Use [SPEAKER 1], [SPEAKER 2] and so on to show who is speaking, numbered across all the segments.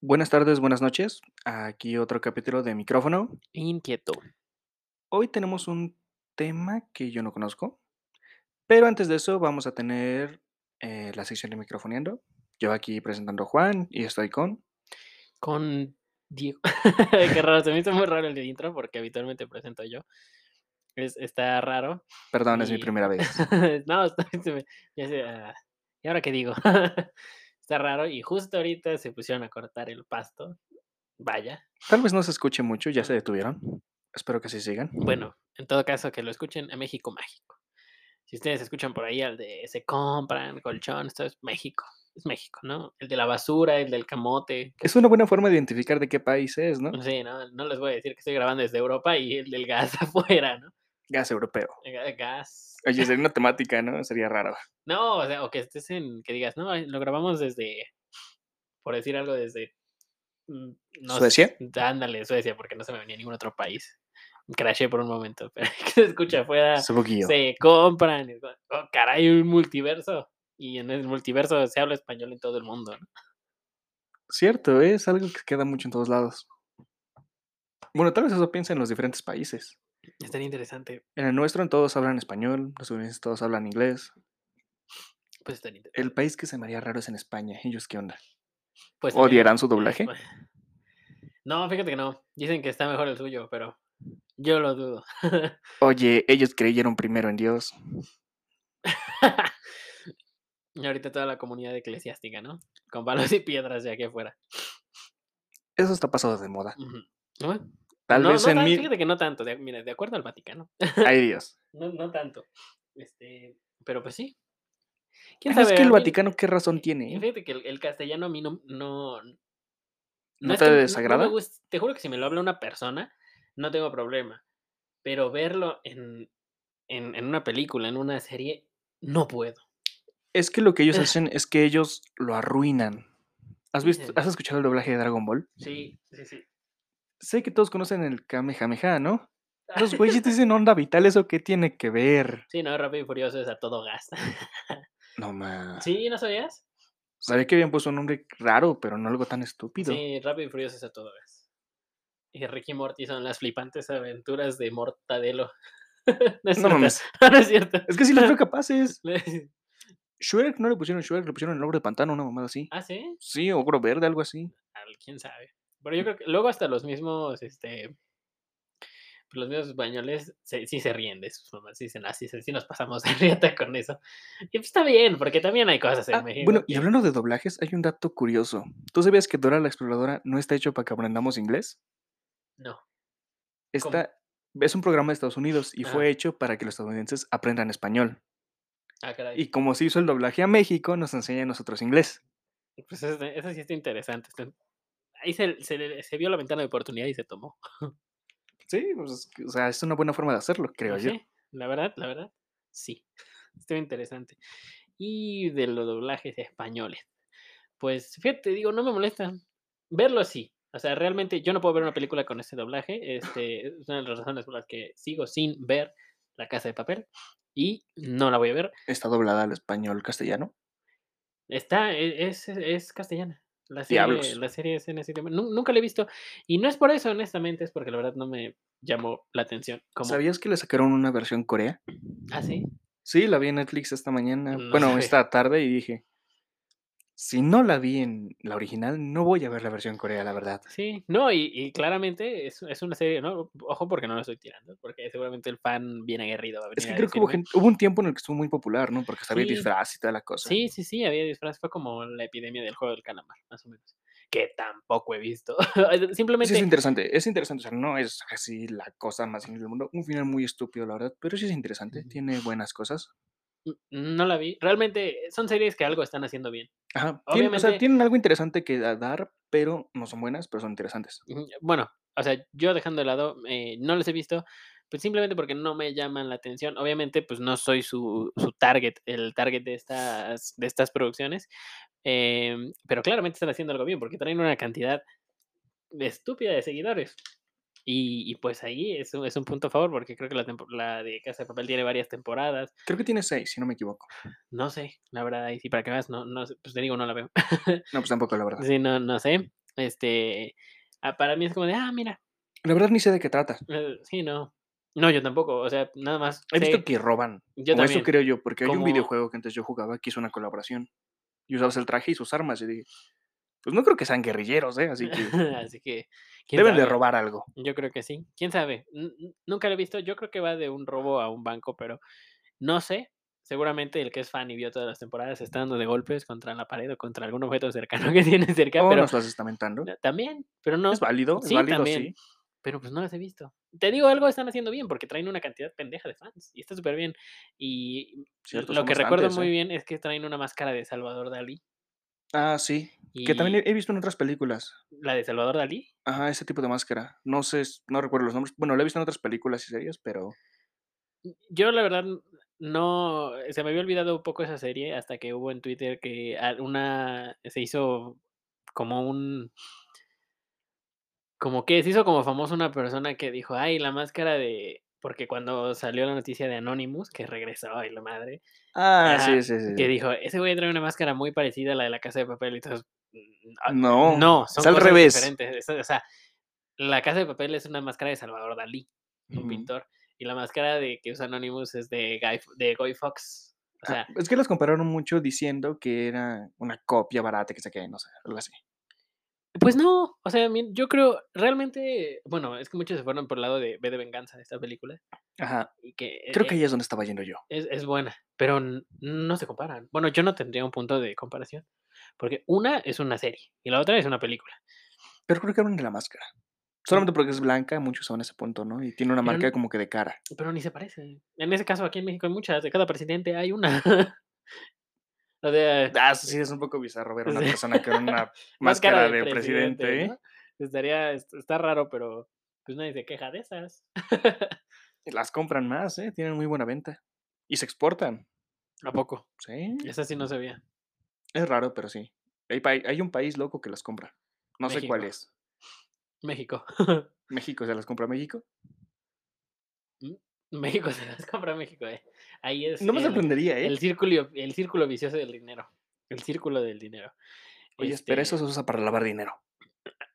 [SPEAKER 1] Buenas tardes, buenas noches. Aquí otro capítulo de micrófono.
[SPEAKER 2] Inquieto.
[SPEAKER 1] Hoy tenemos un tema que yo no conozco, pero antes de eso vamos a tener eh, la sección de microfoneando. Yo aquí presentando a Juan y estoy con...
[SPEAKER 2] Con Diego. Qué raro, se me hizo muy raro el intro porque habitualmente presento yo. Es, está raro.
[SPEAKER 1] Perdón, es mi
[SPEAKER 2] Y-
[SPEAKER 1] primera vez.
[SPEAKER 2] no, está- se me- ya sé, ah, ¿Y ahora qué digo? está raro y justo ahorita se pusieron a cortar el pasto. Vaya.
[SPEAKER 1] Tal vez no se escuche mucho, ya se detuvieron. Espero que sí sigan.
[SPEAKER 2] Bueno, en todo caso, que lo escuchen a México Mágico. Si ustedes escuchan por ahí al de se compran colchón, esto es México. Es México, ¿no? El de la basura, el del camote.
[SPEAKER 1] Es una buena forma de identificar de qué país es, ¿no?
[SPEAKER 2] Sí, no, no les voy a decir que estoy grabando desde Europa y el del gas afuera, ¿no?
[SPEAKER 1] Gas europeo.
[SPEAKER 2] Ga- Gas.
[SPEAKER 1] Oye, sería una temática, ¿no? Sería raro.
[SPEAKER 2] No, o sea, o que estés en, que digas, no, ay, lo grabamos desde, por decir algo, desde... mm, no sé,
[SPEAKER 1] ¿Suecia?
[SPEAKER 2] Ándale, Suecia, porque no se me venía ningún otro país. Crashé por un momento, pero que se escucha afuera,
[SPEAKER 1] Subuguío.
[SPEAKER 2] se compran. y es como, Oh, caray, un multiverso. Y en el multiverso se habla español en todo el mundo, ¿no?
[SPEAKER 1] Cierto, ¿eh? es algo que queda mucho en todos lados. Bueno, tal vez eso piensa en los diferentes países.
[SPEAKER 2] Es tan interesante,
[SPEAKER 1] En el nuestro en todos hablan español, los estadounidenses todos hablan inglés.
[SPEAKER 2] pues es tan interesante.
[SPEAKER 1] El país que se me haría raro es en España. ¿Ellos qué onda?
[SPEAKER 2] Pues también
[SPEAKER 1] ¿Odiarán su
[SPEAKER 2] en
[SPEAKER 1] doblaje?
[SPEAKER 2] Espa- No, fíjate que no. Dicen que está mejor el suyo, pero yo lo dudo.
[SPEAKER 1] Oye, ellos creyeron primero en Dios.
[SPEAKER 2] y ahorita toda la comunidad eclesiástica, ¿no? Con palos y piedras de aquí afuera.
[SPEAKER 1] Eso está pasado de moda.
[SPEAKER 2] Ujú. Bueno,
[SPEAKER 1] Tal
[SPEAKER 2] no,
[SPEAKER 1] vez
[SPEAKER 2] no
[SPEAKER 1] en
[SPEAKER 2] tan-
[SPEAKER 1] mil...
[SPEAKER 2] Fíjate que no tanto. de- mira, de acuerdo al Vaticano.
[SPEAKER 1] Ay, Dios.
[SPEAKER 2] No, no tanto. Este, pero pues sí. ¿Quién
[SPEAKER 1] Pues Es que
[SPEAKER 2] a
[SPEAKER 1] el
[SPEAKER 2] mí-
[SPEAKER 1] Vaticano qué razón tiene.
[SPEAKER 2] Y
[SPEAKER 1] eh?
[SPEAKER 2] Fíjate que el, el castellano a mí no. ¿No, no
[SPEAKER 1] ¿No
[SPEAKER 2] es
[SPEAKER 1] te
[SPEAKER 2] que me
[SPEAKER 1] desagrada?
[SPEAKER 2] guste- te juro que si me lo habla una persona, no tengo problema. Pero verlo en, en, en una película, en una serie, no puedo.
[SPEAKER 1] Es que lo que ellos
[SPEAKER 2] Eh.
[SPEAKER 1] hacen es que ellos lo arruinan. ¿Has, visto,
[SPEAKER 2] Dicen.
[SPEAKER 1] ¿Has escuchado el doblaje de Dragon Ball?
[SPEAKER 2] Sí, sí, sí.
[SPEAKER 1] Sé que todos conocen el Kamehameha, ¿no? Los güeyes dicen onda vital, ¿eso qué tiene que ver?
[SPEAKER 2] Sí, no, Rápido y Furioso es a todo gas.
[SPEAKER 1] No más.
[SPEAKER 2] ¿Sí? ¿No sabías?
[SPEAKER 1] Sabía que habían puesto un nombre raro, pero no algo tan estúpido.
[SPEAKER 2] Sí, Rápido y Furioso es a todo gas. Y Ricky y Morty son las flipantes aventuras de Mortadelo. no es
[SPEAKER 1] No
[SPEAKER 2] cierto,
[SPEAKER 1] mames.
[SPEAKER 2] no es cierto.
[SPEAKER 1] Es que sí los veo capaces.
[SPEAKER 2] Le-
[SPEAKER 1] Shrek no le pusieron Shrek, le pusieron el ogro de pantano, una mamada así.
[SPEAKER 2] ¿Ah, sí?
[SPEAKER 1] Sí, ogro verde, algo así.
[SPEAKER 2] al- quién sabe. Pero yo creo que luego hasta los mismos, este, pues, los mismos españoles se- sí se ríen de sus mamás, sí dicen, así sí, sí nos pasamos de riata con eso. Y pues está bien, porque también hay cosas en
[SPEAKER 1] Ah,
[SPEAKER 2] México.
[SPEAKER 1] bueno, y
[SPEAKER 2] que-
[SPEAKER 1] hablando de doblajes, hay un dato curioso. ¿Tú sabías que Dora la Exploradora no está hecho para que aprendamos inglés?
[SPEAKER 2] No. ¿Cómo?
[SPEAKER 1] Está, es un programa de Estados Unidos y
[SPEAKER 2] Ajá.
[SPEAKER 1] fue hecho para que los estadounidenses aprendan español.
[SPEAKER 2] Ah, caray.
[SPEAKER 1] Y como se hizo el doblaje a México, nos enseña a nosotros inglés.
[SPEAKER 2] Pues eso, está- eso sí está interesante. está- Ahí se, se le- se vio la ventana de oportunidad y se tomó.
[SPEAKER 1] Sí, pues, es que- o sea, es una buena forma de hacerlo, creo
[SPEAKER 2] Pues
[SPEAKER 1] yo.
[SPEAKER 2] sí, la verdad, la verdad, sí. Estuvo interesante. Y de los doblajes españoles. Pues fíjate, digo, no me molesta. Verlo sí. O sea, realmente yo no puedo ver una película con ese doblaje. Este, es una de las razones por las que sigo sin ver La Casa de Papel. Y no la voy a ver.
[SPEAKER 1] Está doblada al español castellano.
[SPEAKER 2] Está, e- es, es- es castellana. La serie,
[SPEAKER 1] Diablos.
[SPEAKER 2] la serie es en ese idioma. Nu- nunca la he visto. Y no es por eso, honestamente, es porque la verdad no me llamó la atención. Como,
[SPEAKER 1] ¿Sabías que le sacaron una versión Corea?
[SPEAKER 2] ah, sí.
[SPEAKER 1] Sí, la vi en Netflix esta mañana.
[SPEAKER 2] No
[SPEAKER 1] bueno,
[SPEAKER 2] sabía.
[SPEAKER 1] esta tarde y dije, si no la vi en la original, no voy a ver la versión corea, la verdad.
[SPEAKER 2] Sí, no, y, y claramente es, es una serie, ¿no? Ojo porque no la estoy tirando, porque seguramente el fan bien aguerrido va a venir
[SPEAKER 1] Es que
[SPEAKER 2] a
[SPEAKER 1] creo que hubo,
[SPEAKER 2] decirme,
[SPEAKER 1] gen- hubo un tiempo en el que estuvo muy popular, ¿no? Porque sabía
[SPEAKER 2] Sí.
[SPEAKER 1] disfraz y toda la cosa.
[SPEAKER 2] Sí, sí, sí, había disfraz, fue como la epidemia del juego del calamar, más o menos, que tampoco he visto.
[SPEAKER 1] Sí,
[SPEAKER 2] Simplemente,
[SPEAKER 1] es interesante, es interesante, o sea, no es así la cosa más genial del mundo, un final muy estúpido, la verdad, pero sí es interesante,
[SPEAKER 2] Ujú.
[SPEAKER 1] tiene buenas cosas.
[SPEAKER 2] n- no la vi. Realmente son series que algo están haciendo bien.
[SPEAKER 1] Ajá, tienen, o sea,
[SPEAKER 2] Obviamente-
[SPEAKER 1] tienen algo interesante que da- dar, pero no son buenas, pero son interesantes.
[SPEAKER 2] Ujú, Bueno, o sea, yo dejando de lado, eh, no los he visto, pues simplemente porque no me llaman la atención. Obviamente, pues no soy su, su target, el target de estas, de estas producciones, em, pero claramente están haciendo algo bien porque traen una cantidad estúpida de seguidores. Y, y pues ahí es un, es un punto a favor porque creo que la, tempo- la de Casa de Papel tiene varias temporadas.
[SPEAKER 1] Creo que tiene seis, si no me equivoco.
[SPEAKER 2] No sé, la verdad, ahí sí, para que veas, no, no, sé, pues te digo, no la veo.
[SPEAKER 1] No, pues tampoco, la verdad.
[SPEAKER 2] Sí, no, no sé. Este, ah, para mí es como de, ah, mira,
[SPEAKER 1] La verdad ni sé de qué trata.
[SPEAKER 2] eh, sí, no. No, yo tampoco, o sea, nada más.
[SPEAKER 1] He
[SPEAKER 2] sé-
[SPEAKER 1] visto que roban.
[SPEAKER 2] yo
[SPEAKER 1] o
[SPEAKER 2] también.
[SPEAKER 1] eso creo yo, porque hay
[SPEAKER 2] como-
[SPEAKER 1] un videojuego que antes yo jugaba que hizo una colaboración. Y usabas el traje y sus armas. Y dije, pues no creo que sean guerrilleros, ¿eh? Así que
[SPEAKER 2] Así que. ¿quién
[SPEAKER 1] deben de
[SPEAKER 2] sabe?
[SPEAKER 1] robar algo.
[SPEAKER 2] Yo creo que sí. ¿Quién sabe? N- n- Nunca lo he visto. Yo creo que va de un robo a un banco, pero no sé. Seguramente el que es fan y vio todas las temporadas está dando de golpes contra la pared o contra algún objeto cercano que tiene cerca,
[SPEAKER 1] O
[SPEAKER 2] pero
[SPEAKER 1] Oh, nos las estamentando.
[SPEAKER 2] eh, también, pero no,
[SPEAKER 1] Es válido, es
[SPEAKER 2] Sí,
[SPEAKER 1] válido, sí.
[SPEAKER 2] también. pero pues no las he visto. Te digo algo, están haciendo bien porque traen una cantidad pendeja de fans y está súper bien. Y
[SPEAKER 1] Cierto,
[SPEAKER 2] lo
[SPEAKER 1] son
[SPEAKER 2] que recuerdo
[SPEAKER 1] bastantes,
[SPEAKER 2] muy
[SPEAKER 1] ¿eh?
[SPEAKER 2] bien es que traen una máscara de Salvador Dalí.
[SPEAKER 1] Ah, sí.
[SPEAKER 2] Y
[SPEAKER 1] Que también he- he visto en otras películas.
[SPEAKER 2] la de Salvador Dalí,
[SPEAKER 1] Ajá, ese tipo de máscara. No sé, s- no recuerdo los nombres. Bueno, lo he visto en otras películas y series, pero
[SPEAKER 2] Yo la verdad n- no, se me había olvidado un poco esa serie hasta que hubo en Twitter que al- una se hizo como un, como que se hizo como famosa una persona que dijo, ay, la máscara de, porque cuando salió la noticia de Anonymous, que regresó, ay, la madre,
[SPEAKER 1] Ah,
[SPEAKER 2] Ajá,
[SPEAKER 1] sí, sí, sí.
[SPEAKER 2] que
[SPEAKER 1] sí.
[SPEAKER 2] dijo, ese güey trae una máscara muy parecida a la de la casa de papel y todos, "Mm, ah,
[SPEAKER 1] No,
[SPEAKER 2] no,
[SPEAKER 1] es
[SPEAKER 2] son
[SPEAKER 1] al
[SPEAKER 2] cosas
[SPEAKER 1] revés.
[SPEAKER 2] diferentes, es- o sea, la casa de papel es una máscara de Salvador Dalí un
[SPEAKER 1] Ujú.
[SPEAKER 2] pintor. Y la máscara de que usa Anonymous es de Guy, F- de Guy Fox.
[SPEAKER 1] Ah,
[SPEAKER 2] O sea,
[SPEAKER 1] es que las compararon mucho diciendo que era una copia barata que se quede, no sé, algo así. eh,
[SPEAKER 2] pues no, o sea, mi- yo creo realmente, bueno, es que muchos se fueron por el lado de B de Venganza de esta película
[SPEAKER 1] Ajá,
[SPEAKER 2] y que
[SPEAKER 1] creo
[SPEAKER 2] e-
[SPEAKER 1] que ahí es donde estaba yendo yo.
[SPEAKER 2] es, es buena, pero n- no se comparan. Bueno, yo no tendría un punto de comparación, porque una es una serie y la otra es una película.
[SPEAKER 1] Pero creo que hablan de la máscara. Solamente porque es blanca, muchos saben ese punto, ¿no? Y tiene una
[SPEAKER 2] Pero
[SPEAKER 1] marca
[SPEAKER 2] n-
[SPEAKER 1] como que de cara.
[SPEAKER 2] Pero ni se parece. En ese caso, aquí en México hay muchas, de cada presidente hay una. o sea,
[SPEAKER 1] Ah, eso sí, es un poco bizarro ver a una
[SPEAKER 2] Sí.
[SPEAKER 1] persona con una máscara de presidente, ¿eh?
[SPEAKER 2] ¿no? Estaría, est- está raro, pero pues nadie se queja de esas.
[SPEAKER 1] Y Las compran más, ¿eh? Tienen muy buena venta. Y se exportan,
[SPEAKER 2] ¿A poco?
[SPEAKER 1] ¿sí?
[SPEAKER 2] Esa sí no se veía.
[SPEAKER 1] Es raro, pero sí. Hay, pa- hay un país loco que las compra. No sé cuál
[SPEAKER 2] México.
[SPEAKER 1] es.
[SPEAKER 2] México.
[SPEAKER 1] México, ¿se las compra México?
[SPEAKER 2] México se las compra México, eh. Ahí es
[SPEAKER 1] No me
[SPEAKER 2] el,
[SPEAKER 1] sorprendería, ¿eh?
[SPEAKER 2] el círculo, el círculo vicioso del dinero. El círculo del dinero.
[SPEAKER 1] Oye, espera, eso
[SPEAKER 2] Este,
[SPEAKER 1] se usa para lavar dinero.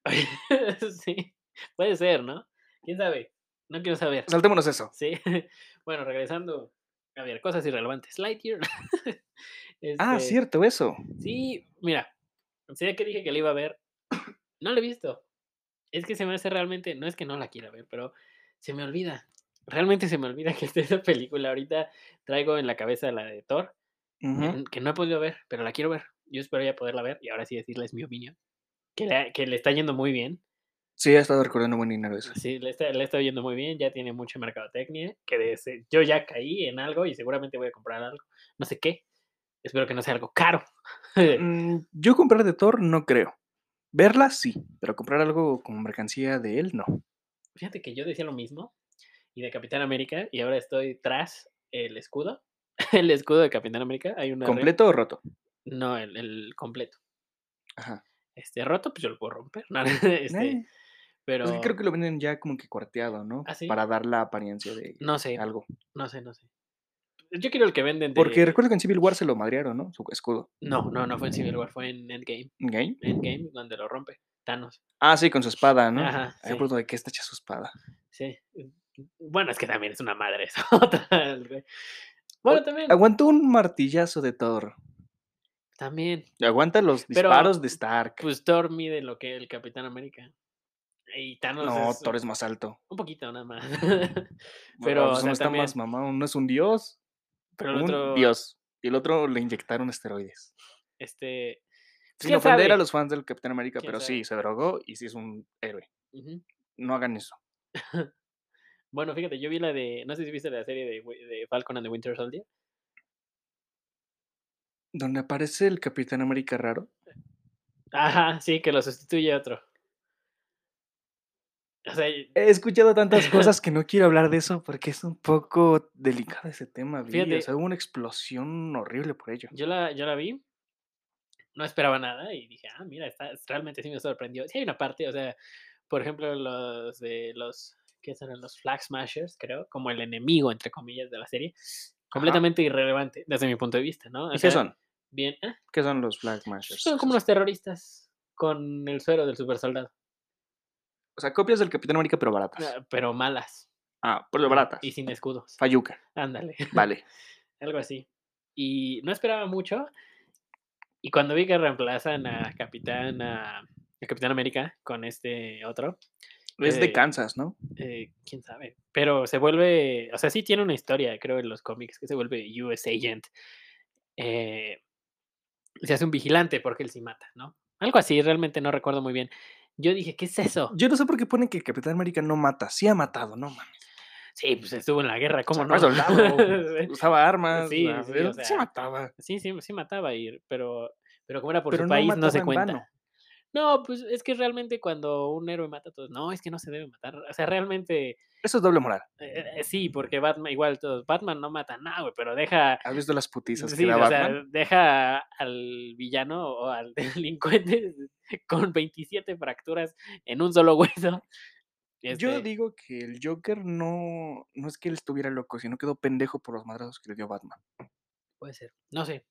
[SPEAKER 2] sí. Puede ser, ¿no? ¿Quién sabe? No quiero saber.
[SPEAKER 1] Saltémonos eso.
[SPEAKER 2] Sí. Bueno, regresando. A ver, cosas irrelevantes. Lightyear.
[SPEAKER 1] Ah,
[SPEAKER 2] Este,
[SPEAKER 1] cierto, eso.
[SPEAKER 2] Sí, mira, sé que dije que la iba a ver, no la he visto. Es que se me hace realmente, no es que no la quiera ver, pero se me olvida. Realmente se me olvida que está esa película. Ahorita traigo en la cabeza la de Thor,
[SPEAKER 1] Ujú.
[SPEAKER 2] que n- que no he podido ver, pero la quiero ver. Yo espero ya poderla ver y ahora sí decirles mi opinión. Que, la- que le está yendo muy bien.
[SPEAKER 1] Sí, he estado recordando buen dinero eso.
[SPEAKER 2] Sí, le está, le está yendo muy bien. Ya tiene mucha mercadotecnia. Que de ese- yo ya caí en algo y seguramente voy a comprar algo. No sé qué. Espero que no sea algo caro.
[SPEAKER 1] Mm, yo comprar de Thor no creo. Verla sí, pero comprar algo como mercancía de él no.
[SPEAKER 2] Fíjate que yo decía lo mismo y de Capitán América y ahora estoy tras el escudo. El escudo de Capitán América. Hay una rem-
[SPEAKER 1] ¿Completo o roto?
[SPEAKER 2] No, el, el completo.
[SPEAKER 1] Ajá.
[SPEAKER 2] Este roto, pues yo lo puedo romper. ¿no? Este,
[SPEAKER 1] Eh,
[SPEAKER 2] pero
[SPEAKER 1] es que creo que lo venden ya como que cuarteado, ¿no?
[SPEAKER 2] ¿Ah, sí? Mm,
[SPEAKER 1] Para dar la apariencia de
[SPEAKER 2] no sé,
[SPEAKER 1] algo.
[SPEAKER 2] no sé, no sé. Yo quiero el que venden.
[SPEAKER 1] Porque
[SPEAKER 2] de-
[SPEAKER 1] recuerdo que en Civil War se lo madrearon, ¿no? Su escudo.
[SPEAKER 2] No, no, no fue en Civil War, fue en Endgame.
[SPEAKER 1] ¿Gay?
[SPEAKER 2] Endgame, donde lo rompe Thanos.
[SPEAKER 1] Ah, sí, con su espada, ¿no?
[SPEAKER 2] Ajá,
[SPEAKER 1] Ahí
[SPEAKER 2] sí.
[SPEAKER 1] recuerdo de qué está hecha su espada.
[SPEAKER 2] Sí. Bueno, es que también es una madre esota, el güey. Bueno, también.
[SPEAKER 1] Aguantó un martillazo de Thor.
[SPEAKER 2] También.
[SPEAKER 1] Aguanta los
[SPEAKER 2] Pero,
[SPEAKER 1] disparos de Stark.
[SPEAKER 2] Pues Thor mide lo que el Capitán América. Y Thanos
[SPEAKER 1] no,
[SPEAKER 2] es
[SPEAKER 1] Thor es más alto.
[SPEAKER 2] un poquito nada más.
[SPEAKER 1] Bueno,
[SPEAKER 2] pero
[SPEAKER 1] pues
[SPEAKER 2] o sea,
[SPEAKER 1] uno está más
[SPEAKER 2] también-
[SPEAKER 1] mamado, uno es un dios.
[SPEAKER 2] pero el
[SPEAKER 1] un
[SPEAKER 2] otro
[SPEAKER 1] dios. Y el otro le inyectaron esteroides.
[SPEAKER 2] este
[SPEAKER 1] Sin
[SPEAKER 2] ¿Quién
[SPEAKER 1] ofender
[SPEAKER 2] sabe?
[SPEAKER 1] a los fans del Capitán América,
[SPEAKER 2] ¿Quién
[SPEAKER 1] pero
[SPEAKER 2] sabe?
[SPEAKER 1] sí, se drogó y sí es un héroe.
[SPEAKER 2] ujú.
[SPEAKER 1] No hagan eso.
[SPEAKER 2] Bueno, fíjate, yo vi la de no sé si viste la serie de, Wi- de Falcon and the Winter Soldier.
[SPEAKER 1] Donde aparece el Capitán América raro.
[SPEAKER 2] Ajá, sí, que lo sustituye otro. O sea, y-
[SPEAKER 1] He escuchado tantas cosas que no quiero hablar de eso porque es un poco delicado ese tema. Vi,
[SPEAKER 2] Fíjate.
[SPEAKER 1] o sea, hubo una explosión horrible por ello.
[SPEAKER 2] yo la yo la vi no esperaba nada y dije, "Ah, mira, está realmente sí me sorprendió." Sí hay una parte, o sea, por ejemplo, los de los ¿qué serán? Los Flag Smashers, creo, como el enemigo entre comillas de la serie. Completamente irrelevante desde mi punto de vista, ¿no? O
[SPEAKER 1] ¿Y
[SPEAKER 2] sea,
[SPEAKER 1] qué son?
[SPEAKER 2] Bien, ah,
[SPEAKER 1] ¿Qué son los Black Mashers?
[SPEAKER 2] Son como los terroristas. con el suero del super soldado.
[SPEAKER 1] O sea, copias del Capitán América, pero baratas.
[SPEAKER 2] Pero malas.
[SPEAKER 1] Ah, pero baratas.
[SPEAKER 2] Y sin escudos.
[SPEAKER 1] Fayuca.
[SPEAKER 2] Ándale.
[SPEAKER 1] Vale.
[SPEAKER 2] Algo así. Y no esperaba mucho. Y cuando vi que reemplazan a Capitán, a, a Capitán América con este otro,
[SPEAKER 1] Es de
[SPEAKER 2] Eh,
[SPEAKER 1] Kansas, ¿no?
[SPEAKER 2] eh, quién sabe. Pero se vuelve, o sea, sí tiene una historia, creo, en los cómics, que se vuelve US Agent. Eh, se hace un vigilante porque él sí mata, ¿no? Algo así, realmente no recuerdo muy bien. Yo dije, ¿qué es eso?
[SPEAKER 1] Yo no sé por qué ponen que el Capitán América no mata. Sí ha matado, no mames.
[SPEAKER 2] Sí, pues estuvo en la guerra, ¿cómo
[SPEAKER 1] Sacó
[SPEAKER 2] no?
[SPEAKER 1] a soldado, Usaba armas.
[SPEAKER 2] Sí,
[SPEAKER 1] la
[SPEAKER 2] sí, o
[SPEAKER 1] verdad,
[SPEAKER 2] sea,
[SPEAKER 1] sí mataba.
[SPEAKER 2] sí, sí, sí mataba, y, pero, pero como era por
[SPEAKER 1] Pero
[SPEAKER 2] su
[SPEAKER 1] no
[SPEAKER 2] país, no
[SPEAKER 1] mataba
[SPEAKER 2] se
[SPEAKER 1] en
[SPEAKER 2] cuenta.
[SPEAKER 1] vano.
[SPEAKER 2] No, pues es que realmente cuando un héroe mata a todos, no, es que no se debe matar. O sea, realmente, eh,
[SPEAKER 1] Eso es doble moral.
[SPEAKER 2] eh, sí, porque Batman, igual todos, Batman no mata nada, güey, pero deja,
[SPEAKER 1] ¿Has visto las putizas
[SPEAKER 2] sí,
[SPEAKER 1] que da
[SPEAKER 2] o
[SPEAKER 1] Batman?
[SPEAKER 2] sea, deja al villano o al delincuente con 27 fracturas en un solo hueso.
[SPEAKER 1] Yo
[SPEAKER 2] Este,
[SPEAKER 1] digo que el Joker no, no es que él estuviera loco, sino quedó pendejo por los madrazos que le dio Batman.
[SPEAKER 2] Puede ser, no sé.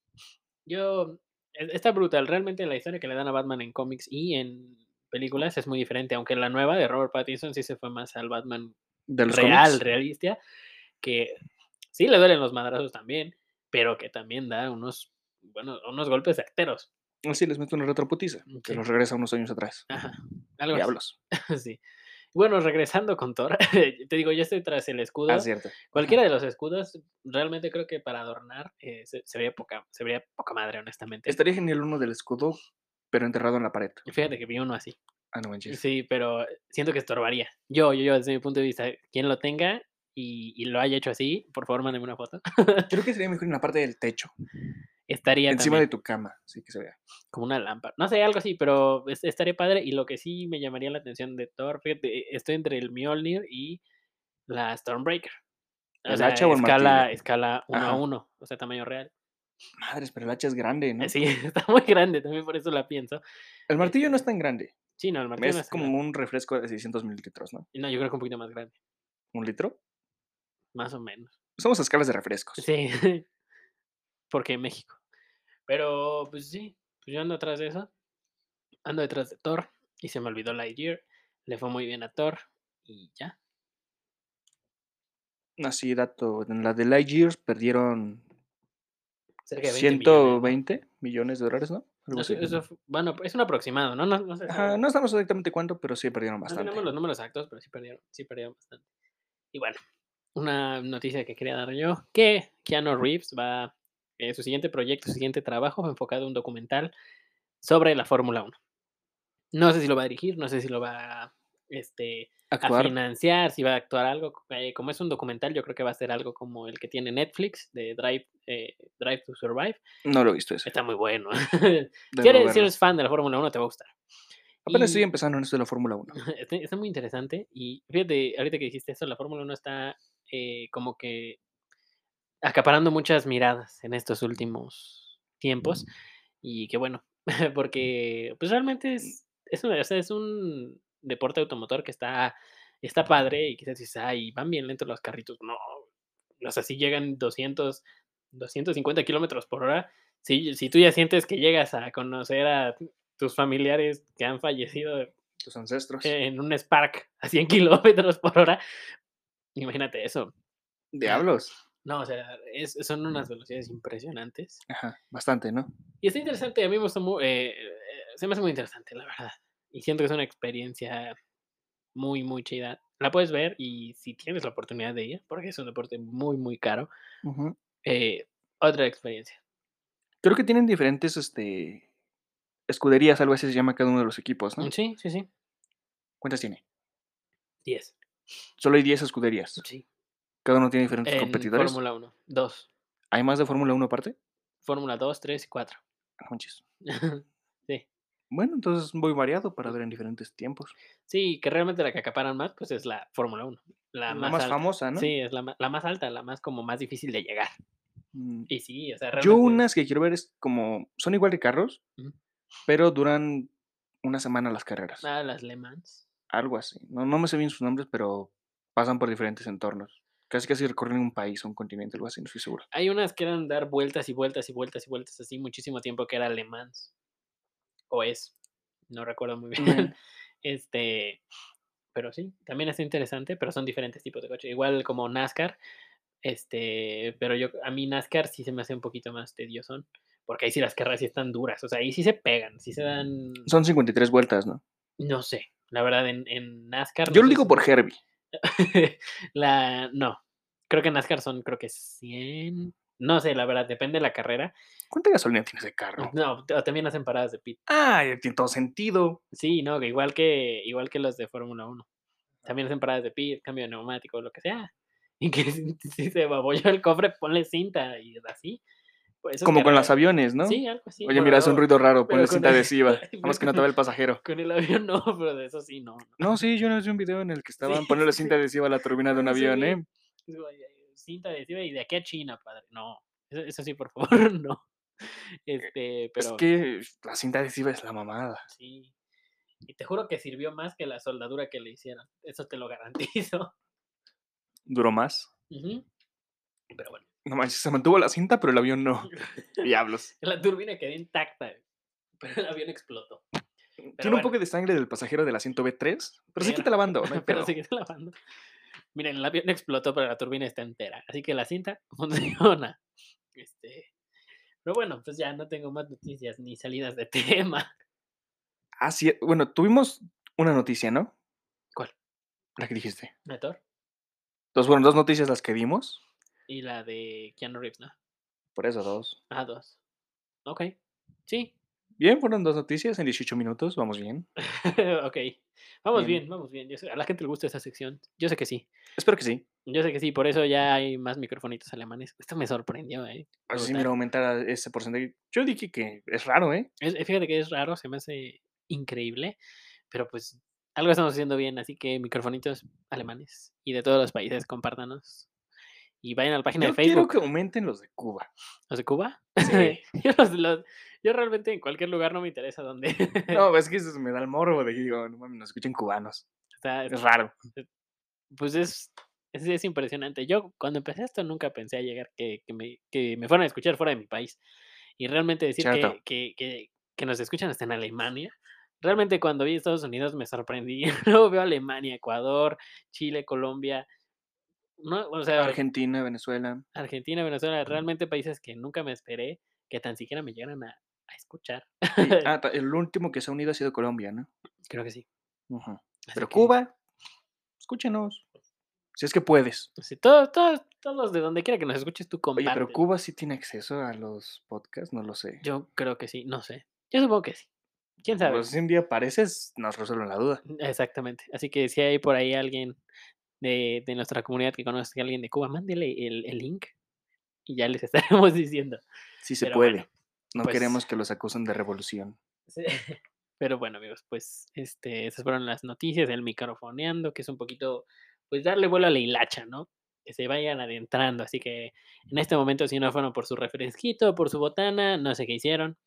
[SPEAKER 2] Yo, e- está brutal, realmente la historia que le dan a Batman en cómics y en películas es muy diferente, aunque la nueva de Robert Pattinson sí se fue más al Batman
[SPEAKER 1] De los
[SPEAKER 2] real,
[SPEAKER 1] cómics.
[SPEAKER 2] realista, que sí le duelen los madrazos también, pero que también da unos, bueno, unos golpes certeros.
[SPEAKER 1] Ah, Sí, les meto una retroputiza.
[SPEAKER 2] Mm, Sí.
[SPEAKER 1] Que los regresa unos años atrás.
[SPEAKER 2] Ajá, algo así,
[SPEAKER 1] Diablos.
[SPEAKER 2] sí. Bueno, regresando con Thor, te digo, yo estoy tras el escudo.
[SPEAKER 1] Ah, cierto.
[SPEAKER 2] Cualquiera de los escudos, realmente creo que para adornar eh, se, se vería poca, se vería poca madre, honestamente.
[SPEAKER 1] Estaría genial uno del escudo, pero enterrado en la pared.
[SPEAKER 2] Fíjate que vi uno así.
[SPEAKER 1] Ah, no manches.
[SPEAKER 2] Sí, pero eh, siento que estorbaría. Yo, yo, yo, desde mi punto de vista, quien lo tenga y, y lo haya hecho así, por favor, mándeme una foto.
[SPEAKER 1] Creo que sería mejor en la parte del techo,
[SPEAKER 2] Estaría
[SPEAKER 1] encima
[SPEAKER 2] también.
[SPEAKER 1] de tu cama, así que se vea.
[SPEAKER 2] como una lámpara. No sé, algo así, pero es- estaría padre. Y lo que sí me llamaría la atención de Thor, fíjate, eh, estoy entre el Mjolnir y la Stormbreaker. O
[SPEAKER 1] ¿El
[SPEAKER 2] sea,
[SPEAKER 1] hacha o el
[SPEAKER 2] escala,
[SPEAKER 1] martillo?
[SPEAKER 2] escala 1 a
[SPEAKER 1] Ajá.
[SPEAKER 2] 1, o sea, tamaño real.
[SPEAKER 1] Madres, pero el hacha es grande, ¿no?
[SPEAKER 2] Sí, está muy grande, también por eso la pienso.
[SPEAKER 1] El martillo no es tan grande.
[SPEAKER 2] Sí, no, el martillo no
[SPEAKER 1] Es
[SPEAKER 2] es grande.
[SPEAKER 1] como un refresco de 600 mililitros, ¿no?
[SPEAKER 2] No, yo creo que un poquito más grande,
[SPEAKER 1] ¿Un litro?
[SPEAKER 2] más o menos.
[SPEAKER 1] Somos a escalas de refrescos.
[SPEAKER 2] Sí, pues, eh, porque México. Pero, pues sí, pues yo ando atrás de eso. Ando detrás de Thor y se me olvidó Lightyear. Le fue muy bien a Thor y ya.
[SPEAKER 1] Así, dato. En la de Lightyear perdieron
[SPEAKER 2] Cerca de 20 millones, ¿no?
[SPEAKER 1] 120 millones de dólares, ¿no? Algo
[SPEAKER 2] Eso-
[SPEAKER 1] así.
[SPEAKER 2] eso fu- bueno, es un aproximado, ¿no? No, no sé,
[SPEAKER 1] Ajá,
[SPEAKER 2] no
[SPEAKER 1] no sabemos exactamente cuánto, pero sí perdieron bastante.
[SPEAKER 2] tenemos los números exactos, pero sí perdieron, sí perdieron bastante. Y bueno, una noticia que quería dar yo, que Keanu Reeves va, eh, su siguiente proyecto, su siguiente trabajo, enfocado a un documental sobre la Fórmula 1. No sé si lo va a dirigir, no sé si lo va a, este, a
[SPEAKER 1] Actuar.
[SPEAKER 2] financiar, si va a actuar algo. eh, como es un documental, yo creo que va a ser algo como el que tiene Netflix, de Drive, eh, Drive to Survive.
[SPEAKER 1] No lo he visto eso.
[SPEAKER 2] Está muy bueno.
[SPEAKER 1] debo
[SPEAKER 2] si, eres, si
[SPEAKER 1] verlo.
[SPEAKER 2] eres fan de la Fórmula 1, te va a gustar.
[SPEAKER 1] Apenas
[SPEAKER 2] Y-
[SPEAKER 1] estoy empezando en esto de la Fórmula 1.
[SPEAKER 2] Está, está muy interesante. Y fíjate, ahorita que dijiste eso, la Fórmula 1 está eh, como que acaparando muchas miradas en estos últimos tiempos. Y qué bueno, porque pues realmente es, es, una- o sea, es un deporte automotor que está, está padre y quizás dices, ay, van bien lentos los carritos. No, o sea, si llegan 200, 250 kilómetros por hora, si, si tú ya sientes que llegas a conocer a tus familiares que han fallecido
[SPEAKER 1] Tus ancestros.
[SPEAKER 2] eh, en un Spark a 100 kilómetros por hora. Imagínate eso.
[SPEAKER 1] Diablos.
[SPEAKER 2] No, o sea, es- son unas velocidades impresionantes.
[SPEAKER 1] Ajá, bastante, ¿no?
[SPEAKER 2] Y está interesante, a mí me gusta mu- eh, eh, se me hace muy interesante, la verdad. Y siento que es una experiencia muy, muy chida. La puedes ver y si tienes la oportunidad de ir, porque es un deporte muy, muy caro,
[SPEAKER 1] Ujú.
[SPEAKER 2] eh, otra experiencia.
[SPEAKER 1] Creo que tienen diferentes este, escuderías, algo así se llama cada uno de los equipos, ¿no?
[SPEAKER 2] Mm, Sí, sí, sí.
[SPEAKER 1] ¿Cuántas tiene?
[SPEAKER 2] 10.
[SPEAKER 1] Solo hay 10 escuderías.
[SPEAKER 2] Sí.
[SPEAKER 1] Cada uno tiene diferentes
[SPEAKER 2] En
[SPEAKER 1] competidores.
[SPEAKER 2] Fórmula 1. 2.
[SPEAKER 1] ¿Hay más de Fórmula 1 aparte?
[SPEAKER 2] Fórmula 2, 3 y 4.
[SPEAKER 1] Ah, manches.
[SPEAKER 2] sí.
[SPEAKER 1] Bueno, entonces muy variado para ver en diferentes tiempos.
[SPEAKER 2] Sí, que realmente la que acaparan más, pues es la Fórmula 1. La
[SPEAKER 1] La
[SPEAKER 2] más,
[SPEAKER 1] más
[SPEAKER 2] alta.
[SPEAKER 1] famosa, ¿no?
[SPEAKER 2] Sí, es la, ma- la más alta, la más como más difícil de llegar.
[SPEAKER 1] Mm,
[SPEAKER 2] Y sí, o sea,
[SPEAKER 1] Yo
[SPEAKER 2] realmente.
[SPEAKER 1] unas que quiero ver es como, son igual de carros,
[SPEAKER 2] Ujú.
[SPEAKER 1] pero duran una semana las carreras.
[SPEAKER 2] Ah, las Le Mans.
[SPEAKER 1] Algo así. No, no me sé bien sus nombres, pero pasan por diferentes entornos. Casi casi recorren un país o un continente, algo así, no estoy seguro.
[SPEAKER 2] Hay unas que eran dar vueltas y vueltas y vueltas y vueltas así muchísimo tiempo que era Le Mans. O es. no recuerdo muy bien. Este, pero sí, también es interesante, pero son diferentes tipos de coche. Igual como NASCAR, este, pero yo, a mí NASCAR sí se me hace un poquito más tediosón, porque ahí sí las carreras sí están duras, o sea, ahí sí se pegan, sí
[SPEAKER 1] Mm.
[SPEAKER 2] se dan,
[SPEAKER 1] Son 53 vueltas, ¿no?
[SPEAKER 2] no sé, la verdad, en, en NASCAR. no
[SPEAKER 1] Yo lo
[SPEAKER 2] sé
[SPEAKER 1] digo
[SPEAKER 2] si-
[SPEAKER 1] por Herbie.
[SPEAKER 2] la, no, creo que en NASCAR son, creo que 100, no sé, la verdad, depende de la carrera.
[SPEAKER 1] ¿Cuánta gasolina tiene ese carro?
[SPEAKER 2] No, t- también hacen paradas de pit.
[SPEAKER 1] Ah, tiene todo sentido.
[SPEAKER 2] Sí, no, que igual que igual que los de Fórmula 1. También hacen paradas de pit, cambio de neumático, lo que sea. Y que si, si se babolló el cofre, ponle cinta y así. Pues esas
[SPEAKER 1] Como con los
[SPEAKER 2] carreras-
[SPEAKER 1] aviones, ¿no?
[SPEAKER 2] Sí, algo así.
[SPEAKER 1] Oye,
[SPEAKER 2] bueno,
[SPEAKER 1] mira, hace
[SPEAKER 2] no,
[SPEAKER 1] un ruido raro,
[SPEAKER 2] pero
[SPEAKER 1] ponle
[SPEAKER 2] con
[SPEAKER 1] cinta
[SPEAKER 2] el-
[SPEAKER 1] adhesiva.
[SPEAKER 2] pero
[SPEAKER 1] Vamos que no te va el pasajero.
[SPEAKER 2] Con el avión no, pero de eso sí, no. no.
[SPEAKER 1] No, sí, yo no vi un video en el que estaban
[SPEAKER 2] Sí,
[SPEAKER 1] poniendo
[SPEAKER 2] sí,
[SPEAKER 1] cinta adhesiva a la turbina de un
[SPEAKER 2] Sí, sí,
[SPEAKER 1] avión,
[SPEAKER 2] vi.
[SPEAKER 1] ¿eh?
[SPEAKER 2] Es como, "Ay, ay, Cinta adhesiva y de aquí a China, padre. No, eso, eso sí, por favor, no. Este, pero...
[SPEAKER 1] Eh, Es que la cinta adhesiva es la mamada.
[SPEAKER 2] Sí. Y te juro que sirvió más que la soldadura que le hicieron. Eso te lo garantizo.
[SPEAKER 1] Duró más.
[SPEAKER 2] Ujú. Pero bueno,
[SPEAKER 1] No manches, se mantuvo la cinta, pero el avión no. Diablos.
[SPEAKER 2] la turbina quedó intacta, güey, pero el avión explotó.
[SPEAKER 1] Tiene un
[SPEAKER 2] bueno.
[SPEAKER 1] poco de sangre del pasajero del asiento B3, pero se
[SPEAKER 2] Era.
[SPEAKER 1] quita lavando, ¿no? hay
[SPEAKER 2] Pero
[SPEAKER 1] pedo.
[SPEAKER 2] sigue lavando. Miren, el avión explotó, pero la turbina está entera. Así que la cinta funciona. Este. Pero bueno, pues ya no tengo más noticias ni salidas de tema.
[SPEAKER 1] Así es. Ah, Bueno, tuvimos una noticia, ¿no?
[SPEAKER 2] ¿Cuál?
[SPEAKER 1] La que dijiste.
[SPEAKER 2] La Thor
[SPEAKER 1] Dos, bueno, dos noticias las que dimos.
[SPEAKER 2] y la de Keanu Reeves, ¿no?
[SPEAKER 1] Por eso dos.
[SPEAKER 2] Ah, dos. Ok. Sí.
[SPEAKER 1] Bien, fueron dos noticias en 18 minutos, vamos bien.
[SPEAKER 2] ok. Vamos
[SPEAKER 1] Bien.
[SPEAKER 2] bien, vamos bien. Yo sé- a la gente le gusta esa sección. Yo sé que sí.
[SPEAKER 1] Espero que sí.
[SPEAKER 2] Yo sé que sí, por eso ya hay más microfonitos alemanes. Esto me sorprendió, ¿eh?
[SPEAKER 1] A ver si
[SPEAKER 2] Brutal.
[SPEAKER 1] mira aumentar a ese porcentaje. Yo dije que es raro, ¿eh?
[SPEAKER 2] Es- fíjate que es raro, se me hace increíble, pero pues algo estamos haciendo bien, así que microfonitos alemanes y de todos los países, compártanos. Y vayan a la página
[SPEAKER 1] Yo
[SPEAKER 2] de Facebook.
[SPEAKER 1] quiero que aumenten los de Cuba.
[SPEAKER 2] ¿Los de Cuba?
[SPEAKER 1] Sí.
[SPEAKER 2] yo, los- los- yo realmente en cualquier lugar no me interesa dónde.
[SPEAKER 1] No, es que eso me da el morbo de que digo, no mames, nos escuchen cubanos.
[SPEAKER 2] está-
[SPEAKER 1] Es raro.
[SPEAKER 2] pues es, es, es impresionante. Yo cuando empecé esto nunca pensé a llegar que, que, me, que me fueran a escuchar fuera de mi país. Y realmente decir
[SPEAKER 1] Cierto.
[SPEAKER 2] que, que, que, que nos escuchan hasta en Alemania. Realmente cuando vi Estados Unidos me sorprendí. Luego veo Alemania, Ecuador, Chile, Colombia. No, o sea,
[SPEAKER 1] Argentina, Venezuela.
[SPEAKER 2] Argentina, Venezuela, realmente países que nunca me esperé que tan siquiera me llegaran a, a escuchar.
[SPEAKER 1] Y- ah, ta- el último que se ha unido ha sido Colombia, ¿no?
[SPEAKER 2] Creo que sí.
[SPEAKER 1] Ujú.
[SPEAKER 2] Así
[SPEAKER 1] Pero
[SPEAKER 2] que,
[SPEAKER 1] Cuba, escúchenos. Si es que puedes.
[SPEAKER 2] sí, todos, todos, todos de donde quiera que nos escuches, tú
[SPEAKER 1] Oye,
[SPEAKER 2] comparte.
[SPEAKER 1] pero Cuba sí tiene acceso a los podcasts, no lo sé.
[SPEAKER 2] Yo creo que sí, no sé. Yo supongo que sí. ¿Quién sabe?
[SPEAKER 1] Pues si un día apareces, nos resuelven la duda.
[SPEAKER 2] Exactamente. Así que si hay por ahí alguien de, de nuestra comunidad que conozca a alguien de Cuba, mándele el, el link y ya les estaremos diciendo.
[SPEAKER 1] Sí se
[SPEAKER 2] Pero
[SPEAKER 1] puede.
[SPEAKER 2] bueno,
[SPEAKER 1] no
[SPEAKER 2] pues-
[SPEAKER 1] queremos que los acusen de revolución.
[SPEAKER 2] Sí. Pero bueno, amigos, pues este, esas fueron las noticias del microfoneando, que es un poquito, pues darle vuelo a la hilacha, ¿no? Que se vayan adentrando. Así que en este momento, si no fueron por su refresquito, por su botana, no sé qué hicieron.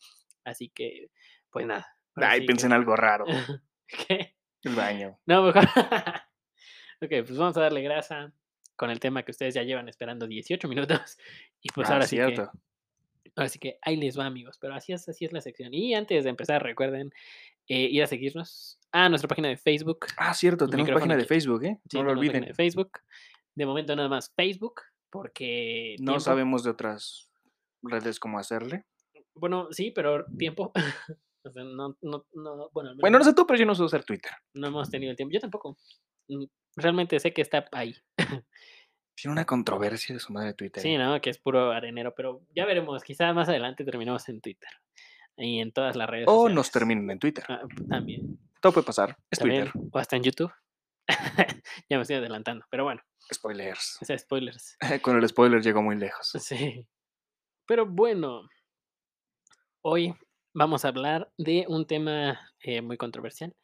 [SPEAKER 2] Así que, pues nada. ahora
[SPEAKER 1] Ay,
[SPEAKER 2] sí
[SPEAKER 1] pensé en algo raro.
[SPEAKER 2] que- ¿Qué?
[SPEAKER 1] El baño.
[SPEAKER 2] No, mejor. ok, pues vamos a darle grasa con el tema que ustedes ya llevan esperando 18 minutos. Y pues
[SPEAKER 1] Ah,
[SPEAKER 2] ahora sí.
[SPEAKER 1] cierto.
[SPEAKER 2] Que, ahora sí que ahí les va, amigos. Pero así es, así es la sección. Y antes de empezar, recuerden eh, ir a seguirnos a nuestra página de Facebook.
[SPEAKER 1] Ah, cierto,
[SPEAKER 2] El
[SPEAKER 1] tenemos
[SPEAKER 2] micrófono
[SPEAKER 1] página de
[SPEAKER 2] aquí.
[SPEAKER 1] Facebook, ¿eh?
[SPEAKER 2] Sí,
[SPEAKER 1] no lo
[SPEAKER 2] tenemos página
[SPEAKER 1] olviden.
[SPEAKER 2] De Facebook. De momento nada más Facebook, porque.
[SPEAKER 1] No
[SPEAKER 2] tiempo-
[SPEAKER 1] sabemos de otras redes cómo hacerle.
[SPEAKER 2] Bueno, sí, pero tiempo. o sea, no, no, no, bueno, al menos
[SPEAKER 1] Bueno, no sé tú, pero yo no sé usar Twitter.
[SPEAKER 2] no hemos tenido el tiempo. Yo tampoco. Mm, Realmente sé que está ahí.
[SPEAKER 1] Tiene una controversia de su madre Twitter.
[SPEAKER 2] Sí,
[SPEAKER 1] ¿eh?
[SPEAKER 2] no, que es puro arenero, pero ya veremos. Quizá más adelante terminemos en Twitter y en todas las redes
[SPEAKER 1] o
[SPEAKER 2] sociales.
[SPEAKER 1] nos terminan en Twitter.
[SPEAKER 2] Ah, también.
[SPEAKER 1] Todo puede pasar. Es
[SPEAKER 2] también,
[SPEAKER 1] Twitter.
[SPEAKER 2] O hasta en YouTube. ya me estoy adelantando, pero bueno,
[SPEAKER 1] Spoilers.
[SPEAKER 2] o sea, spoilers.
[SPEAKER 1] Con el spoiler llegó muy lejos.
[SPEAKER 2] Sí. Pero bueno, hoy vamos a hablar de un tema eh, muy controversial,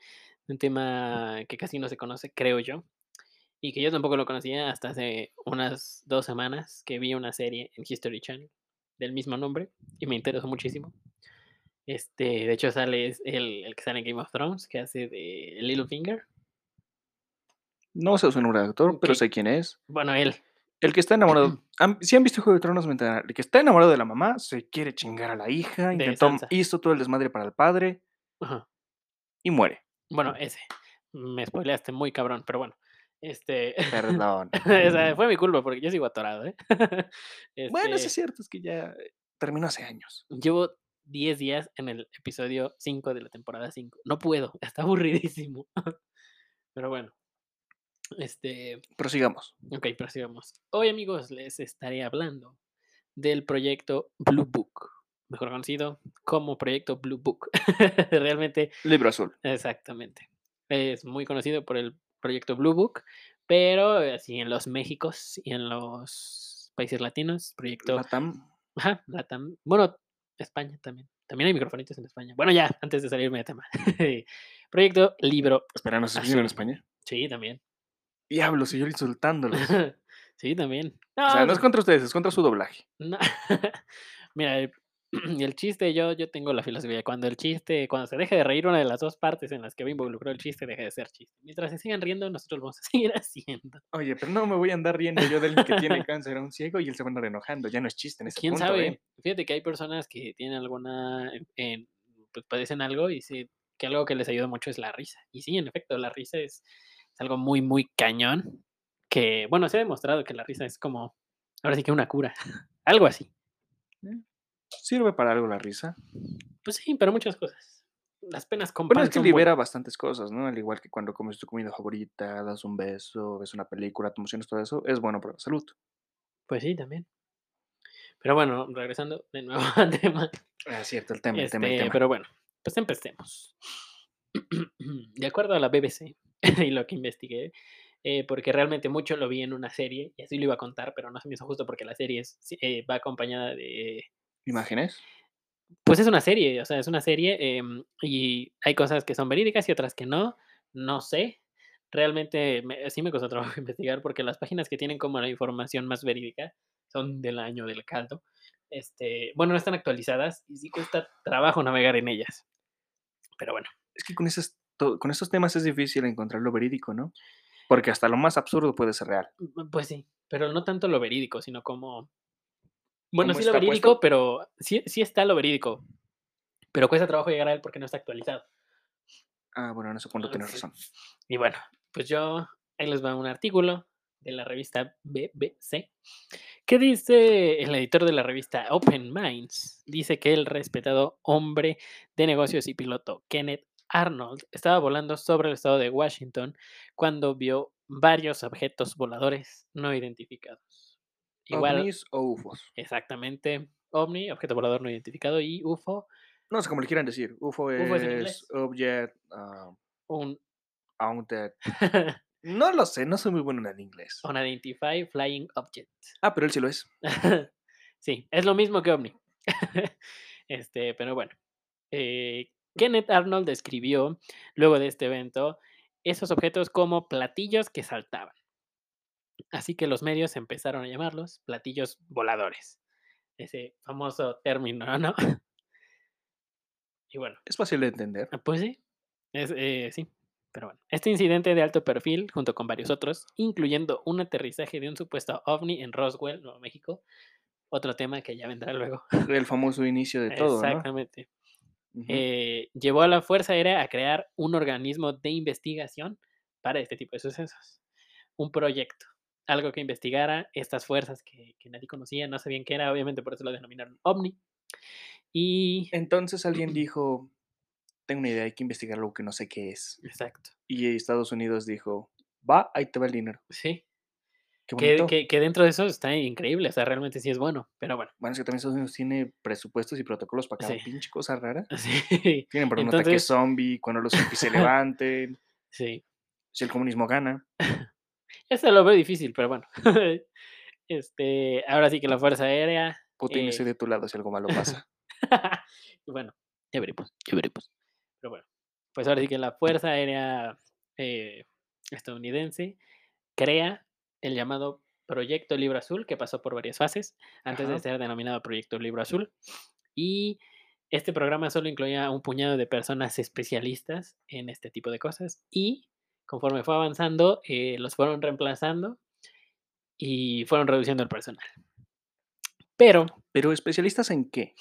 [SPEAKER 2] un tema que casi no se conoce, creo yo, y que yo tampoco lo conocía hasta hace unas dos semanas que vi una serie en History Channel del mismo nombre y me interesó muchísimo. Este, de hecho sale es el, el que sale en Game of Thrones, que hace de Littlefinger.
[SPEAKER 1] No sé su nombre de actor, pero
[SPEAKER 2] Ok.
[SPEAKER 1] sé quién es.
[SPEAKER 2] Bueno, él,
[SPEAKER 1] El que está enamorado. han- Si han visto Juego de Tronos, me entenderán. El que está enamorado de la mamá se quiere chingar a la hija.
[SPEAKER 2] De
[SPEAKER 1] Intentó,
[SPEAKER 2] Sansa.
[SPEAKER 1] hizo todo el desmadre para el padre.
[SPEAKER 2] ajá,
[SPEAKER 1] y muere.
[SPEAKER 2] Bueno, ese. Me spoileaste muy cabrón, pero bueno. Este.
[SPEAKER 1] Perdón.
[SPEAKER 2] esa fue mi culpa porque yo sigo atorado, ¿eh?
[SPEAKER 1] Bueno, sí
[SPEAKER 2] Este,
[SPEAKER 1] es cierto, es que ya eh, terminó hace años.
[SPEAKER 2] Llevo 10 días en el episodio 5 de la temporada 5. No puedo, está aburridísimo. Pero bueno. Este.
[SPEAKER 1] Prosigamos.
[SPEAKER 2] Ok, prosigamos. Hoy, amigos, les estaré hablando del proyecto Blue Book, mejor conocido como proyecto Blue Book. Realmente
[SPEAKER 1] Libro azul.
[SPEAKER 2] Exactamente. Es muy conocido por el proyecto Blue Book, pero eh, así en los Méxicos y en los países latinos, proyecto
[SPEAKER 1] Latam.
[SPEAKER 2] ajá, Latam, bueno, España también. También hay microfonitos en España. Bueno, ya, antes de salirme de tema. proyecto Libro.
[SPEAKER 1] Espera, no sé si
[SPEAKER 2] Azul.
[SPEAKER 1] en España.
[SPEAKER 2] Sí, también.
[SPEAKER 1] Diablo, señor, insultándolos.
[SPEAKER 2] sí, también.
[SPEAKER 1] O sea, no
[SPEAKER 2] No, pues,
[SPEAKER 1] es contra ustedes, es contra su doblaje.
[SPEAKER 2] No. Mira, el, el chiste, yo, yo tengo la filosofía. Cuando el chiste, cuando se deje de reír una de las dos partes en las que me involucró el chiste, deja de ser chiste. Mientras se sigan riendo, nosotros vamos a seguir haciendo.
[SPEAKER 1] Oye, pero no me voy a andar riendo yo del que tiene cáncer a un ciego y él se va a andar enojando. Ya no es chiste en ese
[SPEAKER 2] ¿Quién
[SPEAKER 1] punto,
[SPEAKER 2] sabe?
[SPEAKER 1] ¿eh?
[SPEAKER 2] Fíjate que hay personas que tienen alguna, en- en- pues padecen algo y sí, que algo que les ayuda mucho es la risa. Y sí, en efecto, la risa es, es algo muy, muy cañón. Que, bueno, se ha demostrado que la risa es como, ahora sí que una cura. Algo así.
[SPEAKER 1] Sirve para algo la risa.
[SPEAKER 2] Pues sí, pero muchas cosas. Las penas con
[SPEAKER 1] Bueno,
[SPEAKER 2] pan
[SPEAKER 1] es que
[SPEAKER 2] son buenas.
[SPEAKER 1] libera bastantes cosas, ¿no? Al igual que cuando comes tu comida favorita, das un beso, ves una película, te emocionas, todo eso, es bueno para la salud.
[SPEAKER 2] Pues sí, también. Pero bueno, regresando de nuevo al tema.
[SPEAKER 1] Ah, cierto, el tema, el tema, el
[SPEAKER 2] este,
[SPEAKER 1] tema.
[SPEAKER 2] Pero bueno, pues empecemos. De acuerdo a la BBC y lo que investigué, eh, porque realmente mucho lo vi en una serie, y así lo iba a contar, pero no se me hizo justo porque la serie es- sí, eh, va acompañada de...
[SPEAKER 1] ¿Imágenes?
[SPEAKER 2] Pues es una serie, o sea, es una serie em, y hay cosas que son verídicas y otras que no, no sé. Realmente me- sí me costó trabajo investigar porque las páginas que tienen como la información más verídica son del año del caldo. Este, bueno, no están actualizadas y sí cuesta trabajo navegar en ellas. Pero bueno,
[SPEAKER 1] Es que con, esas, to- con estos temas es difícil encontrar lo verídico, ¿no? Porque hasta lo más absurdo puede ser real.
[SPEAKER 2] mm, pues sí, pero no tanto lo verídico, sino como... Bueno,
[SPEAKER 1] ¿Cómo
[SPEAKER 2] sí lo
[SPEAKER 1] está puesto?
[SPEAKER 2] verídico, pero sí, sí está lo verídico. Pero cuesta trabajo llegar a él porque no está actualizado.
[SPEAKER 1] Ah, bueno, en ese punto
[SPEAKER 2] Ah,
[SPEAKER 1] tienes
[SPEAKER 2] sí.
[SPEAKER 1] razón.
[SPEAKER 2] Y bueno, pues yo, ahí les va un artículo de la revista BBC, que dice el editor de la revista Open Minds, dice que el respetado hombre de negocios y piloto Kenneth Arnold estaba volando sobre el estado de Washington cuando vio varios objetos voladores no identificados. Igual,
[SPEAKER 1] ¿Ovnis o UFOs?
[SPEAKER 2] exactamente, ovni, objeto volador no identificado, y UFO,
[SPEAKER 1] No sé cómo le quieran decir. UFO es,
[SPEAKER 2] UFO es en inglés.
[SPEAKER 1] Object ah,
[SPEAKER 2] un
[SPEAKER 1] Haunted. No lo sé, no soy muy bueno en inglés.
[SPEAKER 2] Unidentified Flying Object.
[SPEAKER 1] Ah, pero él sí lo es.
[SPEAKER 2] sí, es lo mismo que OVNI. este, pero bueno. eh, Kenneth Arnold describió, luego de este evento, esos objetos como platillos que saltaban. Así que los medios empezaron a llamarlos platillos voladores. Ese famoso término, ¿no? y bueno.
[SPEAKER 1] Es fácil de entender.
[SPEAKER 2] Ah, Pues sí, es, eh, sí. Pero bueno, este incidente de alto perfil, junto con varios otros, incluyendo un aterrizaje de un supuesto ovni en Roswell, Nuevo México, otro tema que ya vendrá luego.
[SPEAKER 1] El famoso inicio de todo, ¿no?
[SPEAKER 2] Exactamente.
[SPEAKER 1] Ujú.
[SPEAKER 2] Eh, llevó a la Fuerza Aérea a crear un organismo de investigación para este tipo de sucesos. Un proyecto, algo que investigara estas fuerzas que, que nadie conocía, no sabían qué era, obviamente por eso lo denominaron ovni. Y...
[SPEAKER 1] Eh. Entonces
[SPEAKER 2] Eh,
[SPEAKER 1] alguien dijo, tengo una idea, hay que investigar algo que no sé qué es.
[SPEAKER 2] Exacto.
[SPEAKER 1] Y Estados Unidos dijo, va, ahí te va el dinero.
[SPEAKER 2] Sí.
[SPEAKER 1] Qué
[SPEAKER 2] que,
[SPEAKER 1] bonito.
[SPEAKER 2] que- que dentro de eso está increíble, o sea, realmente sí es bueno, pero bueno,
[SPEAKER 1] Bueno, es que también Estados Unidos tiene presupuestos y protocolos para cada
[SPEAKER 2] Sí.
[SPEAKER 1] pinche cosa rara.
[SPEAKER 2] sí,
[SPEAKER 1] Tienen para un ataque
[SPEAKER 2] Entonces-
[SPEAKER 1] zombie, cuando los zombies se levanten,
[SPEAKER 2] sí.
[SPEAKER 1] si el comunismo gana.
[SPEAKER 2] Eso lo veo difícil, pero bueno. Este, ahora sí que la Fuerza Aérea,
[SPEAKER 1] Putin,
[SPEAKER 2] Eh.
[SPEAKER 1] estoy de tu lado si algo malo pasa.
[SPEAKER 2] bueno, ya veremos, ya veremos. Pero bueno, pues ahora sí que la Fuerza Aérea eh, estadounidense crea el llamado Proyecto Libro Azul, que pasó por varias fases antes de
[SPEAKER 1] Ajá.
[SPEAKER 2] ser denominado Proyecto Libro Azul. Y este programa solo incluía a un puñado de personas especialistas en este tipo de cosas. Y conforme fue avanzando, eh, los fueron reemplazando y fueron reduciendo el personal. Pero
[SPEAKER 1] Pero especialistas en qué?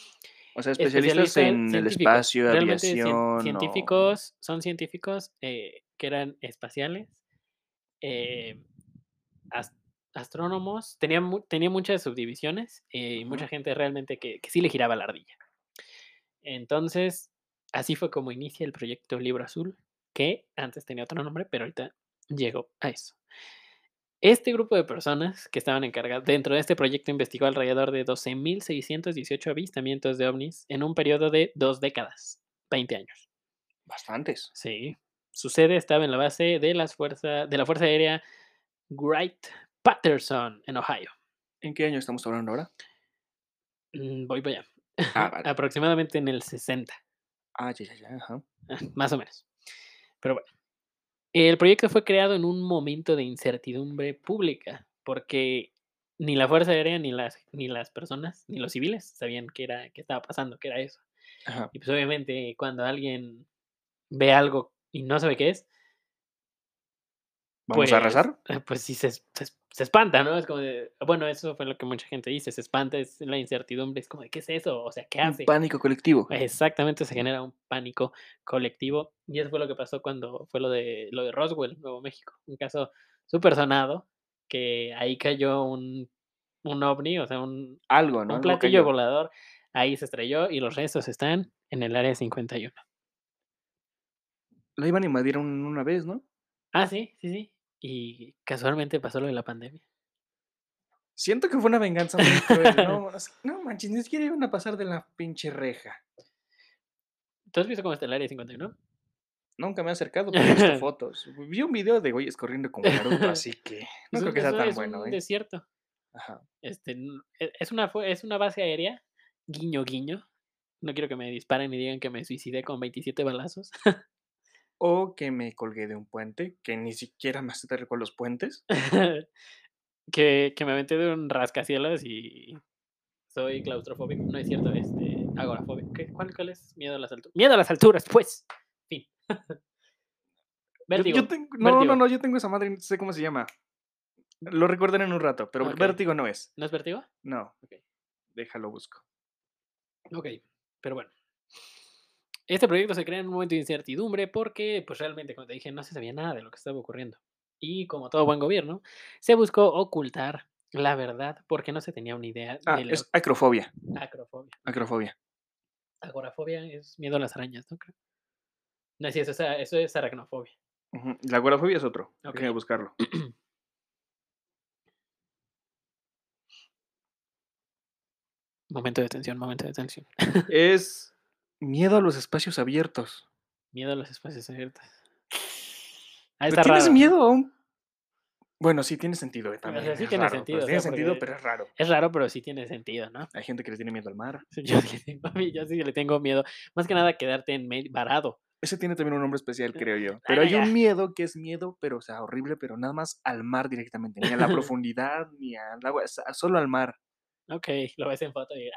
[SPEAKER 1] O sea, especialistas en el
[SPEAKER 2] científicos,
[SPEAKER 1] espacio,
[SPEAKER 2] realmente cien-
[SPEAKER 1] aviación. o-
[SPEAKER 2] científicos, son científicos eh, que eran espaciales, eh, as- astrónomos, tenía, mu- tenía muchas subdivisiones eh, y mucha
[SPEAKER 1] Ujú.
[SPEAKER 2] gente realmente que, que sí le giraba la ardilla. Entonces, así fue como inicia el proyecto Libro Azul, que antes tenía otro nombre, pero ahorita llegó a eso. Este grupo de personas que estaban encargadas dentro de este proyecto investigó alrededor de 12.618 avistamientos de ovnis en un periodo de dos décadas, 20 años.
[SPEAKER 1] Bastantes.
[SPEAKER 2] Sí. Su sede estaba en la base de, las fuerza, de la Fuerza Aérea Wright Patterson, en Ohio.
[SPEAKER 1] ¿En qué año estamos hablando ahora?
[SPEAKER 2] Mm, Voy para allá.
[SPEAKER 1] Ah, vale.
[SPEAKER 2] Aproximadamente en el 60.
[SPEAKER 1] Ah, ya, ya, ya. ajá.
[SPEAKER 2] más o menos. Pero bueno. El proyecto fue creado en un momento de incertidumbre pública, porque ni la Fuerza Aérea, ni las, ni las personas, ni los civiles sabían qué, era, qué estaba pasando, qué era eso.
[SPEAKER 1] Ajá.
[SPEAKER 2] Y pues obviamente cuando alguien ve algo y no sabe qué es,
[SPEAKER 1] ¿Vamos a rezar?
[SPEAKER 2] pues sí se, es- se es- se espanta, ¿no? Es como de, bueno, eso fue lo que mucha gente dice, se espanta, es la incertidumbre, es como de, ¿qué es eso? O sea, ¿qué
[SPEAKER 1] Un
[SPEAKER 2] hace?
[SPEAKER 1] pánico colectivo.
[SPEAKER 2] Exactamente, se genera un pánico colectivo. Y eso fue lo que pasó cuando fue lo de, lo de Roswell, Nuevo México. Un caso súper sonado, que ahí cayó un, un ovni, o sea, un,
[SPEAKER 1] Algo, ¿no?
[SPEAKER 2] un
[SPEAKER 1] Algo
[SPEAKER 2] platillo
[SPEAKER 1] cayó.
[SPEAKER 2] volador. Ahí se estrelló y los restos están en el área 51.
[SPEAKER 1] Lo iban a invadir un- una vez, ¿no?
[SPEAKER 2] Ah, sí, sí, sí. Y casualmente pasó lo de la pandemia.
[SPEAKER 1] Siento que fue una venganza muy cruel. No, no sé- no manches, ni siquiera iban a pasar de la pinche reja.
[SPEAKER 2] ¿Tú has visto cómo está el área 51?
[SPEAKER 1] Nunca me he acercado, pero he visto fotos. Vi un video de güeyes corriendo como Naruto, así que no
[SPEAKER 2] Es
[SPEAKER 1] creo
[SPEAKER 2] un-
[SPEAKER 1] que sea
[SPEAKER 2] es un-
[SPEAKER 1] tan
[SPEAKER 2] es
[SPEAKER 1] bueno,
[SPEAKER 2] un
[SPEAKER 1] ¿eh?
[SPEAKER 2] desierto.
[SPEAKER 1] Ajá.
[SPEAKER 2] Este, n- e- es, una, fu- es una base aérea, guiño, guiño. No quiero que me disparen y digan que me suicidé con 27 balazos.
[SPEAKER 1] O que me colgué de un puente, que ni siquiera me hace con los puentes.
[SPEAKER 2] que, que me aventé de un rascacielos y soy claustrofóbico. No es cierto, este, agorafóbico. ¿Qué? ¿Cuál, ¿Cuál es? Miedo a las alturas. Miedo a las alturas, pues. Fin.
[SPEAKER 1] Yo- yo
[SPEAKER 2] Vértigo.
[SPEAKER 1] tengo- no, no,
[SPEAKER 2] vértigo.
[SPEAKER 1] no, yo tengo esa madre, y no sé cómo se llama. Lo recordaré en un rato, pero
[SPEAKER 2] Ok.
[SPEAKER 1] vértigo no es.
[SPEAKER 2] ¿No es vértigo?
[SPEAKER 1] No.
[SPEAKER 2] Ok.
[SPEAKER 1] Déjalo busco.
[SPEAKER 2] Ok, pero bueno. Este proyecto se crea en un momento de incertidumbre porque, pues realmente, como te dije, no se sabía nada de lo que estaba ocurriendo. Y como todo buen gobierno, se buscó ocultar la verdad porque no se tenía una idea
[SPEAKER 1] Ah,
[SPEAKER 2] de la
[SPEAKER 1] es acrofobia.
[SPEAKER 2] acrofobia.
[SPEAKER 1] Acrofobia.
[SPEAKER 2] Agorafobia es miedo a las arañas, ¿no? Creo. No, sí, eso es, a- eso es aracnofobia.
[SPEAKER 1] Ujú, La agorafobia es otro. Déjame
[SPEAKER 2] Ok.
[SPEAKER 1] buscarlo.
[SPEAKER 2] Momento de tensión, momento de tensión.
[SPEAKER 1] es miedo a los espacios
[SPEAKER 2] Ah,
[SPEAKER 1] abiertos.
[SPEAKER 2] Miedo a los espacios abiertos. Ah,
[SPEAKER 1] ¿Le
[SPEAKER 2] está
[SPEAKER 1] ¿Tienes
[SPEAKER 2] raro.
[SPEAKER 1] miedo a un.? Bueno, sí, tiene sentido eh, también.
[SPEAKER 2] sí
[SPEAKER 1] es
[SPEAKER 2] tiene
[SPEAKER 1] raro,
[SPEAKER 2] sentido,
[SPEAKER 1] pues,
[SPEAKER 2] o
[SPEAKER 1] tiene
[SPEAKER 2] sea,
[SPEAKER 1] sentido,
[SPEAKER 2] porque-
[SPEAKER 1] pero es raro.
[SPEAKER 2] Es raro, pero sí tiene sentido, ¿no?
[SPEAKER 1] Hay gente que le tiene miedo al mar.
[SPEAKER 2] Sí, Yo sí, le tengo- yo sí le tengo miedo. Más que nada quedarte en medio, varado.
[SPEAKER 1] Ese tiene también un nombre especial, creo yo.
[SPEAKER 2] no,
[SPEAKER 1] Pero hay
[SPEAKER 2] ah, ya.
[SPEAKER 1] un miedo que es miedo, pero, o sea, horrible, pero nada más al mar directamente. Ni a la profundidad, ni al agua, es a- solo al mar.
[SPEAKER 2] Ok, lo ves en foto y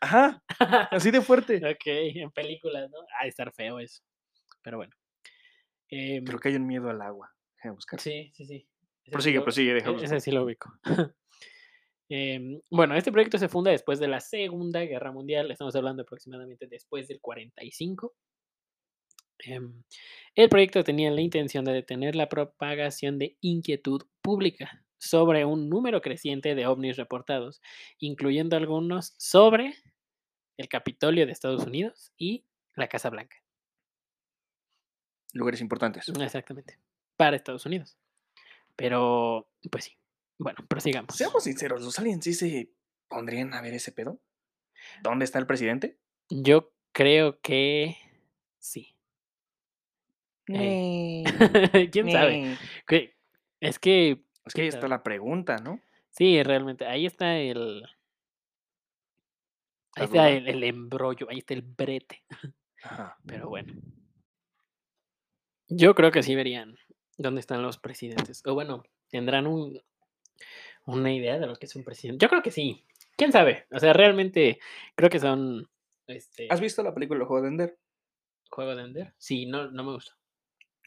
[SPEAKER 1] Ajá, así de fuerte.
[SPEAKER 2] ok, en películas, ¿no? Ah, estar feo eso. Pero bueno. Em,
[SPEAKER 1] Creo que hay un miedo al agua. Déjame buscar.
[SPEAKER 2] sí, sí, sí. Ese sí
[SPEAKER 1] Prosigue,
[SPEAKER 2] lo-
[SPEAKER 1] prosigue,
[SPEAKER 2] e-
[SPEAKER 1] déjame buscar.
[SPEAKER 2] Ese sí lo ubico. Em, bueno, este proyecto se funda después de la Segunda Guerra Mundial. Estamos hablando aproximadamente después del 45. Em, el proyecto tenía la intención de detener la propagación de inquietud pública sobre un número creciente de ovnis reportados, incluyendo algunos sobre el Capitolio de Estados Unidos y la Casa Blanca.
[SPEAKER 1] Lugares importantes.
[SPEAKER 2] Exactamente. Para Estados Unidos. Pero, pues sí. Bueno, prosigamos.
[SPEAKER 1] Seamos sinceros, ¿los aliens sí se pondrían a ver ese pedo? ¿Dónde está el presidente?
[SPEAKER 2] Yo creo que sí.
[SPEAKER 1] Nee,
[SPEAKER 2] ¿Quién sabe?
[SPEAKER 1] nee.
[SPEAKER 2] Que- Es que,
[SPEAKER 1] Es que ahí
[SPEAKER 2] ¿Quién
[SPEAKER 1] está
[SPEAKER 2] sabe?
[SPEAKER 1] la pregunta, ¿no?
[SPEAKER 2] sí, realmente, ahí está el...
[SPEAKER 1] La
[SPEAKER 2] Ahí está
[SPEAKER 1] duda.
[SPEAKER 2] el, el embrollo, ahí está el brete.
[SPEAKER 1] Ajá.
[SPEAKER 2] Pero bueno. Yo creo que sí verían dónde están los presidentes. O bueno, tendrán un, una idea de lo que es un presidente. Yo creo que sí. ¿Quién sabe? O sea, realmente creo que son... Este,
[SPEAKER 1] ¿Has visto la película El juego de Ender?
[SPEAKER 2] ¿Juego de Ender? Sí, no, no me gusta.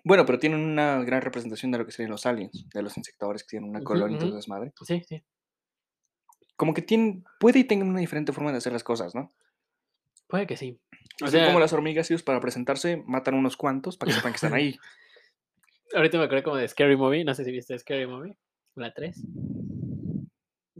[SPEAKER 1] Bueno, pero tienen una gran representación de lo que serían los aliens, de los insectadores que tienen una
[SPEAKER 2] Ujú,
[SPEAKER 1] colonia y todo
[SPEAKER 2] ujú.
[SPEAKER 1] ese desmadre.
[SPEAKER 2] Sí, sí.
[SPEAKER 1] Como que tienen, puede y tengan una diferente forma de hacer las cosas, ¿no?
[SPEAKER 2] Puede que sí. O
[SPEAKER 1] Así
[SPEAKER 2] sea-
[SPEAKER 1] como las hormigas, ellos para presentarse matan unos cuantos para que sepan que están ahí.
[SPEAKER 2] Ahorita me acuerdo como de Scary Movie. No sé si viste Scary Movie. La 3.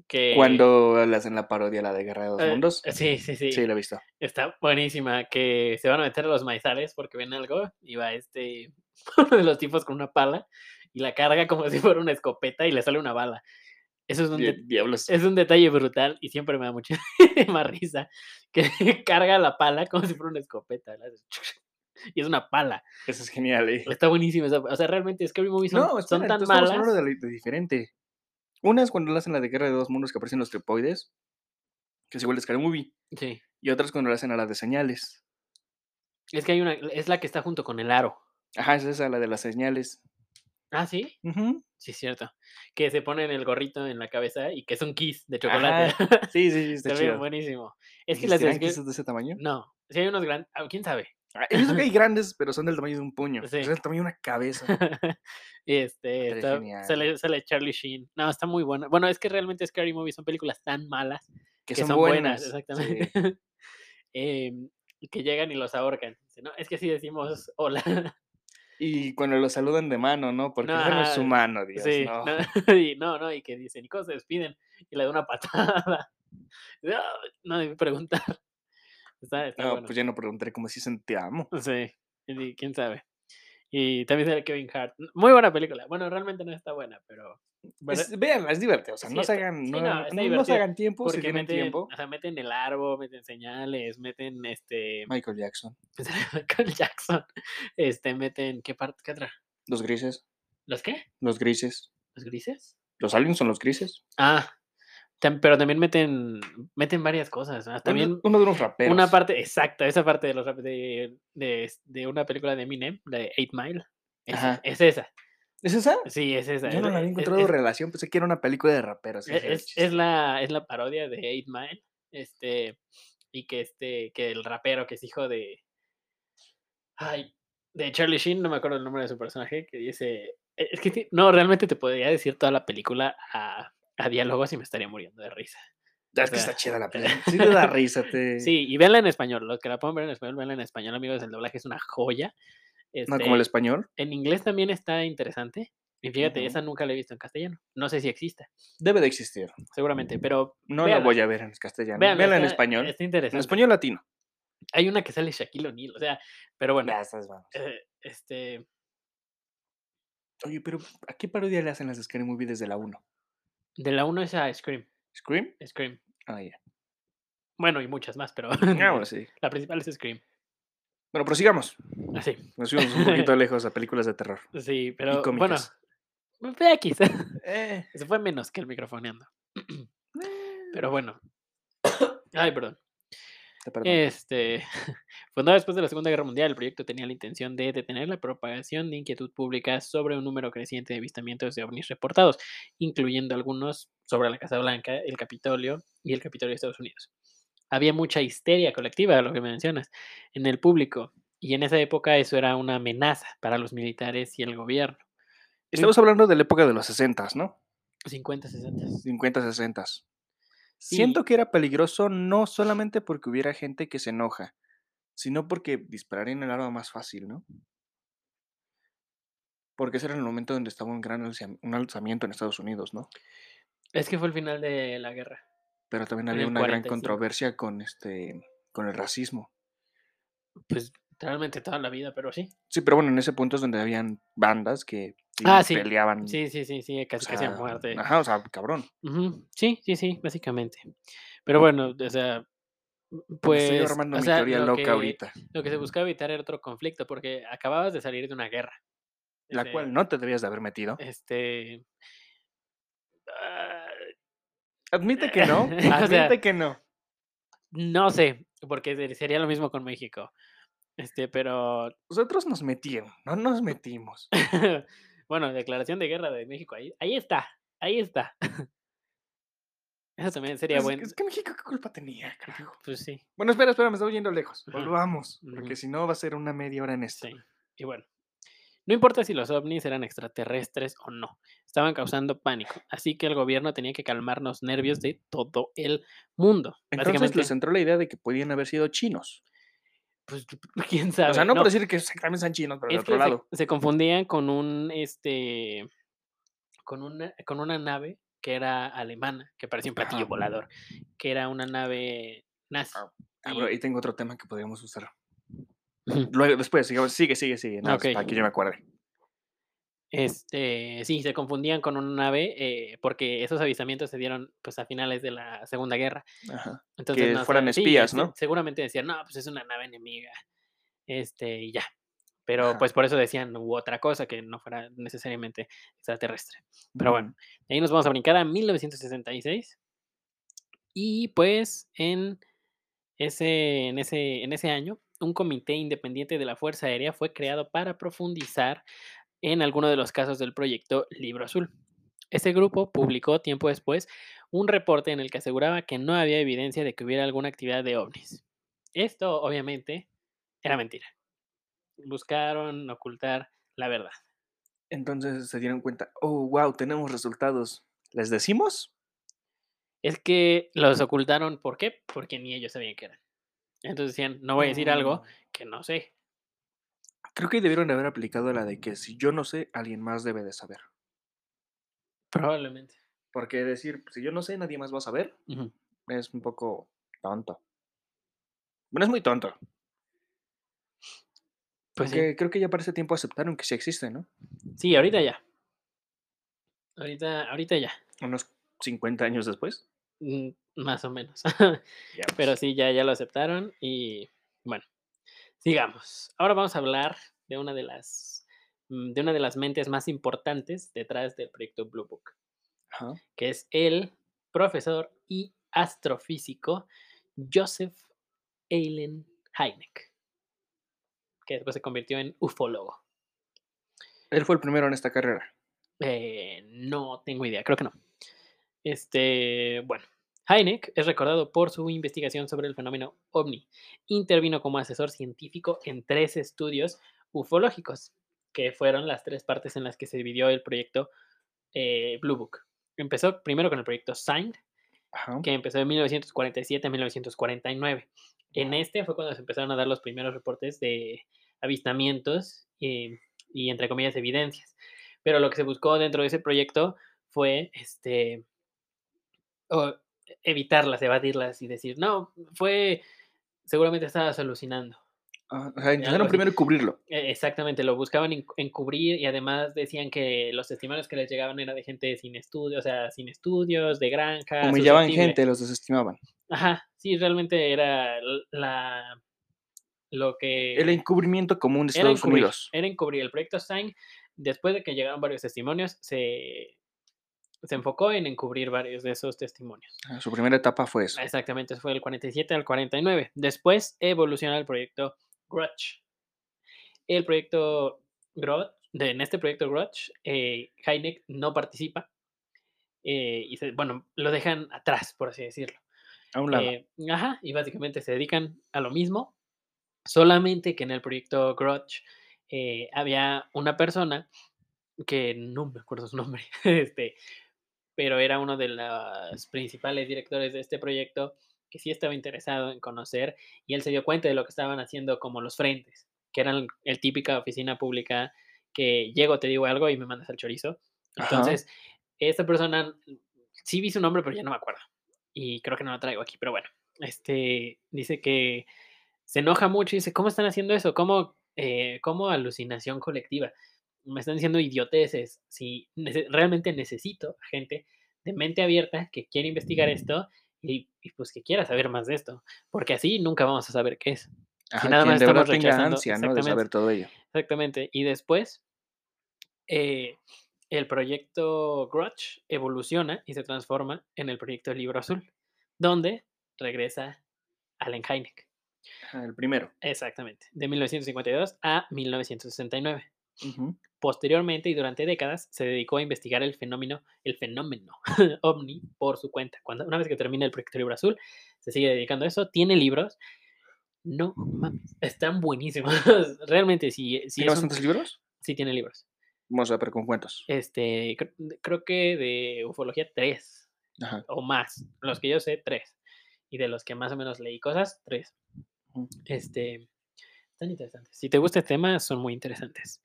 [SPEAKER 2] Que...
[SPEAKER 1] Cuando le hacen la parodia a la de Guerra de los
[SPEAKER 2] eh,
[SPEAKER 1] Mundos.
[SPEAKER 2] Sí, sí, sí.
[SPEAKER 1] Sí, la he visto.
[SPEAKER 2] Está buenísima. Que se van a meter a los maizales porque ven algo. Y va este. Uno de los tipos con una pala. Y la carga como si fuera una escopeta. Y le sale una bala. Eso es un, de-
[SPEAKER 1] Die- Diablos.
[SPEAKER 2] Es un detalle brutal y siempre me da mucha más risa. Que carga la pala como si fuera una escopeta. la haces Y es una pala.
[SPEAKER 1] Eso es genial, eh.
[SPEAKER 2] Está buenísima esa- O sea, realmente Scary Movie son,
[SPEAKER 1] No,
[SPEAKER 2] son
[SPEAKER 1] espera,
[SPEAKER 2] tan
[SPEAKER 1] entonces estamos
[SPEAKER 2] malas.
[SPEAKER 1] hablando de, de diferente. Una es cuando le hacen la de Guerra de los Mundos que aparecen los tripoides, que es igual a Scary Movie.
[SPEAKER 2] Sí.
[SPEAKER 1] Y otra es cuando le hacen a la de señales.
[SPEAKER 2] Es que hay una. Es la que está junto con el aro.
[SPEAKER 1] Ajá, es esa, la de las señales.
[SPEAKER 2] Ah, sí.
[SPEAKER 1] Ujú.
[SPEAKER 2] Sí, es cierto. Que se ponen el gorrito en la cabeza y que es un kiss de chocolate.
[SPEAKER 1] Sí, sí, sí, está
[SPEAKER 2] También
[SPEAKER 1] chido.
[SPEAKER 2] buenísimo. Es que
[SPEAKER 1] ¿Existirán
[SPEAKER 2] las de Scary-
[SPEAKER 1] quizás de ese tamaño?
[SPEAKER 2] No. Si hay unos grandes. ¿Quién sabe?
[SPEAKER 1] Ah, He visto que hay grandes, pero son del tamaño de un puño.
[SPEAKER 2] Sí.
[SPEAKER 1] Son del tamaño de una cabeza.
[SPEAKER 2] Y este,
[SPEAKER 1] Pero es
[SPEAKER 2] está-
[SPEAKER 1] genial.
[SPEAKER 2] sale, sale Charlie Sheen. No, está muy buena. Bueno, es que realmente Scary Movie son películas tan malas
[SPEAKER 1] Que,
[SPEAKER 2] que
[SPEAKER 1] son,
[SPEAKER 2] son buenas,
[SPEAKER 1] buenas.
[SPEAKER 2] exactamente.
[SPEAKER 1] sí.
[SPEAKER 2] em, y que llegan y los ahorcan. Dice, "No, es que si decimos hola.
[SPEAKER 1] Y cuando lo saludan de mano, ¿no? Porque
[SPEAKER 2] No,
[SPEAKER 1] esa no es su
[SPEAKER 2] ajá,
[SPEAKER 1] mano, Dios.
[SPEAKER 2] sí,
[SPEAKER 1] no.
[SPEAKER 2] no, y no, no, y que dicen, ¿y cómo se despiden? Y le da una patada. No, no debí preguntar. Está, está
[SPEAKER 1] No,
[SPEAKER 2] bueno.
[SPEAKER 1] pues ya no preguntaré cómo si dicen te amo.
[SPEAKER 2] Sí, y quién sabe. Y también sale Kevin Hart. Muy buena película. Bueno, realmente no está buena, pero. pero-
[SPEAKER 1] Es, véanla, es divertido. O sea,
[SPEAKER 2] Sí,
[SPEAKER 1] no se
[SPEAKER 2] está-
[SPEAKER 1] hagan,
[SPEAKER 2] sí,
[SPEAKER 1] no,
[SPEAKER 2] no,
[SPEAKER 1] no-
[SPEAKER 2] está
[SPEAKER 1] no se
[SPEAKER 2] divertido,
[SPEAKER 1] hagan tiempo si
[SPEAKER 2] Porque
[SPEAKER 1] tienen
[SPEAKER 2] meten,
[SPEAKER 1] Pues tiempo.
[SPEAKER 2] o sea, meten el árbol, meten señales, meten este
[SPEAKER 1] Michael Jackson,
[SPEAKER 2] Michael Jackson, este meten qué parte, qué otra,
[SPEAKER 1] los grises,
[SPEAKER 2] los qué,
[SPEAKER 1] los grises.
[SPEAKER 2] los grises.
[SPEAKER 1] Los aliens son los grises.
[SPEAKER 2] Ah, tam- pero también meten meten varias cosas. ¿no? También
[SPEAKER 1] Uno, uno de los raperos.
[SPEAKER 2] una parte exacta, esa parte de los rap- de, de, es- de una película de Eminem, la de Eight Mile. Es,
[SPEAKER 1] Ajá.
[SPEAKER 2] es esa,
[SPEAKER 1] ¿Es esa?
[SPEAKER 2] sí, es esa.
[SPEAKER 1] Yo
[SPEAKER 2] es-
[SPEAKER 1] no la había
[SPEAKER 2] es-
[SPEAKER 1] encontrado
[SPEAKER 2] es- e,
[SPEAKER 1] relación, pensé que era una película de raperos. ese
[SPEAKER 2] Es,
[SPEAKER 1] era el
[SPEAKER 2] es-
[SPEAKER 1] chiste.
[SPEAKER 2] es la, es la parodia de Eight Mile. Este. Y que este. Que el rapero que es hijo de. Ay. De Charlie Sheen, no me acuerdo el nombre de su personaje. Que dice. e- Es que ti- no, realmente te podría decir toda la película a, a diálogos y me estaría muriendo de risa.
[SPEAKER 1] Ah, Es que
[SPEAKER 2] o sea,
[SPEAKER 1] está chida la película. Sí te da risa, te...
[SPEAKER 2] Sí, y véanla en español. Los que la puedan ver en español, véanla en español, amigos. El doblaje es una joya.
[SPEAKER 1] No como el
[SPEAKER 2] este,
[SPEAKER 1] español.
[SPEAKER 2] En inglés también está interesante. Y fíjate,
[SPEAKER 1] Ujú.
[SPEAKER 2] esa nunca la he visto en castellano. No sé si exista,
[SPEAKER 1] Debe de existir.
[SPEAKER 2] seguramente, pero.
[SPEAKER 1] No la
[SPEAKER 2] véanla,
[SPEAKER 1] voy a ver en castellano.
[SPEAKER 2] véanla,
[SPEAKER 1] Mm, Véanla en
[SPEAKER 2] está-
[SPEAKER 1] español.
[SPEAKER 2] Está
[SPEAKER 1] En
[SPEAKER 2] interesante.
[SPEAKER 1] español latino.
[SPEAKER 2] Hay una que sale Shaquille O'Neal, o sea, pero bueno,
[SPEAKER 1] Nah, estás mal.
[SPEAKER 2] eh, este,
[SPEAKER 1] Oye, pero ¿a qué parodia le hacen las de Scary Movie desde la 1?
[SPEAKER 2] de la 1 es a Scream,
[SPEAKER 1] ¿Scream?
[SPEAKER 2] Scream.
[SPEAKER 1] Ah, ya.
[SPEAKER 2] Bueno, y muchas más, pero
[SPEAKER 1] Ah, bueno, sí.
[SPEAKER 2] la principal es Scream.
[SPEAKER 1] Bueno, prosigamos.
[SPEAKER 2] Así,
[SPEAKER 1] Nos fuimos un poquito lejos a películas de terror.
[SPEAKER 2] sí, pero bueno,
[SPEAKER 1] cómicas.
[SPEAKER 2] fue aquí, se
[SPEAKER 1] Eh,
[SPEAKER 2] fue menos que el microfoneando,
[SPEAKER 1] eh,
[SPEAKER 2] pero bueno. Ay, perdón.
[SPEAKER 1] te perdono.
[SPEAKER 2] Este, fundado después de la Segunda Guerra Mundial, el proyecto tenía la intención de detener la propagación de inquietud pública sobre un número creciente de avistamientos de ovnis reportados, incluyendo algunos sobre la Casa Blanca, el Capitolio y el Capitolio de Estados Unidos. Había mucha histeria colectiva, lo que mencionas, en el público, y en esa época eso era una amenaza para los militares y el gobierno.
[SPEAKER 1] Estamos hablando de la época de los 60, ¿no?
[SPEAKER 2] 50, 60.
[SPEAKER 1] 50, 60.
[SPEAKER 2] Sí.
[SPEAKER 1] Siento que era peligroso no solamente porque hubiera gente que se enoja, sino porque dispararían el arma más fácil, ¿no? Porque ese era el momento donde estaba un gran alzam- un alzamiento en Estados Unidos, ¿no?
[SPEAKER 2] Es que fue el final de la guerra.
[SPEAKER 1] Pero también
[SPEAKER 2] En
[SPEAKER 1] había
[SPEAKER 2] el
[SPEAKER 1] una gran
[SPEAKER 2] 45.
[SPEAKER 1] controversia con este con el racismo.
[SPEAKER 2] Pues realmente toda la vida, pero sí.
[SPEAKER 1] Sí, pero bueno, en ese punto es donde habían bandas que
[SPEAKER 2] Ah, sí,
[SPEAKER 1] peleaban.
[SPEAKER 2] Sí, sí, sí, sí,
[SPEAKER 1] o
[SPEAKER 2] casi casi a
[SPEAKER 1] sea,
[SPEAKER 2] muerte.
[SPEAKER 1] Ajá, o sea, cabrón.
[SPEAKER 2] Ujú, Sí, sí, sí, básicamente. Pero bueno, o sea,
[SPEAKER 1] Me
[SPEAKER 2] pues.
[SPEAKER 1] Estoy armando
[SPEAKER 2] o
[SPEAKER 1] mi
[SPEAKER 2] sea,
[SPEAKER 1] teoría
[SPEAKER 2] lo
[SPEAKER 1] loca
[SPEAKER 2] que,
[SPEAKER 1] ahorita.
[SPEAKER 2] Lo que se buscaba evitar era otro conflicto, porque acababas de salir de una guerra.
[SPEAKER 1] La
[SPEAKER 2] este,
[SPEAKER 1] cual no te debías de haber metido.
[SPEAKER 2] Este. ah,
[SPEAKER 1] Admite que no.
[SPEAKER 2] o sea,
[SPEAKER 1] Admite que no.
[SPEAKER 2] no sé, porque se- sería lo mismo con México. Este, pero.
[SPEAKER 1] Nosotros nos metieron, no nos metimos.
[SPEAKER 2] bueno, declaración de guerra de México, ahí, ahí está, ahí está. Eso también sería
[SPEAKER 1] Es,
[SPEAKER 2] bueno.
[SPEAKER 1] es que México, ¿qué culpa tenía, carajo?
[SPEAKER 2] Pues sí,
[SPEAKER 1] Bueno, espera, espera, me estoy yendo lejos.
[SPEAKER 2] Ajá.
[SPEAKER 1] Volvamos,
[SPEAKER 2] Ujú.
[SPEAKER 1] porque si no va a ser una media hora en esto.
[SPEAKER 2] sí. Y bueno. No importa si los ovnis eran extraterrestres o no, estaban causando pánico, así que el gobierno tenía que calmar los nervios de todo el mundo.
[SPEAKER 1] Entonces les entró la idea de que podían haber sido chinos.
[SPEAKER 2] pues quién sabe.
[SPEAKER 1] o sea, no, por decir que exactamente sean chinos, pero del
[SPEAKER 2] es
[SPEAKER 1] otro
[SPEAKER 2] que se-
[SPEAKER 1] lado.
[SPEAKER 2] Se, confundían con un este con una con una nave que era alemana, que parecía un platillo
[SPEAKER 1] Ajá.
[SPEAKER 2] volador, que era una nave nazi.
[SPEAKER 1] Ah, Ah, pero
[SPEAKER 2] y-
[SPEAKER 1] ahí tengo otro tema que podríamos usar.
[SPEAKER 2] Ujú.
[SPEAKER 1] Luego, después, sigamos- sigue, sigue, sigue. nada más
[SPEAKER 2] Ok.
[SPEAKER 1] Para que yo me acuerde.
[SPEAKER 2] Este, sí, se confundían con una nave eh, porque esos avistamientos se dieron pues a finales de la Segunda Guerra.
[SPEAKER 1] Ajá.
[SPEAKER 2] Entonces,
[SPEAKER 1] Que
[SPEAKER 2] no
[SPEAKER 1] fueran
[SPEAKER 2] sí,
[SPEAKER 1] espías,
[SPEAKER 2] este,
[SPEAKER 1] ¿no?
[SPEAKER 2] Seguramente decían, no, pues es una nave enemiga. Este, y ya. Pero
[SPEAKER 1] Ajá.
[SPEAKER 2] pues por eso decían u otra cosa que no fuera necesariamente extraterrestre. Pero bueno, de ahí nos vamos a brincar a 1966. Y pues en ese, en ese, en ese año, un comité independiente de la Fuerza Aérea fue creado para profundizar en alguno de los casos del proyecto Libro Azul. Este grupo publicó tiempo después un reporte en el que aseguraba que no había evidencia de que hubiera alguna actividad de ovnis. Esto, obviamente, era mentira. Buscaron ocultar la verdad.
[SPEAKER 1] Entonces se dieron cuenta, oh, wow, tenemos resultados. ¿Les decimos?
[SPEAKER 2] Es que los ocultaron, ¿por qué? Porque ni ellos sabían qué eran. Entonces decían, no voy a decir algo
[SPEAKER 1] Mm.
[SPEAKER 2] que no sé.
[SPEAKER 1] Creo que debieron de haber aplicado la de que si yo no sé, alguien más debe de saber.
[SPEAKER 2] Probablemente.
[SPEAKER 1] Porque decir, pues, si yo no sé, nadie más va a saber,
[SPEAKER 2] Ujú.
[SPEAKER 1] es un poco tonto. Bueno, es muy tonto.
[SPEAKER 2] Pues
[SPEAKER 1] Aunque creo que ya para ese tiempo aceptaron que sí existe, ¿no?
[SPEAKER 2] sí. Sí, ahorita ya. Ahorita, ahorita ya.
[SPEAKER 1] Unos 50 años después.
[SPEAKER 2] Mm, Más o menos.
[SPEAKER 1] ya
[SPEAKER 2] Pero
[SPEAKER 1] ves.
[SPEAKER 2] sí, ya, ya lo aceptaron y bueno, sigamos. Ahora vamos a hablar de una de las mm, de una de las mentes más importantes detrás del proyecto Blue Book,
[SPEAKER 1] Ajá.
[SPEAKER 2] que es el profesor y astrofísico Joseph Allen Hynek, que después se convirtió en ufólogo.
[SPEAKER 1] Él fue el primero en esta carrera.
[SPEAKER 2] Eh, no tengo idea, creo que no. Este, bueno, Hynek es recordado por su investigación sobre el fenómeno ovni. Intervino como asesor científico en tres estudios ufológicos, que fueron las tres partes en las que se dividió el proyecto eh, Blue Book. Empezó primero con el proyecto SIGN,
[SPEAKER 1] Ajá.
[SPEAKER 2] que empezó en 1947 a 1949. En este fue cuando se empezaron a dar los primeros reportes de avistamientos eh, y, entre comillas, evidencias. Pero lo que se buscó dentro de ese proyecto fue este, o- evitarlas, evadirlas y decir, no, fue, seguramente estabas alucinando.
[SPEAKER 1] Ah, o sea,
[SPEAKER 2] algo
[SPEAKER 1] intentaron
[SPEAKER 2] así.
[SPEAKER 1] primero cubrirlo.
[SPEAKER 2] Eh, Exactamente, lo buscaban encu- encubrir y además decían que los testimonios que les llegaban era de gente sin estudios, o sea, sin estudios, de granja.
[SPEAKER 1] Humillaban
[SPEAKER 2] susceptible.
[SPEAKER 1] gente, los desestimaban.
[SPEAKER 2] Ajá, sí, realmente era l- la lo que
[SPEAKER 1] El encubrimiento común de
[SPEAKER 2] era
[SPEAKER 1] Estados
[SPEAKER 2] encubrir,
[SPEAKER 1] Unidos.
[SPEAKER 2] era encubrir. El proyecto Stein, después de que llegaron varios testimonios, se, se enfocó en encubrir varios de esos testimonios.
[SPEAKER 1] Ah, Su primera etapa fue eso.
[SPEAKER 2] Exactamente, eso fue del 47 al 49. Después evoluciona el proyecto Grudge. El proyecto Grudge, de- en este proyecto Grudge, eh, Hynek no participa. eh, y se- bueno, lo dejan atrás, por así decirlo.
[SPEAKER 1] A un lado.
[SPEAKER 2] Eh, ajá, y básicamente se dedican a lo mismo, solamente que en el proyecto Grudge eh, había una persona que no me acuerdo su nombre, este, pero era uno de los principales directores de este proyecto que sí estaba interesado en conocer y él se dio cuenta de lo que estaban haciendo como los frentes, que eran el típica oficina pública que llego, te digo algo y me mandas al chorizo.
[SPEAKER 1] Ajá.
[SPEAKER 2] Entonces, esta persona, sí vi su nombre, pero ya no me acuerdo y creo que no lo traigo aquí, pero bueno, este dice que se enoja mucho y dice, ¿cómo están haciendo eso? ¿Cómo, eh, cómo alucinación colectiva? Me están diciendo idioteces. Si nece- realmente necesito a gente de mente abierta que quiera investigar esto y, y, pues que quiera saber más de esto, porque así nunca vamos a saber qué es.
[SPEAKER 1] Ajá,
[SPEAKER 2] nada
[SPEAKER 1] quien
[SPEAKER 2] más
[SPEAKER 1] de verdad
[SPEAKER 2] estamos
[SPEAKER 1] tenga
[SPEAKER 2] rechazando-
[SPEAKER 1] ansia, ¿no? De
[SPEAKER 2] exactamente.
[SPEAKER 1] saber todo ello.
[SPEAKER 2] Exactamente. Y después, eh, el proyecto Grudge evoluciona y se transforma en el proyecto Libro Azul, donde regresa Allen Hynek.
[SPEAKER 1] Ajá, el primero.
[SPEAKER 2] Exactamente. De 1952 a 1969.
[SPEAKER 1] Ujú.
[SPEAKER 2] Posteriormente y durante décadas se dedicó a investigar el fenómeno, el fenómeno ovni por su cuenta. Cuando, una vez que termina el proyecto Libro Azul, se sigue dedicando a eso, tiene libros. No mames, están buenísimos. Realmente, si,
[SPEAKER 1] ¿Tiene
[SPEAKER 2] si es un
[SPEAKER 1] bastantes libros?
[SPEAKER 2] Sí tiene libros.
[SPEAKER 1] Vamos a ver con cuentos.
[SPEAKER 2] Este, cre- creo que de ufología tres
[SPEAKER 1] Ajá.
[SPEAKER 2] o más. Los que yo sé, tres. Y de los que más o menos leí cosas, tres.
[SPEAKER 1] Ujú.
[SPEAKER 2] Este, están interesantes. Si te gusta el tema, son muy interesantes.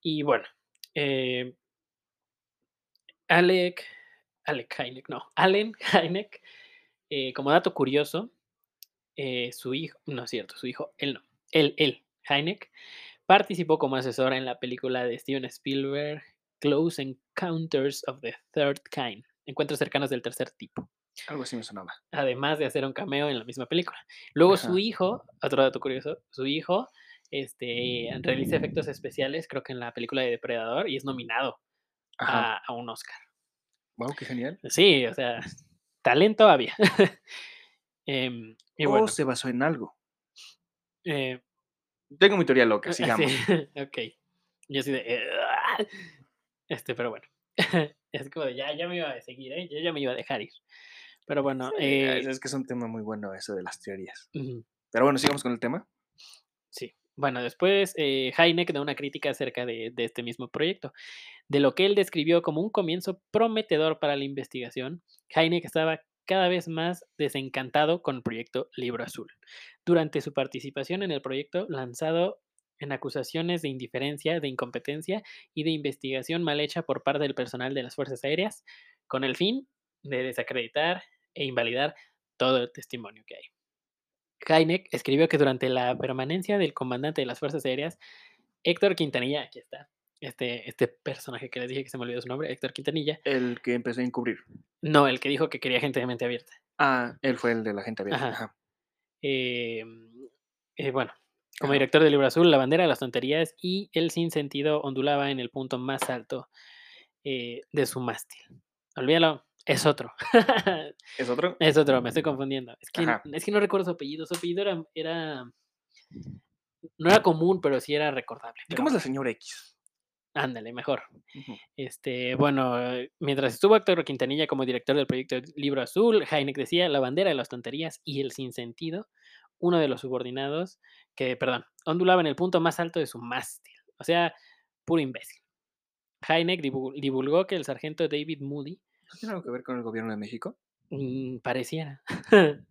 [SPEAKER 2] Y bueno, eh, Alec, Alec Hynek, no, Allen Hynek, eh, como dato curioso, eh, su hijo, no es cierto, su hijo, él no, él, él, Hynek, participó como asesor en la película de Steven Spielberg, Close Encounters of the Third Kind, Encuentros cercanos del tercer tipo
[SPEAKER 1] Algo así me sonaba.
[SPEAKER 2] además de hacer un cameo en la misma película. Luego su
[SPEAKER 1] Ajá.
[SPEAKER 2] hijo, otro dato curioso, su hijo este, realiza efectos especiales, creo que en la película de Depredador, y es nominado
[SPEAKER 1] Ajá.
[SPEAKER 2] a, a un Oscar.
[SPEAKER 1] Wow, qué genial.
[SPEAKER 2] Sí, o sea, talento había. Em, y
[SPEAKER 1] o
[SPEAKER 2] bueno,
[SPEAKER 1] se basó en algo.
[SPEAKER 2] eh,
[SPEAKER 1] Tengo mi teoría loca,
[SPEAKER 2] ah, sí,
[SPEAKER 1] sigamos.
[SPEAKER 2] ok. Yo así de... eh, Este, pero bueno. Es como de, ya, ya me iba a seguir, ¿eh? Yo ya me iba a dejar ir. Pero bueno,
[SPEAKER 1] Sí,
[SPEAKER 2] eh,
[SPEAKER 1] es- es que es un tema muy bueno eso de las teorías.
[SPEAKER 2] ujú.
[SPEAKER 1] Pero bueno, sigamos con el tema.
[SPEAKER 2] Sí. Bueno, después eh, Hynek da una crítica acerca de, de este mismo proyecto. De lo que él describió como un comienzo prometedor para la investigación, Hynek estaba cada vez más desencantado con el proyecto Libro Azul. Durante su participación en el proyecto, lanzado en acusaciones de indiferencia, de incompetencia y de investigación mal hecha por parte del personal de las Fuerzas Aéreas, con el fin de desacreditar e invalidar todo el testimonio que hay. Hynek escribió que durante la permanencia del comandante de las Fuerzas Aéreas, Héctor Quintanilla, aquí está, este, este personaje que les dije que se me olvidó su nombre, Héctor Quintanilla,
[SPEAKER 1] El que empezó a encubrir.
[SPEAKER 2] no, el que dijo que quería gente de mente abierta.
[SPEAKER 1] Ah, él fue el de la gente abierta.
[SPEAKER 2] Ajá.
[SPEAKER 1] Ajá.
[SPEAKER 2] eh, mm, eh, bueno, como
[SPEAKER 1] Ajá.
[SPEAKER 2] director del Libro Azul, la bandera de las tonterías y el sinsentido ondulaba en el punto más alto eh, de su mástil. Olvídalo, es otro.
[SPEAKER 1] ¿Es otro?
[SPEAKER 2] Es otro, me estoy confundiendo. Es que,
[SPEAKER 1] Mm. Ajá.
[SPEAKER 2] es que no recuerdo su apellido. Su apellido era, era- No era común, pero sí era recordable. pero
[SPEAKER 1] ¿Cómo es la señora X?
[SPEAKER 2] Ándale, mejor.
[SPEAKER 1] Ujú.
[SPEAKER 2] Este, bueno, eh, mientras estuvo Héctor Quintanilla como director del proyecto Libro Azul, Heineck decía la bandera de las tonterías y el sinsentido, uno de los subordinados que, perdón, ondulaba en el punto más alto de su mástil. O sea, puro imbécil. Heineck divu- divulgó que el sargento David Moody
[SPEAKER 1] ¿No ¿Tiene algo que ver con el gobierno de México?
[SPEAKER 2] mm, pareciera.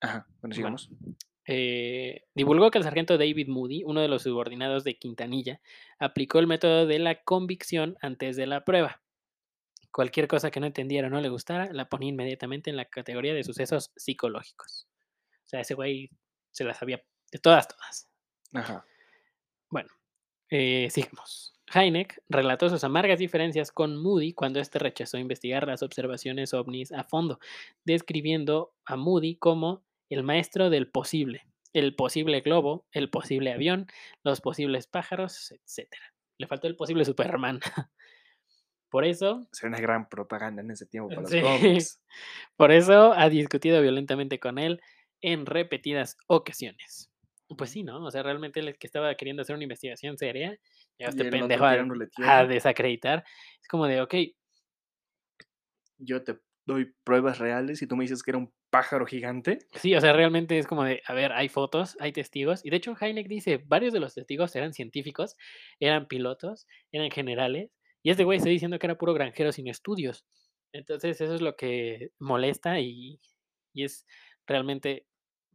[SPEAKER 1] Ajá. Bueno,
[SPEAKER 2] Bueno.
[SPEAKER 1] sigamos.
[SPEAKER 2] eh, divulgó que el sargento David Moody, uno de los subordinados de Quintanilla, aplicó el método de la convicción antes de la prueba. Cualquier cosa que no entendiera o no le gustara, la ponía inmediatamente en la categoría de sucesos psicológicos. O sea, ese güey se las sabía de todas, todas.
[SPEAKER 1] Ajá.
[SPEAKER 2] Eh, sigamos. Hynek relató sus amargas diferencias con Moody cuando este rechazó investigar las observaciones ovnis a fondo, describiendo a Moody como el maestro del posible, el posible globo, el posible avión, los posibles pájaros, etc. Le faltó el posible Superman. Por eso,
[SPEAKER 1] Sería una gran propaganda en ese tiempo para los
[SPEAKER 2] Sí.
[SPEAKER 1] cómics.
[SPEAKER 2] por eso ha discutido violentamente con él en repetidas ocasiones. Pues sí, ¿no? O sea, realmente el que estaba queriendo hacer una investigación seria,
[SPEAKER 1] Y
[SPEAKER 2] ya este
[SPEAKER 1] el otro
[SPEAKER 2] pendejo a,
[SPEAKER 1] tirándole
[SPEAKER 2] a
[SPEAKER 1] tierra.
[SPEAKER 2] desacreditar. Es como de, ok,
[SPEAKER 1] Yo te doy pruebas reales y tú me dices que era un pájaro gigante.
[SPEAKER 2] sí, o sea, realmente es como de, a ver, hay fotos, hay testigos. Y de hecho, Heineck dice, varios de los testigos eran científicos, eran pilotos, eran generales. Y este güey está diciendo que era puro granjero sin estudios. Entonces, eso es lo que molesta y, y es realmente,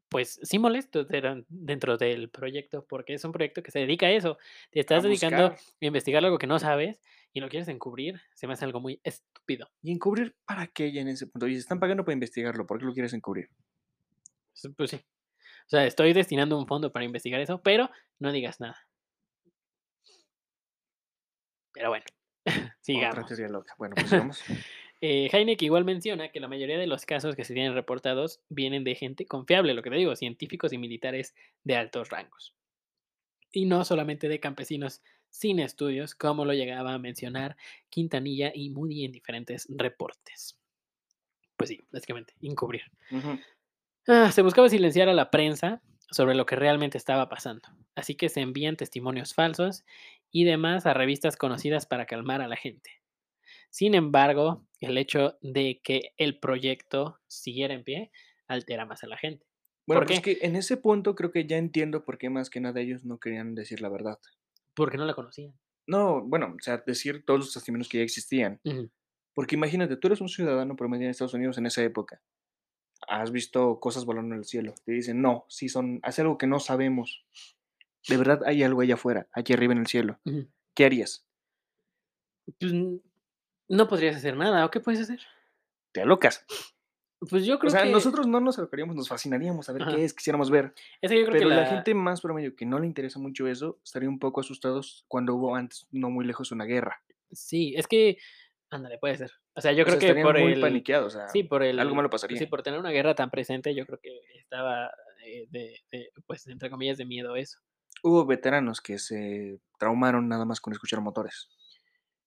[SPEAKER 2] pues, sí molesto deran- dentro del proyecto, porque es un proyecto que se dedica a eso. Te estás dedicando a
[SPEAKER 1] buscar.
[SPEAKER 2] investigar algo que no sabes y lo quieres encubrir. Se me hace algo muy estúpido.
[SPEAKER 1] ¿Y encubrir para qué ya en ese punto? Y se están pagando para investigarlo. ¿Por qué lo quieres encubrir?
[SPEAKER 2] Sí, Pues sí. O sea, estoy destinando un fondo para investigar eso, pero no digas nada. Pero bueno,
[SPEAKER 1] Otra
[SPEAKER 2] sigamos.
[SPEAKER 1] teoría loca. Bueno, pues sigamos.
[SPEAKER 2] Eh, Heineck igual menciona que la mayoría de los casos que se tienen reportados vienen de gente confiable, lo que te digo, científicos y militares de altos rangos. Y no solamente de campesinos sin estudios, como lo llegaba a mencionar Quintanilla y Moody en diferentes reportes. Pues sí, básicamente, encubrir.
[SPEAKER 1] Ujú.
[SPEAKER 2] Ah, se buscaba silenciar a la prensa sobre lo que realmente estaba pasando. Así que se envían testimonios falsos y demás a revistas conocidas para calmar a la gente. Sin embargo, el hecho de que el proyecto siguiera en pie altera más a la gente.
[SPEAKER 1] Bueno,
[SPEAKER 2] ¿Por
[SPEAKER 1] pues es que en ese punto creo que ya entiendo por qué más que nada ellos no querían decir la verdad.
[SPEAKER 2] Porque no la conocían.
[SPEAKER 1] No, bueno, o sea, decir todos los testimonios que ya existían.
[SPEAKER 2] Ujú.
[SPEAKER 1] Porque imagínate, tú eres un ciudadano promedio en Estados Unidos en esa época. Has visto cosas volando en el cielo. Te dicen, no, sí son, hace algo que no sabemos. De verdad hay algo allá afuera, aquí arriba en el cielo.
[SPEAKER 2] Ujú.
[SPEAKER 1] ¿Qué harías?
[SPEAKER 2] Pues, n- no podrías hacer nada, ¿o qué puedes hacer?
[SPEAKER 1] Te alocas.
[SPEAKER 2] Pues yo creo
[SPEAKER 1] o sea,
[SPEAKER 2] que.
[SPEAKER 1] nosotros no nos alocaríamos, nos fascinaríamos a ver
[SPEAKER 2] Ajá.
[SPEAKER 1] qué es, quisiéramos ver.
[SPEAKER 2] es que yo creo que
[SPEAKER 1] Pero la... gente más promedio que no le interesa mucho eso, estaría un poco asustados cuando hubo antes, no muy lejos, una guerra.
[SPEAKER 2] Sí, es que. Ándale, puede ser. O sea, yo
[SPEAKER 1] O sea,
[SPEAKER 2] creo que
[SPEAKER 1] estarían
[SPEAKER 2] por
[SPEAKER 1] muy
[SPEAKER 2] el.
[SPEAKER 1] paniqueados. o sea,
[SPEAKER 2] Sí, por el.
[SPEAKER 1] algo malo pasaría.
[SPEAKER 2] Sí, por tener una guerra tan presente, yo creo que estaba. eh, de, de, pues entre comillas de miedo eso.
[SPEAKER 1] Hubo veteranos que se traumaron nada más con escuchar motores.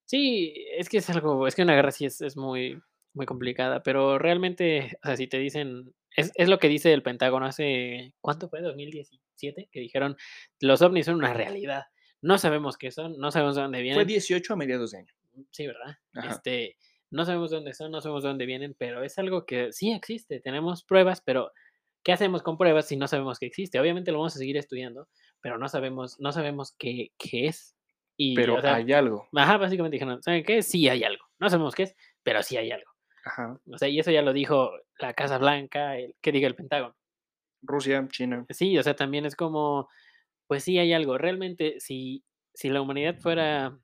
[SPEAKER 2] Sí, es que es algo, es que una guerra sí es, es muy, muy complicada, pero realmente, o sea, si te dicen, es, es lo que dice el Pentágono hace, ¿cuánto fue? ¿2017? Que dijeron, los ovnis son una realidad, no sabemos qué son, no sabemos de dónde
[SPEAKER 1] Fue
[SPEAKER 2] vienen.
[SPEAKER 1] 18 a mediados de año.
[SPEAKER 2] Sí, ¿verdad?
[SPEAKER 1] Ajá.
[SPEAKER 2] Este, no sabemos dónde son, no sabemos dónde vienen, pero es algo que sí existe, tenemos pruebas, pero ¿qué hacemos con pruebas si no sabemos que existe? Obviamente lo vamos a seguir estudiando, pero no sabemos, no sabemos qué, qué es. Y,
[SPEAKER 1] Pero
[SPEAKER 2] o sea,
[SPEAKER 1] hay algo.
[SPEAKER 2] Ajá, básicamente dijeron, ¿saben qué? Sí hay algo. No sabemos qué es, pero sí hay algo.
[SPEAKER 1] Ajá.
[SPEAKER 2] O sea, y eso ya lo dijo la Casa Blanca, el, que diga el Pentágono.
[SPEAKER 1] Rusia, China.
[SPEAKER 2] Sí, o sea, también es como, pues sí hay algo. Realmente, si, si la humanidad fuera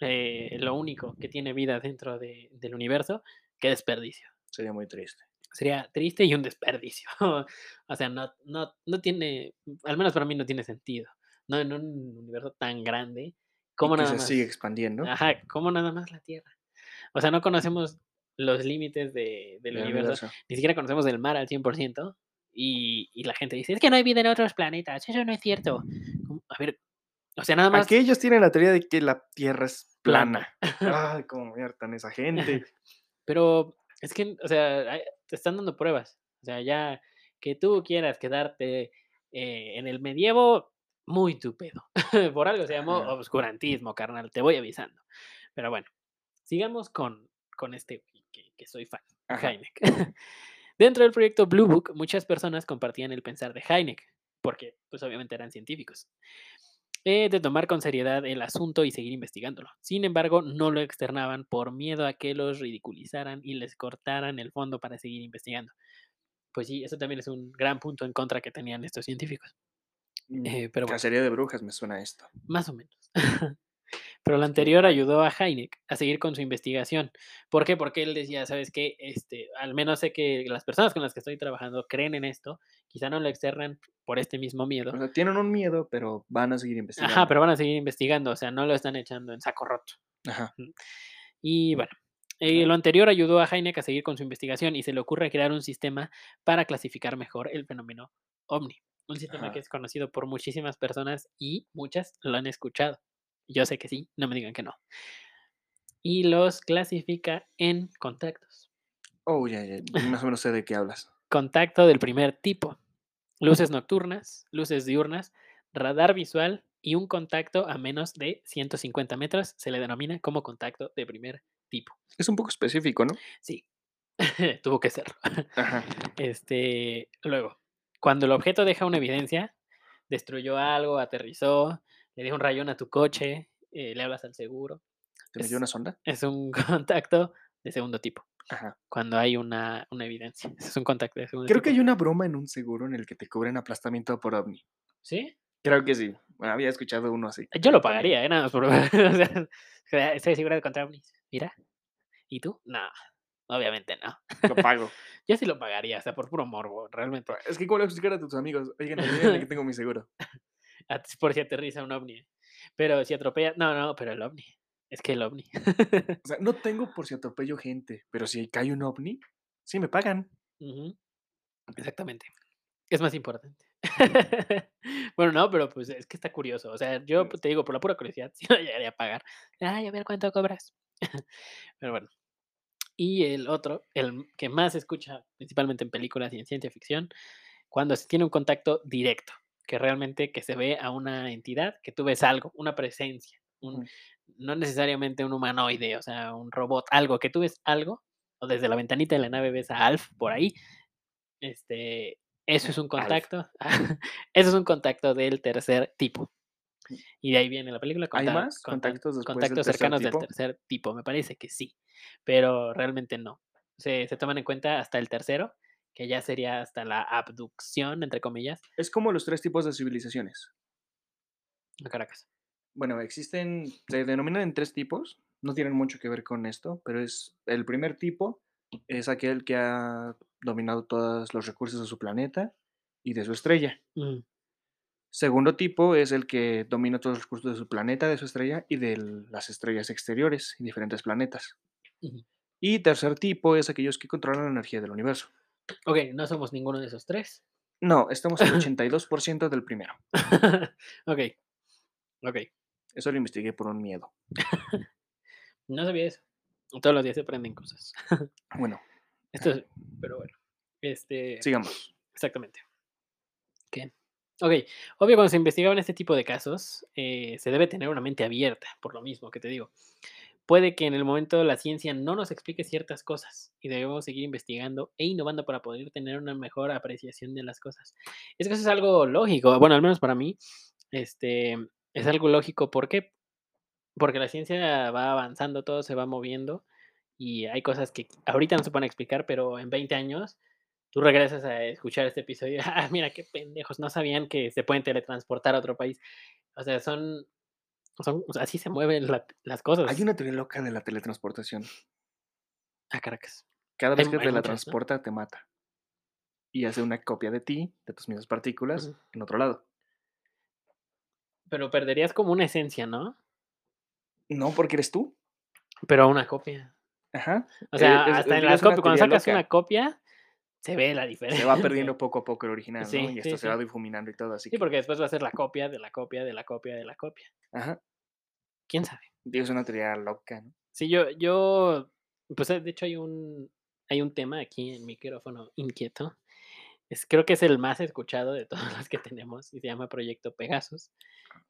[SPEAKER 2] eh, lo único que tiene vida dentro de- del universo, qué desperdicio.
[SPEAKER 1] Sería muy triste.
[SPEAKER 2] Sería triste y un desperdicio. o sea, no, no, no tiene, al menos para mí no tiene sentido. No en un universo tan grande como
[SPEAKER 1] y que
[SPEAKER 2] nada
[SPEAKER 1] se
[SPEAKER 2] más. Ah,
[SPEAKER 1] sigue expandiendo.
[SPEAKER 2] Ajá, como nada más la Tierra. O sea, no conocemos los límites de- del
[SPEAKER 1] el
[SPEAKER 2] universo,
[SPEAKER 1] universo.
[SPEAKER 2] ni siquiera conocemos el mar al 100%, y, y la gente dice, es que no hay vida en otros planetas, eso no es cierto. Como, A ver, o sea, nada más...
[SPEAKER 1] Aquí ellos tienen la teoría de que la Tierra es
[SPEAKER 2] Plana.
[SPEAKER 1] plana. Ay, cómo mierdan esa gente.
[SPEAKER 2] Pero es que, o sea, hay- te están dando pruebas. O sea, ya que tú quieras quedarte eh, en el medievo, muy tu pedo. Por algo se llamó
[SPEAKER 1] Ajá.
[SPEAKER 2] obscurantismo, carnal, te voy avisando. Pero bueno, sigamos con, con este güey que, que soy fan,
[SPEAKER 1] Ajá.
[SPEAKER 2] Heineck. Dentro del proyecto Blue Book, muchas personas compartían el pensar de Heineck, porque pues obviamente eran científicos. eh, de tomar con seriedad el asunto y seguir investigándolo. Sin embargo, no lo externaban por miedo a que los ridiculizaran y les cortaran el fondo para seguir investigando. Pues sí, eso también es un gran punto en contra que tenían estos científicos,
[SPEAKER 1] Mm,
[SPEAKER 2] Eh, pero bueno.
[SPEAKER 1] Cacería de brujas me suena esto.
[SPEAKER 2] más o menos. Pero lo anterior ayudó a Heineck a seguir con su investigación. ¿Por qué? Porque él decía, ¿sabes qué? Este, al menos sé que las personas con las que estoy trabajando creen en esto, quizá no lo externan por este mismo miedo.
[SPEAKER 1] O sea, tienen un miedo, pero van a seguir investigando.
[SPEAKER 2] Ajá, pero van a seguir investigando, o sea, no lo están echando en saco roto.
[SPEAKER 1] Ajá.
[SPEAKER 2] Y bueno, eh,
[SPEAKER 1] Claro.
[SPEAKER 2] lo anterior ayudó a Heineck a seguir con su investigación y se le ocurre crear un sistema para clasificar mejor el fenómeno ovni. Un sistema
[SPEAKER 1] Ajá.
[SPEAKER 2] que es conocido por muchísimas personas y muchas lo han escuchado. Yo sé que sí, no me digan que no. Y los clasifica en contactos.
[SPEAKER 1] Oh, ya, ya. Más o menos sé de qué hablas.
[SPEAKER 2] Contacto del primer tipo. Luces nocturnas, luces diurnas, radar visual y un contacto a menos de 150 metros se le denomina como contacto de primer tipo.
[SPEAKER 1] Es un poco específico, ¿no?
[SPEAKER 2] Sí, tuvo que ser.
[SPEAKER 1] Ajá.
[SPEAKER 2] Este, luego, cuando el objeto deja una evidencia, destruyó algo, aterrizó, le dio un rayón a tu coche, eh, le hablas al seguro.
[SPEAKER 1] ¿Te metió
[SPEAKER 2] Es-
[SPEAKER 1] una sonda?
[SPEAKER 2] Es un contacto de segundo tipo,
[SPEAKER 1] Ajá.
[SPEAKER 2] cuando hay una, una evidencia. ese Es un contacto de segundo
[SPEAKER 1] Creo que
[SPEAKER 2] tipo.
[SPEAKER 1] hay una broma en un seguro en el que te cubren aplastamiento por ovni.
[SPEAKER 2] ¿Sí?
[SPEAKER 1] Creo que sí. Bueno, había escuchado uno así.
[SPEAKER 2] Yo lo pagaría, eh, nada más por... o sea, sea, estoy segura de encontrar ovnis. Mira. ¿Y tú? No, obviamente no.
[SPEAKER 1] Lo pago.
[SPEAKER 2] Yo sí lo pagaría, o sea, por puro morbo, realmente.
[SPEAKER 1] Es que, ¿cómo le voy a explicar a tus amigos? Oigan, adivinen de que tengo mi seguro.
[SPEAKER 2] at- por si aterriza un ovni. Pero si atropella, no, no, pero el ovni. Es que el ovni.
[SPEAKER 1] O sea, no tengo por si atropello gente, pero si cae un ovni, sí me pagan.
[SPEAKER 2] Ujú, Exactamente. Es más importante. bueno, no, pero pues es que está curioso. O sea, yo pues, te digo, por la pura curiosidad, si no llegaría a pagar. Ay, a ver cuánto cobras. pero bueno. Y el otro, el que más se escucha principalmente en películas y en ciencia ficción, cuando se tiene un contacto directo, que realmente que se ve a una entidad, que tú ves algo, una presencia, un-
[SPEAKER 1] Ujú.
[SPEAKER 2] no necesariamente un humanoide, o sea, un robot, algo, que tú ves algo, o desde la ventanita de la nave ves a Alf por ahí, este, eso es un
[SPEAKER 1] Alf.
[SPEAKER 2] contacto, eso es un contacto del tercer tipo. Y de ahí viene la película.
[SPEAKER 1] ¿Hay
[SPEAKER 2] conta-
[SPEAKER 1] más
[SPEAKER 2] contan-
[SPEAKER 1] contactos después del
[SPEAKER 2] contactos
[SPEAKER 1] tercer
[SPEAKER 2] cercanos
[SPEAKER 1] tipo?
[SPEAKER 2] del tercer tipo, me parece que sí, pero realmente no. Se, se toman en cuenta hasta el tercero, que ya sería hasta la abducción, entre comillas,
[SPEAKER 1] Es como los tres tipos de civilizaciones.
[SPEAKER 2] a Caracas.
[SPEAKER 1] Bueno, existen, se denominan en tres tipos, no tienen mucho que ver con esto, pero es el primer tipo, es aquel que ha dominado todos los recursos de su planeta y de su estrella.
[SPEAKER 2] Mm,
[SPEAKER 1] Segundo tipo es el que domina todos los recursos de su planeta, de su estrella y de las estrellas exteriores y diferentes planetas.
[SPEAKER 2] Ujú.
[SPEAKER 1] Y tercer tipo es aquellos que controlan la energía del universo.
[SPEAKER 2] Ok, no somos ninguno de esos tres.
[SPEAKER 1] No, estamos al 82% del primero.
[SPEAKER 2] ok, ok,
[SPEAKER 1] Eso lo investigué por un miedo.
[SPEAKER 2] no sabía eso. Todos los días se aprenden cosas.
[SPEAKER 1] Bueno,
[SPEAKER 2] Esto es- pero bueno, este...
[SPEAKER 1] sigamos.
[SPEAKER 2] Exactamente. ¿Qué? Ok, obvio cuando se investigaban este tipo de casos, eh, se debe tener una mente abierta, por lo mismo que te digo. Puede que en el momento la ciencia no nos explique ciertas cosas y debemos seguir investigando e innovando para poder tener una mejor apreciación de las cosas. Es que eso es algo lógico, bueno, al menos para mí, este, es algo lógico. ¿Por qué? Porque la ciencia va avanzando, todo se va moviendo y hay cosas que ahorita no se pueden explicar, pero en 20 años tú regresas a escuchar este episodio, ah, mira qué pendejos, no sabían que se pueden teletransportar a otro país. O sea, son, son o sea, así se mueven la- las cosas.
[SPEAKER 1] Hay una teoría loca de la teletransportación.
[SPEAKER 2] a Caracas.
[SPEAKER 1] Cada vez
[SPEAKER 2] Hay-
[SPEAKER 1] que
[SPEAKER 2] hay
[SPEAKER 1] te la
[SPEAKER 2] muchas, ¿no?
[SPEAKER 1] transporta, te mata. Y hace una copia de ti, de tus mismas partículas,
[SPEAKER 2] Ujú.
[SPEAKER 1] en otro lado.
[SPEAKER 2] Pero perderías como una esencia, ¿no?
[SPEAKER 1] No, porque eres tú.
[SPEAKER 2] Pero una copia.
[SPEAKER 1] Ajá.
[SPEAKER 2] O
[SPEAKER 1] Eh,
[SPEAKER 2] sea,
[SPEAKER 1] es-
[SPEAKER 2] hasta en
[SPEAKER 1] digo,
[SPEAKER 2] las
[SPEAKER 1] es una
[SPEAKER 2] copias, cuando
[SPEAKER 1] teoría
[SPEAKER 2] sacas una
[SPEAKER 1] loca.
[SPEAKER 2] copia, se ve la diferencia.
[SPEAKER 1] Se va perdiendo poco a poco el original,
[SPEAKER 2] Sí,
[SPEAKER 1] ¿no? Y
[SPEAKER 2] sí,
[SPEAKER 1] esto se
[SPEAKER 2] sí.
[SPEAKER 1] va difuminando y todo, así
[SPEAKER 2] Sí,
[SPEAKER 1] que...
[SPEAKER 2] porque después va a ser la copia de la copia de la copia de la copia.
[SPEAKER 1] Ajá.
[SPEAKER 2] ¿Quién sabe?
[SPEAKER 1] Digo, es una teoría loca, ¿no?
[SPEAKER 2] Sí, yo, yo, pues eh, de hecho hay un, hay un tema aquí en micrófono inquieto. Es, creo que es el más escuchado de todos los que tenemos y se llama Proyecto Pegasus.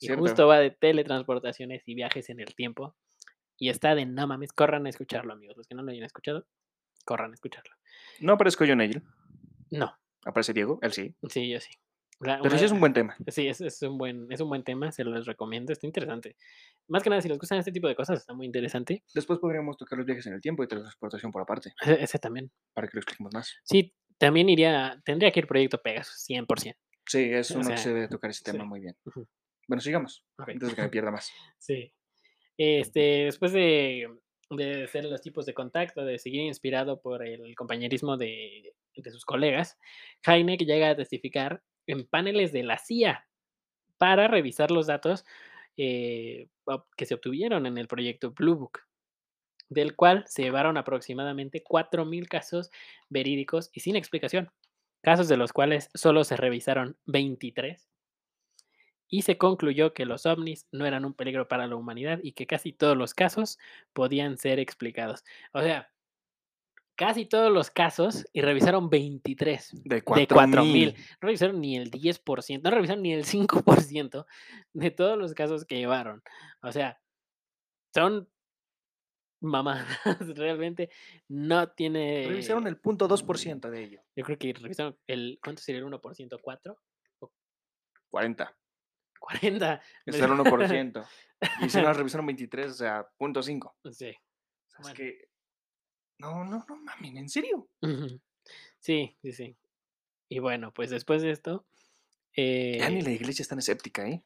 [SPEAKER 2] Y
[SPEAKER 1] ¿Cierto?
[SPEAKER 2] justo va de teletransportaciones y viajes en el tiempo. Y está de no mames, corran a escucharlo, amigos. Los que no lo hayan escuchado, corran a escucharlo.
[SPEAKER 1] No aparezco yo en ello.
[SPEAKER 2] No,
[SPEAKER 1] Aparece Diego, él sí.
[SPEAKER 2] sí, yo sí. La-
[SPEAKER 1] Pero
[SPEAKER 2] una-
[SPEAKER 1] sí es un buen tema.
[SPEAKER 2] Sí, es, es un buen, es un buen tema, se los recomiendo, está interesante. Más que nada, si les gustan este tipo de cosas, está muy interesante. e-,
[SPEAKER 1] Después podríamos tocar los viajes en el tiempo y teletransportación por aparte,
[SPEAKER 2] Ese, ese también.
[SPEAKER 1] para que lo expliquemos más.
[SPEAKER 2] Sí, también iría, tendría que ir Proyecto Pegasus, 100%.
[SPEAKER 1] Sí, es
[SPEAKER 2] O
[SPEAKER 1] uno
[SPEAKER 2] sea,
[SPEAKER 1] que se debe tocar ese tema
[SPEAKER 2] sí.
[SPEAKER 1] muy bien.
[SPEAKER 2] Ujú.
[SPEAKER 1] Bueno, sigamos,
[SPEAKER 2] Ok.
[SPEAKER 1] antes de que me pierda más.
[SPEAKER 2] Sí. Este, después de, de hacer los tipos de contacto, de seguir inspirado por el compañerismo de, de sus colegas, Heineck llega a testificar en paneles de la CIA para revisar los datos eh, ob- que se obtuvieron en el proyecto Blue Book, del cual se llevaron aproximadamente 4.000 casos verídicos y sin explicación, casos de los cuales solo se revisaron 23 y se concluyó que los ovnis no eran un peligro para la humanidad y que casi todos los casos podían ser explicados. O sea, casi todos los casos y revisaron 23
[SPEAKER 1] De
[SPEAKER 2] de
[SPEAKER 1] 4.000.
[SPEAKER 2] 4.000. No revisaron ni el 10%, no revisaron ni el 5% de todos los casos que llevaron. O sea, son mamadas. Realmente no tiene...
[SPEAKER 1] Revisaron el punto 2% de ello.
[SPEAKER 2] Yo creo que revisaron el... ¿Cuánto sería el 1%? ¿4?
[SPEAKER 1] 40.
[SPEAKER 2] ¿40?
[SPEAKER 1] Es el 1%. Y si no revisaron 23, o sea, punto 5. O
[SPEAKER 2] Sí.
[SPEAKER 1] sea,
[SPEAKER 2] Bueno.
[SPEAKER 1] Es que. No, no, no, mamen, ¿en serio?
[SPEAKER 2] Ujú. Sí, sí, sí. Y bueno, pues después de esto.
[SPEAKER 1] Ya ni
[SPEAKER 2] eh,
[SPEAKER 1] la iglesia es tan escéptica, ¿eh?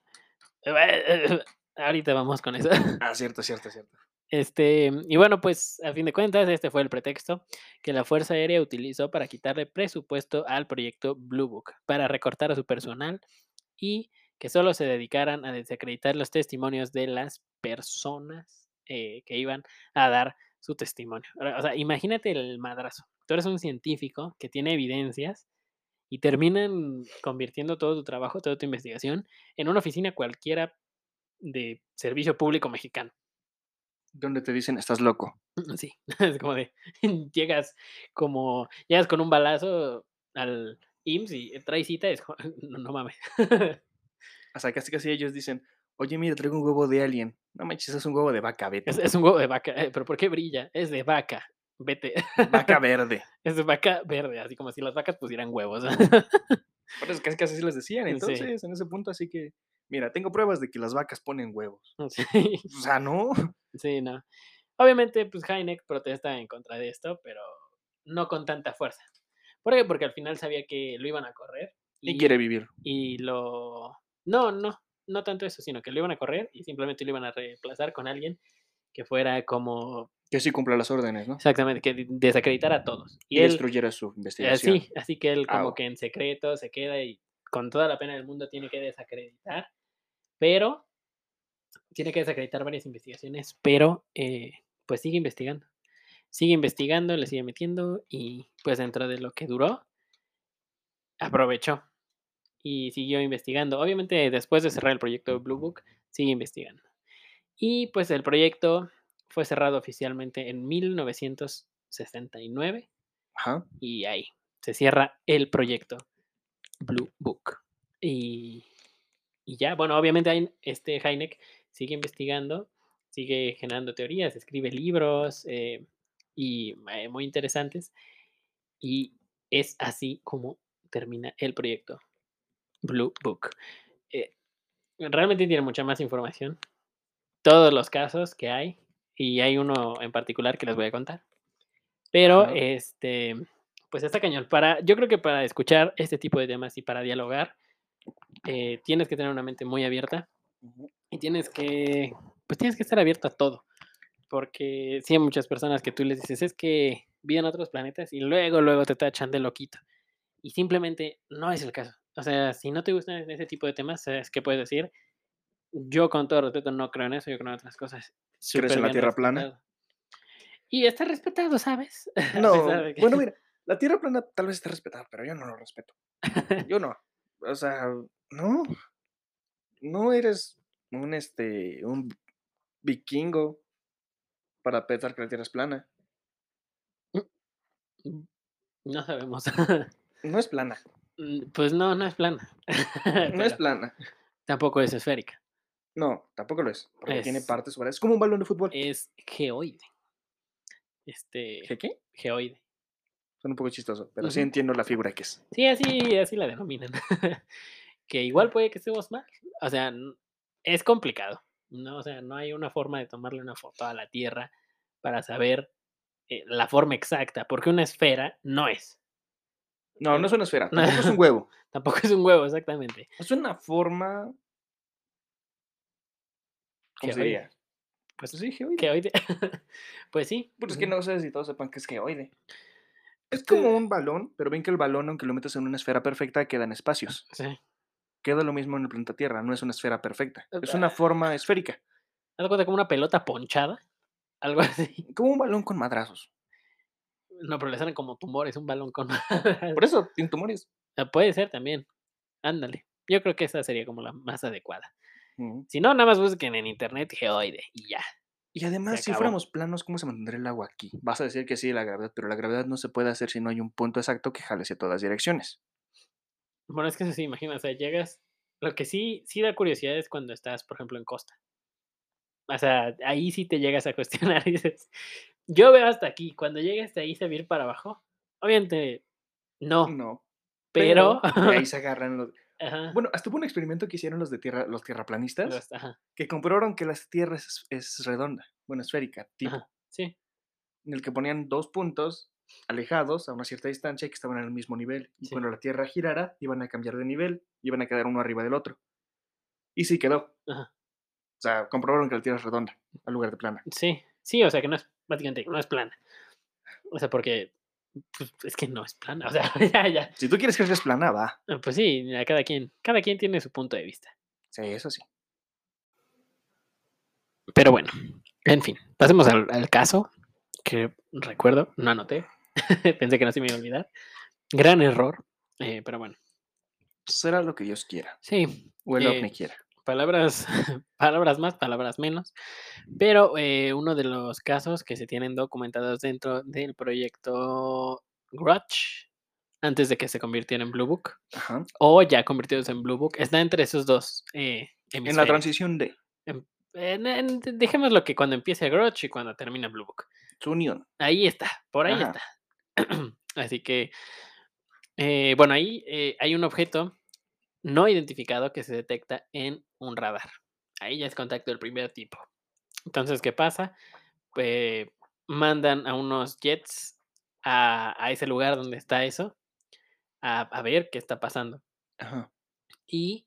[SPEAKER 2] ahorita vamos con eso.
[SPEAKER 1] Ah, cierto, cierto, cierto.
[SPEAKER 2] Este, y bueno, pues a fin de cuentas, este fue el pretexto que la Fuerza Aérea utilizó para quitarle presupuesto al proyecto Blue Book, para recortar a su personal y que solo se dedicaran a desacreditar los testimonios de las personas eh, que iban a dar su testimonio. Ahora, O sea, imagínate el madrazo. Tú eres un científico que tiene evidencias y terminan convirtiendo todo tu trabajo, toda tu investigación en una oficina cualquiera de servicio público mexicano.
[SPEAKER 1] Donde te dicen, estás loco.
[SPEAKER 2] Sí, es como de, llegas como, llegas con un balazo al IMSS y traes cita, es como, no, no mames.
[SPEAKER 1] O sea, casi casi ellos dicen, oye, mira, traigo un huevo de alien. No manches, es un huevo de vaca, vete.
[SPEAKER 2] Es, es un huevo de vaca, eh, pero ¿por qué brilla? Es de vaca, vete,
[SPEAKER 1] Vaca verde.
[SPEAKER 2] es de vaca verde, así como si las vacas pusieran huevos.
[SPEAKER 1] Por eso casi casi así les decían,
[SPEAKER 2] Sí.
[SPEAKER 1] entonces, en ese punto, así que. Mira, tengo pruebas de que las vacas ponen huevos.
[SPEAKER 2] Sí,
[SPEAKER 1] O sea, no.
[SPEAKER 2] sí, no. Obviamente, pues Heineck protesta en contra de esto, pero no con tanta fuerza. ¿Por qué? Porque al final sabía que lo iban a correr.
[SPEAKER 1] Y quiere vivir.
[SPEAKER 2] y lo... No, no, no tanto eso, sino que lo iban a correr y simplemente lo iban a reemplazar con alguien que fuera como...
[SPEAKER 1] Que sí cumpla las órdenes, ¿no?
[SPEAKER 2] Exactamente, que de- desacreditara a todos.
[SPEAKER 1] Y,
[SPEAKER 2] Y él,
[SPEAKER 1] destruyera su investigación.
[SPEAKER 2] así, Eh, así que él como
[SPEAKER 1] Au.
[SPEAKER 2] que en secreto se queda y con toda la pena del mundo tiene que desacreditar, pero tiene que desacreditar varias investigaciones, pero eh, pues sigue investigando. Sigue investigando, le sigue metiendo y pues dentro de lo que duró, aprovechó y siguió investigando. Obviamente después de cerrar el proyecto de Blue Book, sigue investigando. Y pues el proyecto fue cerrado oficialmente en 1969
[SPEAKER 1] Ajá.
[SPEAKER 2] y ahí se cierra el proyecto Blue Book. Y, y ya, bueno, obviamente hay- este Heineck sigue investigando, sigue generando teorías, escribe libros eh, y eh, muy interesantes. Y es así como termina el proyecto Blue Book. Eh, realmente tiene mucha más información. Todos los casos que hay. Y hay uno en particular que les voy a contar. Pero
[SPEAKER 1] Ajá.
[SPEAKER 2] este pues está cañón. Para, yo creo que para escuchar este tipo de temas y para dialogar, eh, tienes que tener una mente muy abierta
[SPEAKER 1] Ujú.
[SPEAKER 2] y tienes que, pues tienes que estar abierto a todo. Porque sí hay muchas personas que tú les dices, es que viven en otros planetas y luego, luego te tachan de loquito. Y simplemente no es el caso. O sea, si no te gustan ese tipo de temas, ¿sabes qué puedes decir? Yo con todo respeto no creo en eso, yo creo en otras cosas.
[SPEAKER 1] ¿Crees en
[SPEAKER 2] Súper
[SPEAKER 1] la
[SPEAKER 2] bien
[SPEAKER 1] Tierra plana?
[SPEAKER 2] respetado. Y está respetado, ¿sabes? A pesar
[SPEAKER 1] No.
[SPEAKER 2] de que-
[SPEAKER 1] Bueno, mira, la tierra plana tal vez está respetada, pero yo no lo respeto. Yo no. O sea, no. No eres un este. un vikingo para pensar que la tierra es plana.
[SPEAKER 2] No sabemos.
[SPEAKER 1] No es plana.
[SPEAKER 2] Mm, Pues no, no es plana.
[SPEAKER 1] No es
[SPEAKER 2] Pero
[SPEAKER 1] plana.
[SPEAKER 2] Tampoco es esférica.
[SPEAKER 1] No, tampoco lo es. Porque tiene
[SPEAKER 2] Es- Eh.
[SPEAKER 1] partes varias. Es como un balón de fútbol.
[SPEAKER 2] Es geoide. Este,
[SPEAKER 1] ¿Qué qué?
[SPEAKER 2] geoide.
[SPEAKER 1] Son un poco chistoso, pero sí
[SPEAKER 2] Ujú.
[SPEAKER 1] entiendo la figura que es.
[SPEAKER 2] Sí, así, así la denominan. que igual puede que estemos mal. O sea, n- es complicado. No, o sea, no hay una forma de tomarle una foto a la Tierra para saber eh, la forma exacta, porque una esfera no es.
[SPEAKER 1] No, no es una esfera,
[SPEAKER 2] No.
[SPEAKER 1] tampoco es un huevo.
[SPEAKER 2] Tampoco es un huevo, exactamente.
[SPEAKER 1] Es una forma. ¿Cómo se
[SPEAKER 2] Geoide.
[SPEAKER 1] diría?
[SPEAKER 2] Pues
[SPEAKER 1] Sí, geoide.
[SPEAKER 2] geoide. pues sí.
[SPEAKER 1] Pero es que
[SPEAKER 2] ujú.
[SPEAKER 1] no sé si todos sepan que es geoide. Es
[SPEAKER 2] que-
[SPEAKER 1] como un balón, pero ven que el balón, aunque lo metas en una esfera perfecta, quedan espacios.
[SPEAKER 2] Sí.
[SPEAKER 1] Queda lo mismo en el planeta Tierra, no es una esfera perfecta. Es una forma esférica,
[SPEAKER 2] Haz de cuenta como una pelota ponchada. Algo así.
[SPEAKER 1] como un balón con madrazos.
[SPEAKER 2] No, pero le salen como tumores, un balón con.
[SPEAKER 1] Por eso, tiene tumores.
[SPEAKER 2] Ah, Puede ser también. Ándale. Yo creo que esa sería como la más adecuada.
[SPEAKER 1] Ujú.
[SPEAKER 2] Si no, nada más busquen en internet geoide y ya.
[SPEAKER 1] Y además, si
[SPEAKER 2] acabó.
[SPEAKER 1] fuéramos planos, ¿cómo se mantendría el agua aquí? Vas a decir que sí, la gravedad, pero la gravedad no se puede hacer si no hay un punto exacto que jale hacia todas direcciones.
[SPEAKER 2] Bueno, es que eso se imagina, o sea, llegas. Lo que sí, sí da curiosidad es cuando estás, por ejemplo, en costa. O sea, ahí sí te llegas a cuestionar y dices, yo veo hasta aquí, cuando llegues de ahí se va a ir para abajo. Obviamente, no,
[SPEAKER 1] No.
[SPEAKER 2] pero...
[SPEAKER 1] de ahí se agarran los.
[SPEAKER 2] ajá,
[SPEAKER 1] Bueno, hasta hubo un experimento que hicieron los de tierra, Ah. los tierraplanistas,
[SPEAKER 2] los- ajá,
[SPEAKER 1] que comprobaron que la Tierra es, es redonda, bueno, esférica, tipo.
[SPEAKER 2] ajá, sí.
[SPEAKER 1] en el que ponían dos puntos alejados a una cierta distancia y que estaban en el mismo nivel. Y
[SPEAKER 2] Sí.
[SPEAKER 1] cuando la Tierra girara, iban a cambiar de nivel, iban a quedar uno arriba del otro. Y sí quedó.
[SPEAKER 2] Ajá.
[SPEAKER 1] O sea, comprobaron que la Tierra es redonda, al lugar de plana.
[SPEAKER 2] Sí, sí, o sea que no es, prácticamente, no es plana. O sea, porque pues, es que no es plana. O sea, ya, ya.
[SPEAKER 1] Si tú quieres creer que es plana, va.
[SPEAKER 2] eh, Pues sí, a cada quien, cada quien tiene su punto de vista.
[SPEAKER 1] Sí, eso sí.
[SPEAKER 2] Pero bueno, en fin, pasemos al, al caso que recuerdo, no anoté. Pensé que no se me iba a olvidar. Gran error, eh, pero bueno.
[SPEAKER 1] Será lo que Dios quiera,
[SPEAKER 2] Sí,
[SPEAKER 1] o el
[SPEAKER 2] Eh,
[SPEAKER 1] ovni quiera.
[SPEAKER 2] palabras, palabras más, palabras menos. Pero eh, uno de los casos que se tienen documentados dentro del proyecto Grudge, antes de que se convirtiera en Blue Book,
[SPEAKER 1] Ajá.
[SPEAKER 2] o ya convertidos en Blue Book, está entre esos dos. Eh,
[SPEAKER 1] En la
[SPEAKER 2] hemisferios.
[SPEAKER 1] transición de
[SPEAKER 2] En- en- de- dejémoslo que cuando empiece Grudge y cuando termina Blue Book.
[SPEAKER 1] su unión.
[SPEAKER 2] Ahí está, por ahí
[SPEAKER 1] Ajá.
[SPEAKER 2] está. Así que, eh, bueno, ahí eh, hay un objeto no identificado que se detecta en un radar. Ahí ya es contacto del primer tipo. Entonces, ¿qué pasa? Eh, mandan a unos jets a, a, ese lugar donde está eso, a, a ver qué está pasando.
[SPEAKER 1] Ajá.
[SPEAKER 2] Y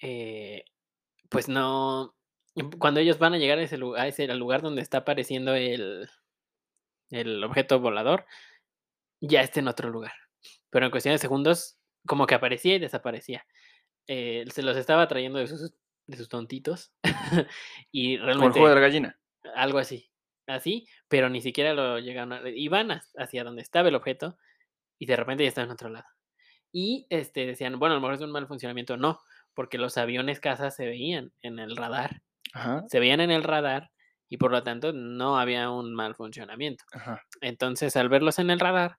[SPEAKER 2] eh, pues no, cuando ellos van a llegar a ese lugar, a ese lugar donde está apareciendo el, el objeto volador, ya está en otro lugar. Pero en cuestión de segundos, como que aparecía y desaparecía. Eh, se los estaba trayendo de sus, de sus tontitos. y realmente.
[SPEAKER 1] Como el juego de la gallina.
[SPEAKER 2] Algo así. Así, pero ni siquiera lo llegaron a. Iban hacia donde estaba el objeto y de repente ya estaba en otro lado. Y este, decían, bueno, a lo mejor es un mal funcionamiento. No, porque los aviones casas se veían en el radar.
[SPEAKER 1] Ajá.
[SPEAKER 2] Se veían en el radar y por lo tanto no había un mal funcionamiento.
[SPEAKER 1] Ajá.
[SPEAKER 2] Entonces, al verlos en el radar,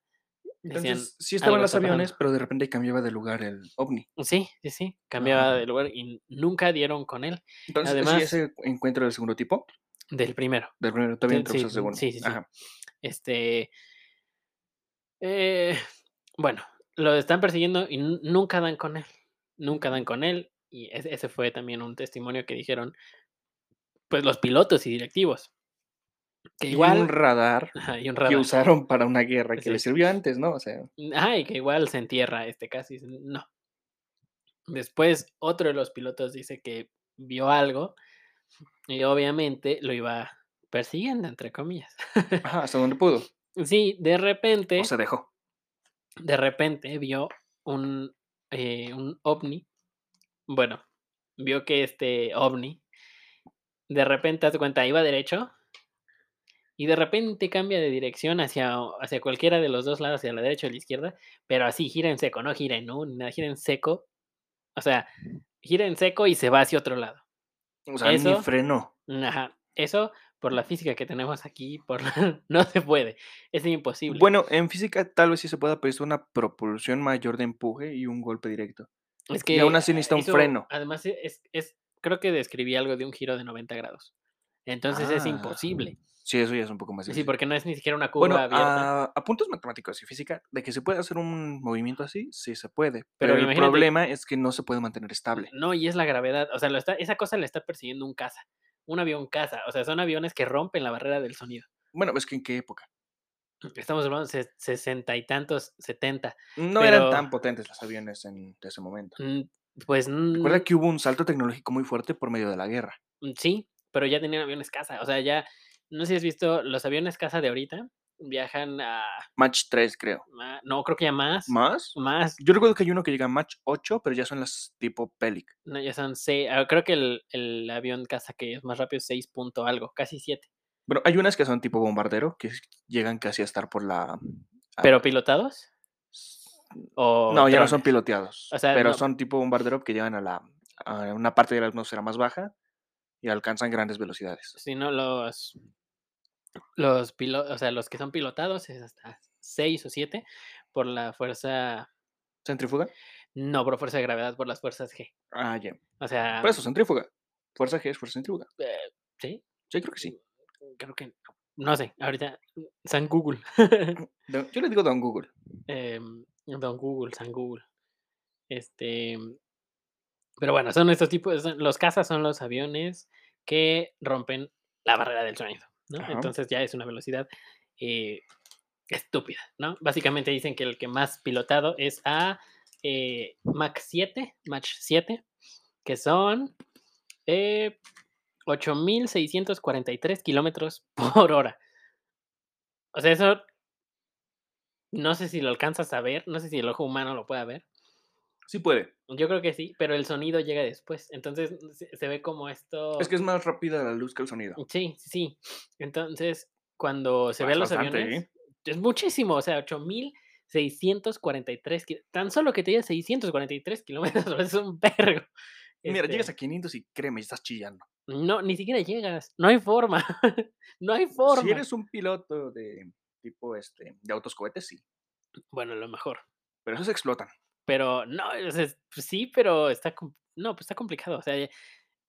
[SPEAKER 1] Entonces,
[SPEAKER 2] decían,
[SPEAKER 1] sí estaban
[SPEAKER 2] algo
[SPEAKER 1] los
[SPEAKER 2] está
[SPEAKER 1] aviones,
[SPEAKER 2] pasando.
[SPEAKER 1] pero de repente cambiaba de lugar el ovni.
[SPEAKER 2] sí, sí, sí, cambiaba de lugar y nunca dieron con él
[SPEAKER 1] Entonces,
[SPEAKER 2] Además-
[SPEAKER 1] sí, ese encuentro del segundo tipo,
[SPEAKER 2] del primero.
[SPEAKER 1] del primero, todavía
[SPEAKER 2] Sí,
[SPEAKER 1] entramos
[SPEAKER 2] sí,
[SPEAKER 1] al segundo.
[SPEAKER 2] sí, sí, sí.
[SPEAKER 1] Ajá.
[SPEAKER 2] Este. eh, bueno, lo están persiguiendo y nu- nunca dan con él. Nunca dan con él. Y es- ese fue también un testimonio que dijeron, pues los pilotos y directivos. Que
[SPEAKER 1] Y
[SPEAKER 2] igual.
[SPEAKER 1] un radar
[SPEAKER 2] ajá, y un
[SPEAKER 1] que
[SPEAKER 2] radar.
[SPEAKER 1] usaron para una guerra que
[SPEAKER 2] Sí.
[SPEAKER 1] le sirvió antes, ¿no? O sea,
[SPEAKER 2] Ajá, y que igual se entierra este casi. No. Después, otro de los pilotos dice que vio algo y obviamente lo iba persiguiendo, entre comillas.
[SPEAKER 1] ajá, hasta donde pudo.
[SPEAKER 2] Sí, de repente.
[SPEAKER 1] O se dejó.
[SPEAKER 2] de repente vio un, eh, un ovni. Bueno, vio que este ovni, de repente, haz de cuenta, iba derecho y de repente cambia de dirección hacia, o- hacia cualquiera de los dos lados, hacia la derecha o la izquierda, pero así gira en seco, no gira en U, ni nada, gira en seco. O sea, gira en seco y se va hacia otro lado.
[SPEAKER 1] O sea,
[SPEAKER 2] Eso-
[SPEAKER 1] ni frenó.
[SPEAKER 2] Ajá. Eso, por la física que tenemos aquí, por la- no se puede. Es imposible.
[SPEAKER 1] Bueno, en física tal vez sí se pueda, pero es una propulsión mayor de empuje y un golpe directo.
[SPEAKER 2] Es
[SPEAKER 1] Y
[SPEAKER 2] que
[SPEAKER 1] aún así necesita un
[SPEAKER 2] eso,
[SPEAKER 1] freno.
[SPEAKER 2] Además, e- es, es- creo que describí algo de un giro de 90 grados. Entonces es
[SPEAKER 1] Ah,
[SPEAKER 2] imposible.
[SPEAKER 1] Sí, eso ya es un poco más
[SPEAKER 2] Sí,
[SPEAKER 1] difícil.
[SPEAKER 2] porque no es ni siquiera una curva
[SPEAKER 1] Bueno, ah
[SPEAKER 2] abierta.
[SPEAKER 1] a, a puntos matemáticos y física, de que se puede hacer un movimiento así, sí se puede.
[SPEAKER 2] Pero
[SPEAKER 1] Pero, el
[SPEAKER 2] imagínate-
[SPEAKER 1] problema es que no se puede mantener estable.
[SPEAKER 2] No, y es la gravedad. O sea, lo está, esa cosa la está persiguiendo un caza. Un avión caza. O sea, son aviones que rompen la barrera del sonido.
[SPEAKER 1] Bueno, es que en qué época.
[SPEAKER 2] Estamos hablando de ses- sesenta y tantos, setenta.
[SPEAKER 1] No eran
[SPEAKER 2] Pero-
[SPEAKER 1] tan potentes los aviones en ese momento.
[SPEAKER 2] Mm, Pues
[SPEAKER 1] Recuerda
[SPEAKER 2] mm,
[SPEAKER 1] que hubo un salto tecnológico muy fuerte por medio de la guerra.
[SPEAKER 2] Mm, Sí, pero ya tenían aviones caza. O sea, ya, no sé si has visto, los aviones caza de ahorita viajan a,
[SPEAKER 1] Match 3, creo.
[SPEAKER 2] a- no, creo que ya más.
[SPEAKER 1] ¿Más?
[SPEAKER 2] Más,
[SPEAKER 1] Yo recuerdo que hay uno que llega a Match 8, pero ya son las tipo Pelic.
[SPEAKER 2] no, ya son seis, ah, creo que el, el avión caza que es más rápido es seis punto algo, casi siete.
[SPEAKER 1] Bueno, hay unas que son tipo bombardero, que es- llegan casi a estar por la... Ah.
[SPEAKER 2] ¿Pero pilotados? ¿O
[SPEAKER 1] No, ya no
[SPEAKER 2] drones?
[SPEAKER 1] son piloteados.
[SPEAKER 2] O sea,
[SPEAKER 1] pero
[SPEAKER 2] no-
[SPEAKER 1] son tipo bombardero que llegan a, la, a una parte de la atmósfera más baja y alcanzan grandes velocidades.
[SPEAKER 2] Sino los, los pilotos, o sea, los que son pilotados es hasta seis o siete por la fuerza,
[SPEAKER 1] ¿Centrífuga?
[SPEAKER 2] no por fuerza de gravedad, por las fuerzas G.
[SPEAKER 1] Ah, ya.
[SPEAKER 2] O sea,
[SPEAKER 1] Por eso, centrífuga. Fuerza G es fuerza centrífuga.
[SPEAKER 2] eh, sí,
[SPEAKER 1] Sí, creo que sí.
[SPEAKER 2] creo que no. No sé, ahorita San Google.
[SPEAKER 1] Don- Yo le digo Don Google.
[SPEAKER 2] em, don Google, San Google. Este. Pero bueno, son estos tipos. son- Los cazas son los aviones que rompen la barrera del sonido, ¿no?
[SPEAKER 1] Ajá.
[SPEAKER 2] Entonces ya es una velocidad eh, estúpida, ¿no? Básicamente dicen que el que más pilotado es a eh, Mach 7, Mach 7, que son eh, 8.643 kilómetros por hora. O sea, eso no sé si lo alcanzas a ver, no sé si el ojo humano lo pueda ver.
[SPEAKER 1] Sí puede.
[SPEAKER 2] Yo creo que sí, pero el sonido llega después. Entonces mm, se, se ve como esto.
[SPEAKER 1] Es que es más rápida la luz que el sonido.
[SPEAKER 2] Sí, sí, sí. Entonces, cuando se
[SPEAKER 1] Pues
[SPEAKER 2] ve a los
[SPEAKER 1] bastante, ¿eh?
[SPEAKER 2] aviones, es muchísimo, o sea, 8643 kil- Tan solo que te diga 643 kilómetros por hora es un perro.
[SPEAKER 1] Mira, llegas a 500 y créeme, estás chillando.
[SPEAKER 2] No, ni siquiera llegas. No hay forma. no hay forma.
[SPEAKER 1] Si eres un piloto de tipo este, de autos cohetes, sí.
[SPEAKER 2] Bueno, a lo mejor.
[SPEAKER 1] Pero esos explotan.
[SPEAKER 2] Pero no, o sea, pues sí, pero está, com- no, pues está complicado. O sea, ya-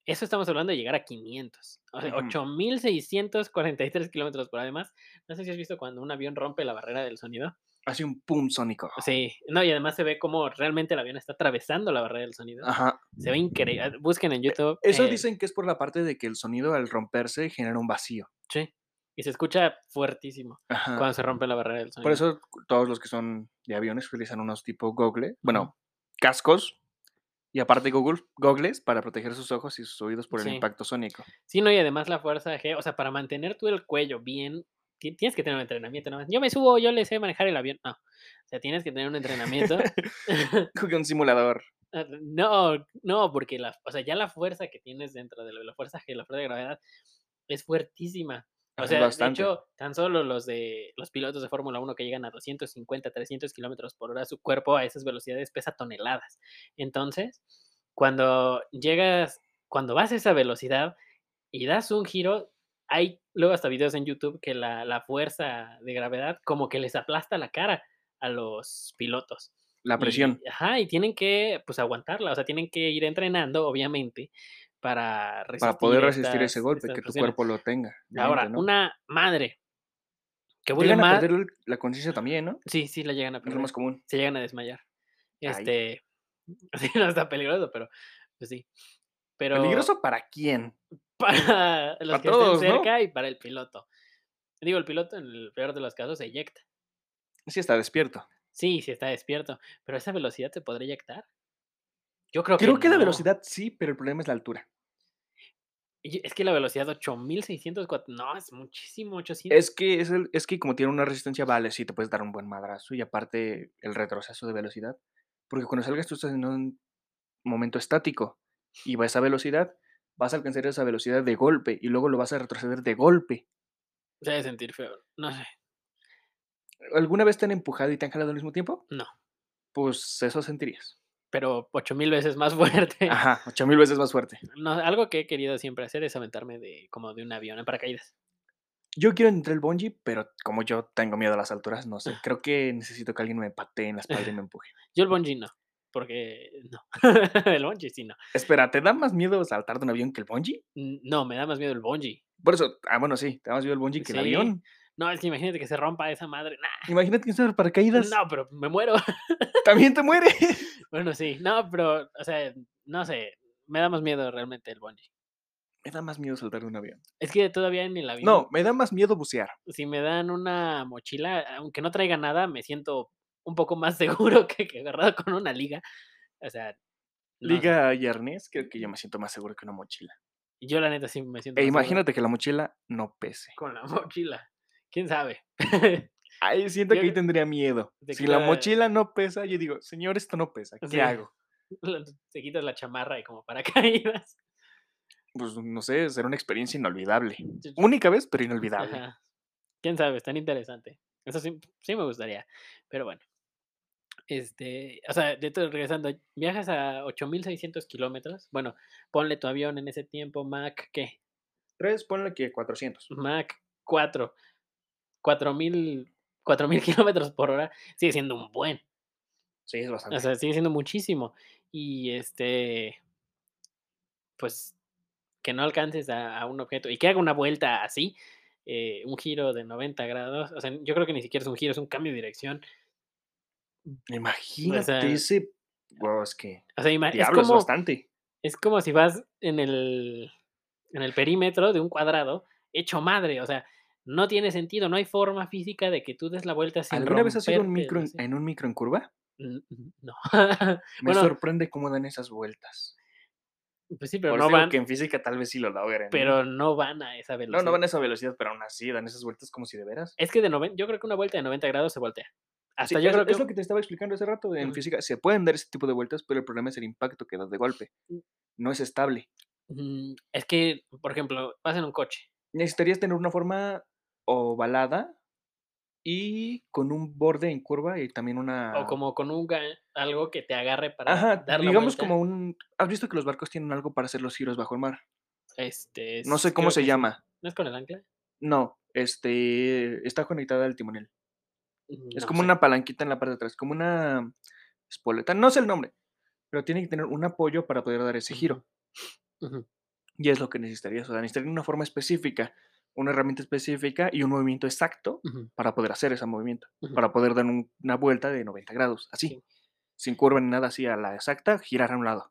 [SPEAKER 2] eso estamos hablando de llegar a 500. O sea,
[SPEAKER 1] Ujú.
[SPEAKER 2] 8643 kilómetros por hora. Además, no sé si has visto cuando un avión rompe la barrera del sonido.
[SPEAKER 1] hace un pum sónico.
[SPEAKER 2] Sí, no, y además se ve como realmente el avión está atravesando la barrera del sonido.
[SPEAKER 1] Ajá.
[SPEAKER 2] Se ve increíble. Busquen en YouTube.
[SPEAKER 1] Ah. E Eso
[SPEAKER 2] eh,
[SPEAKER 1] dicen que es por la parte de que el sonido al romperse genera un vacío.
[SPEAKER 2] Sí. Y se escucha fuertísimo
[SPEAKER 1] Ajá.
[SPEAKER 2] cuando se rompe la barrera del sonido.
[SPEAKER 1] Ah. Por eso todos los que son de aviones utilizan unos tipo goggles, bueno, cascos y aparte Google, goggles para proteger sus ojos y sus oídos por
[SPEAKER 2] Sí.
[SPEAKER 1] el impacto sónico.
[SPEAKER 2] Sí, no, y además la fuerza G, o sea, para mantener tú el cuello bien, ti- tienes que tener un entrenamiento nada más. Yo me subo, yo le sé manejar el avión. No. O sea, tienes que tener un entrenamiento.
[SPEAKER 1] Jugué un simulador.
[SPEAKER 2] Ah, No, no, porque la, o sea, ya la fuerza que tienes dentro de la, la fuerza G, la fuerza de gravedad, es fuertísima. O
[SPEAKER 1] Es
[SPEAKER 2] sea,
[SPEAKER 1] bastante.
[SPEAKER 2] de hecho, tan solo los de los pilotos de Fórmula 1 que llegan a 250, 300 kilómetros por hora, su cuerpo a esas velocidades pesa toneladas. Entonces, cuando llegas, cuando vas a esa velocidad y das un giro, hay luego hasta videos en YouTube que la, la fuerza de gravedad como que les aplasta la cara a los pilotos
[SPEAKER 1] La
[SPEAKER 2] y-
[SPEAKER 1] presión.
[SPEAKER 2] ajá, y tienen que pues aguantarla, o sea, tienen que ir entrenando, obviamente, para resistir.
[SPEAKER 1] para poder resistir ese
[SPEAKER 2] estas-
[SPEAKER 1] golpe,
[SPEAKER 2] estas
[SPEAKER 1] que tu
[SPEAKER 2] presiones.
[SPEAKER 1] cuerpo lo tenga.
[SPEAKER 2] Ahora,
[SPEAKER 1] obviamente, ¿no?
[SPEAKER 2] una madre que vuelve
[SPEAKER 1] Llegan a
[SPEAKER 2] más.
[SPEAKER 1] perder el- la conciencia también, ¿no?
[SPEAKER 2] Sí, sí, la llegan a
[SPEAKER 1] Es
[SPEAKER 2] perder.
[SPEAKER 1] lo más común.
[SPEAKER 2] Se llegan a desmayar.
[SPEAKER 1] Ay.
[SPEAKER 2] Este. sí, no está peligroso, pero. Pues sí. Pero.
[SPEAKER 1] ¿Peligroso para quién?
[SPEAKER 2] Para los
[SPEAKER 1] para
[SPEAKER 2] que
[SPEAKER 1] todos,
[SPEAKER 2] estén
[SPEAKER 1] ¿no?
[SPEAKER 2] cerca y para el piloto. Digo, el piloto, en el peor de los casos, se eyecta.
[SPEAKER 1] Sí está despierto.
[SPEAKER 2] Sí, sí está despierto. Pero a esa velocidad se podría eyectar. Yo creo,
[SPEAKER 1] Creo que la
[SPEAKER 2] no.
[SPEAKER 1] velocidad sí, pero el problema es la altura.
[SPEAKER 2] Y Es que la velocidad 8604. No, es muchísimo, 800.
[SPEAKER 1] Es que, es, el- es que como tiene una resistencia, vale, sí, te puedes dar un buen madrazo y aparte el retroceso de velocidad. Porque cuando salgas tú estás en un momento estático y vas a esa velocidad, vas a alcanzar esa velocidad de golpe y luego lo vas a retroceder de golpe.
[SPEAKER 2] Se debe sentir feo. No sé.
[SPEAKER 1] ¿Alguna vez te han empujado y te han jalado al mismo tiempo?
[SPEAKER 2] No.
[SPEAKER 1] Pues eso sentirías.
[SPEAKER 2] Pero 8000 veces
[SPEAKER 1] Ah,
[SPEAKER 2] más fuerte.
[SPEAKER 1] Ajá, ocho mil veces más fuerte.
[SPEAKER 2] No, algo que he querido siempre hacer es aventarme de como de un avión en paracaídas.
[SPEAKER 1] Yo quiero entrar el bungee, pero como yo tengo miedo a las alturas, no sé. Creo que necesito que alguien me patee en la espalda y me empuje.
[SPEAKER 2] Yo el bungee no. Porque no. el bungee sí no.
[SPEAKER 1] Espera, ¿te da más miedo saltar de un avión que el bungee?
[SPEAKER 2] N- No, me da más miedo el bungee.
[SPEAKER 1] Por eso, ah, bueno, sí, te da más miedo el bungee que el
[SPEAKER 2] Sí.
[SPEAKER 1] avión.
[SPEAKER 2] No, es que imagínate que se rompa esa madre. Nah,
[SPEAKER 1] Imagínate que estás paracaídas.
[SPEAKER 2] no, pero me muero.
[SPEAKER 1] También te mueres.
[SPEAKER 2] bueno, sí. No, pero, o sea, no sé. Me da más miedo realmente el bungee.
[SPEAKER 1] Me da más miedo saltar de un avión.
[SPEAKER 2] Es que todavía en el avión.
[SPEAKER 1] No, me da más miedo bucear.
[SPEAKER 2] si me dan una mochila, aunque no traiga nada, me siento un poco más seguro que, que agarrado con una liga. O sea, no sé,
[SPEAKER 1] Liga y arnés, creo que yo me siento más seguro que una mochila.
[SPEAKER 2] yo la neta sí me siento.
[SPEAKER 1] E
[SPEAKER 2] más seguro
[SPEAKER 1] imagínate que la mochila no pese.
[SPEAKER 2] Con la mochila. ¿Quién sabe?
[SPEAKER 1] Ahí siento
[SPEAKER 2] Yo
[SPEAKER 1] que ahí
[SPEAKER 2] creo-
[SPEAKER 1] tendría miedo.
[SPEAKER 2] de
[SPEAKER 1] Si
[SPEAKER 2] que
[SPEAKER 1] la
[SPEAKER 2] la-
[SPEAKER 1] mochila no pesa, yo digo, señor, esto no pesa. ¿Qué
[SPEAKER 2] Sí.
[SPEAKER 1] hago?
[SPEAKER 2] Te quitas la chamarra y como paracaídas.
[SPEAKER 1] Pues no sé, será una experiencia inolvidable. Única vez, pero inolvidable.
[SPEAKER 2] Ajá. ¿Quién sabe? Es tan interesante. Eso sí, sí me gustaría. Pero bueno. Este, o sea, de todo, regresando, viajas a 8600 kilómetros. Bueno, ponle tu avión en ese tiempo, Mac, ¿qué?
[SPEAKER 1] Tres, ponle que 400.
[SPEAKER 2] Mac 4, 4000 4000 kilómetros por hora, sigue siendo un buen.
[SPEAKER 1] Sí, es bastante.
[SPEAKER 2] O sea, sigue siendo muchísimo. Y este, pues, que no alcances a, a un objeto y que haga una vuelta así, eh, un giro de 90 grados. O sea, yo creo que ni siquiera es un giro, es un cambio de dirección.
[SPEAKER 1] Imagínate ese. Wow, es que.
[SPEAKER 2] O sea, ima- Ah, es
[SPEAKER 1] Diablo, es
[SPEAKER 2] como,
[SPEAKER 1] bastante.
[SPEAKER 2] es como si vas en el, en el perímetro de un cuadrado hecho madre, o sea, no tiene sentido, no hay forma física de que tú des la vuelta sin
[SPEAKER 1] ¿Alguna vez has ido un
[SPEAKER 2] romperte,
[SPEAKER 1] micro
[SPEAKER 2] no
[SPEAKER 1] en,
[SPEAKER 2] sé.
[SPEAKER 1] en un micro en curva?
[SPEAKER 2] N- n- No.
[SPEAKER 1] Me
[SPEAKER 2] Bueno.
[SPEAKER 1] sorprende cómo dan esas vueltas.
[SPEAKER 2] pues sí, pero
[SPEAKER 1] Por
[SPEAKER 2] no
[SPEAKER 1] eso digo
[SPEAKER 2] van,
[SPEAKER 1] que en física tal vez sí lo logren. ¿no?
[SPEAKER 2] pero no van a esa velocidad.
[SPEAKER 1] No, no van a esa velocidad, pero aún así dan esas vueltas como si de veras.
[SPEAKER 2] Es que de 90, yo creo que una vuelta de 90 grados se voltea. Hasta
[SPEAKER 1] Sí,
[SPEAKER 2] yo
[SPEAKER 1] es,
[SPEAKER 2] creo que,
[SPEAKER 1] es lo que te estaba explicando hace rato. En
[SPEAKER 2] Ujú.
[SPEAKER 1] física se pueden dar ese tipo de vueltas, pero el problema es el impacto que das de golpe. No es estable.
[SPEAKER 2] mm, es que, por ejemplo, vas en un coche.
[SPEAKER 1] Necesitarías tener una forma ovalada y con un borde en curva y también una.
[SPEAKER 2] O como con un ga- algo que te agarre para
[SPEAKER 1] Ah. Ajá,
[SPEAKER 2] dar la
[SPEAKER 1] digamos
[SPEAKER 2] vuelta,
[SPEAKER 1] como un. ¿Has visto que los barcos tienen algo para hacer los giros bajo el mar?
[SPEAKER 2] Este,
[SPEAKER 1] No sé
[SPEAKER 2] s-
[SPEAKER 1] cómo
[SPEAKER 2] creo
[SPEAKER 1] se
[SPEAKER 2] que sí.
[SPEAKER 1] llama.
[SPEAKER 2] ¿No es con el ancla?
[SPEAKER 1] No, este está conectada al timonel. es
[SPEAKER 2] No
[SPEAKER 1] como
[SPEAKER 2] sé.
[SPEAKER 1] una palanquita en la parte de atrás, como una espoleta. No sé el nombre, pero tiene que tener un apoyo para poder dar ese
[SPEAKER 2] Ujú.
[SPEAKER 1] giro.
[SPEAKER 2] Ujú.
[SPEAKER 1] Y es lo que necesitarías. O sea, necesitaría una forma específica. una herramienta específica y un movimiento exacto
[SPEAKER 2] Ujú,
[SPEAKER 1] para poder hacer ese movimiento,
[SPEAKER 2] ujú.
[SPEAKER 1] para poder dar un- una vuelta de 90 grados, así,
[SPEAKER 2] Sí.
[SPEAKER 1] sin curva ni nada así a la exacta, girar a un lado.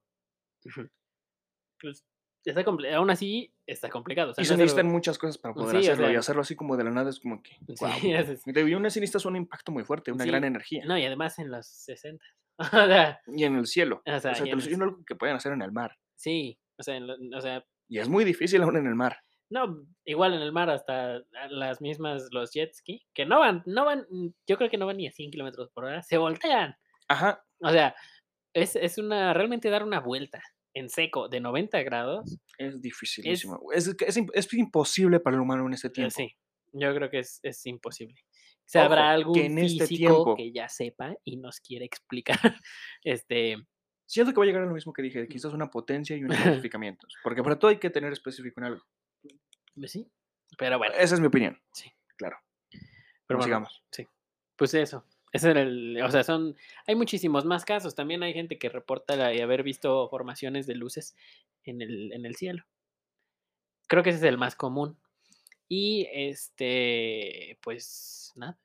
[SPEAKER 2] Pues, está compli- aún así está complicado. o sea,
[SPEAKER 1] y se
[SPEAKER 2] no es algo-
[SPEAKER 1] necesitan muchas cosas para poder
[SPEAKER 2] Sí, o
[SPEAKER 1] hacerlo, y
[SPEAKER 2] sea-
[SPEAKER 1] hacerlo así como de la nada es como que, wow.
[SPEAKER 2] Sí, es-
[SPEAKER 1] De una sí necesitas un impacto muy fuerte, una
[SPEAKER 2] Sí,
[SPEAKER 1] gran energía.
[SPEAKER 2] No, y además en los 60. o sea,
[SPEAKER 1] Y en el cielo.
[SPEAKER 2] o
[SPEAKER 1] O sea,
[SPEAKER 2] sea, y
[SPEAKER 1] te
[SPEAKER 2] en
[SPEAKER 1] lo
[SPEAKER 2] los-
[SPEAKER 1] estoy diciendo algo que pueden hacer en el mar.
[SPEAKER 2] sí, o sea, en lo- o sea,
[SPEAKER 1] Y es muy difícil aún en el mar.
[SPEAKER 2] no, igual en el mar hasta a- las mismas, los jet ski, que no van, no van, mm, yo creo que no van ni a 100 kilómetros por hora, se voltean.
[SPEAKER 1] Ajá.
[SPEAKER 2] O sea, es, es una, realmente dar una vuelta en seco de 90 grados. eh,
[SPEAKER 1] Es dificilísimo. Es, que es, im- es imposible para el humano en este
[SPEAKER 2] eh,
[SPEAKER 1] tiempo.
[SPEAKER 2] Sí, yo creo que es, es imposible. Si habrá
[SPEAKER 1] Ojo,
[SPEAKER 2] algún
[SPEAKER 1] que en este
[SPEAKER 2] físico
[SPEAKER 1] tiempo-
[SPEAKER 2] que ya sepa y nos quiere explicar. Este,
[SPEAKER 1] Siento que va a llegar a lo mismo que
[SPEAKER 2] Mm.
[SPEAKER 1] dije, quizás una potencia y unos especificamientos. Porque para todo hay que tener específico en algo.
[SPEAKER 2] pues sí, pero bueno,
[SPEAKER 1] Esa es mi opinión.
[SPEAKER 2] pero
[SPEAKER 1] Pero
[SPEAKER 2] bueno,
[SPEAKER 1] sigamos.
[SPEAKER 2] Pues eso. Ese era el, o sea, son, hay muchísimos más casos. También hay gente que reporta la- y haber visto formaciones de luces en el, en el cielo. Creo que ese es el más común. Y este, pues nada.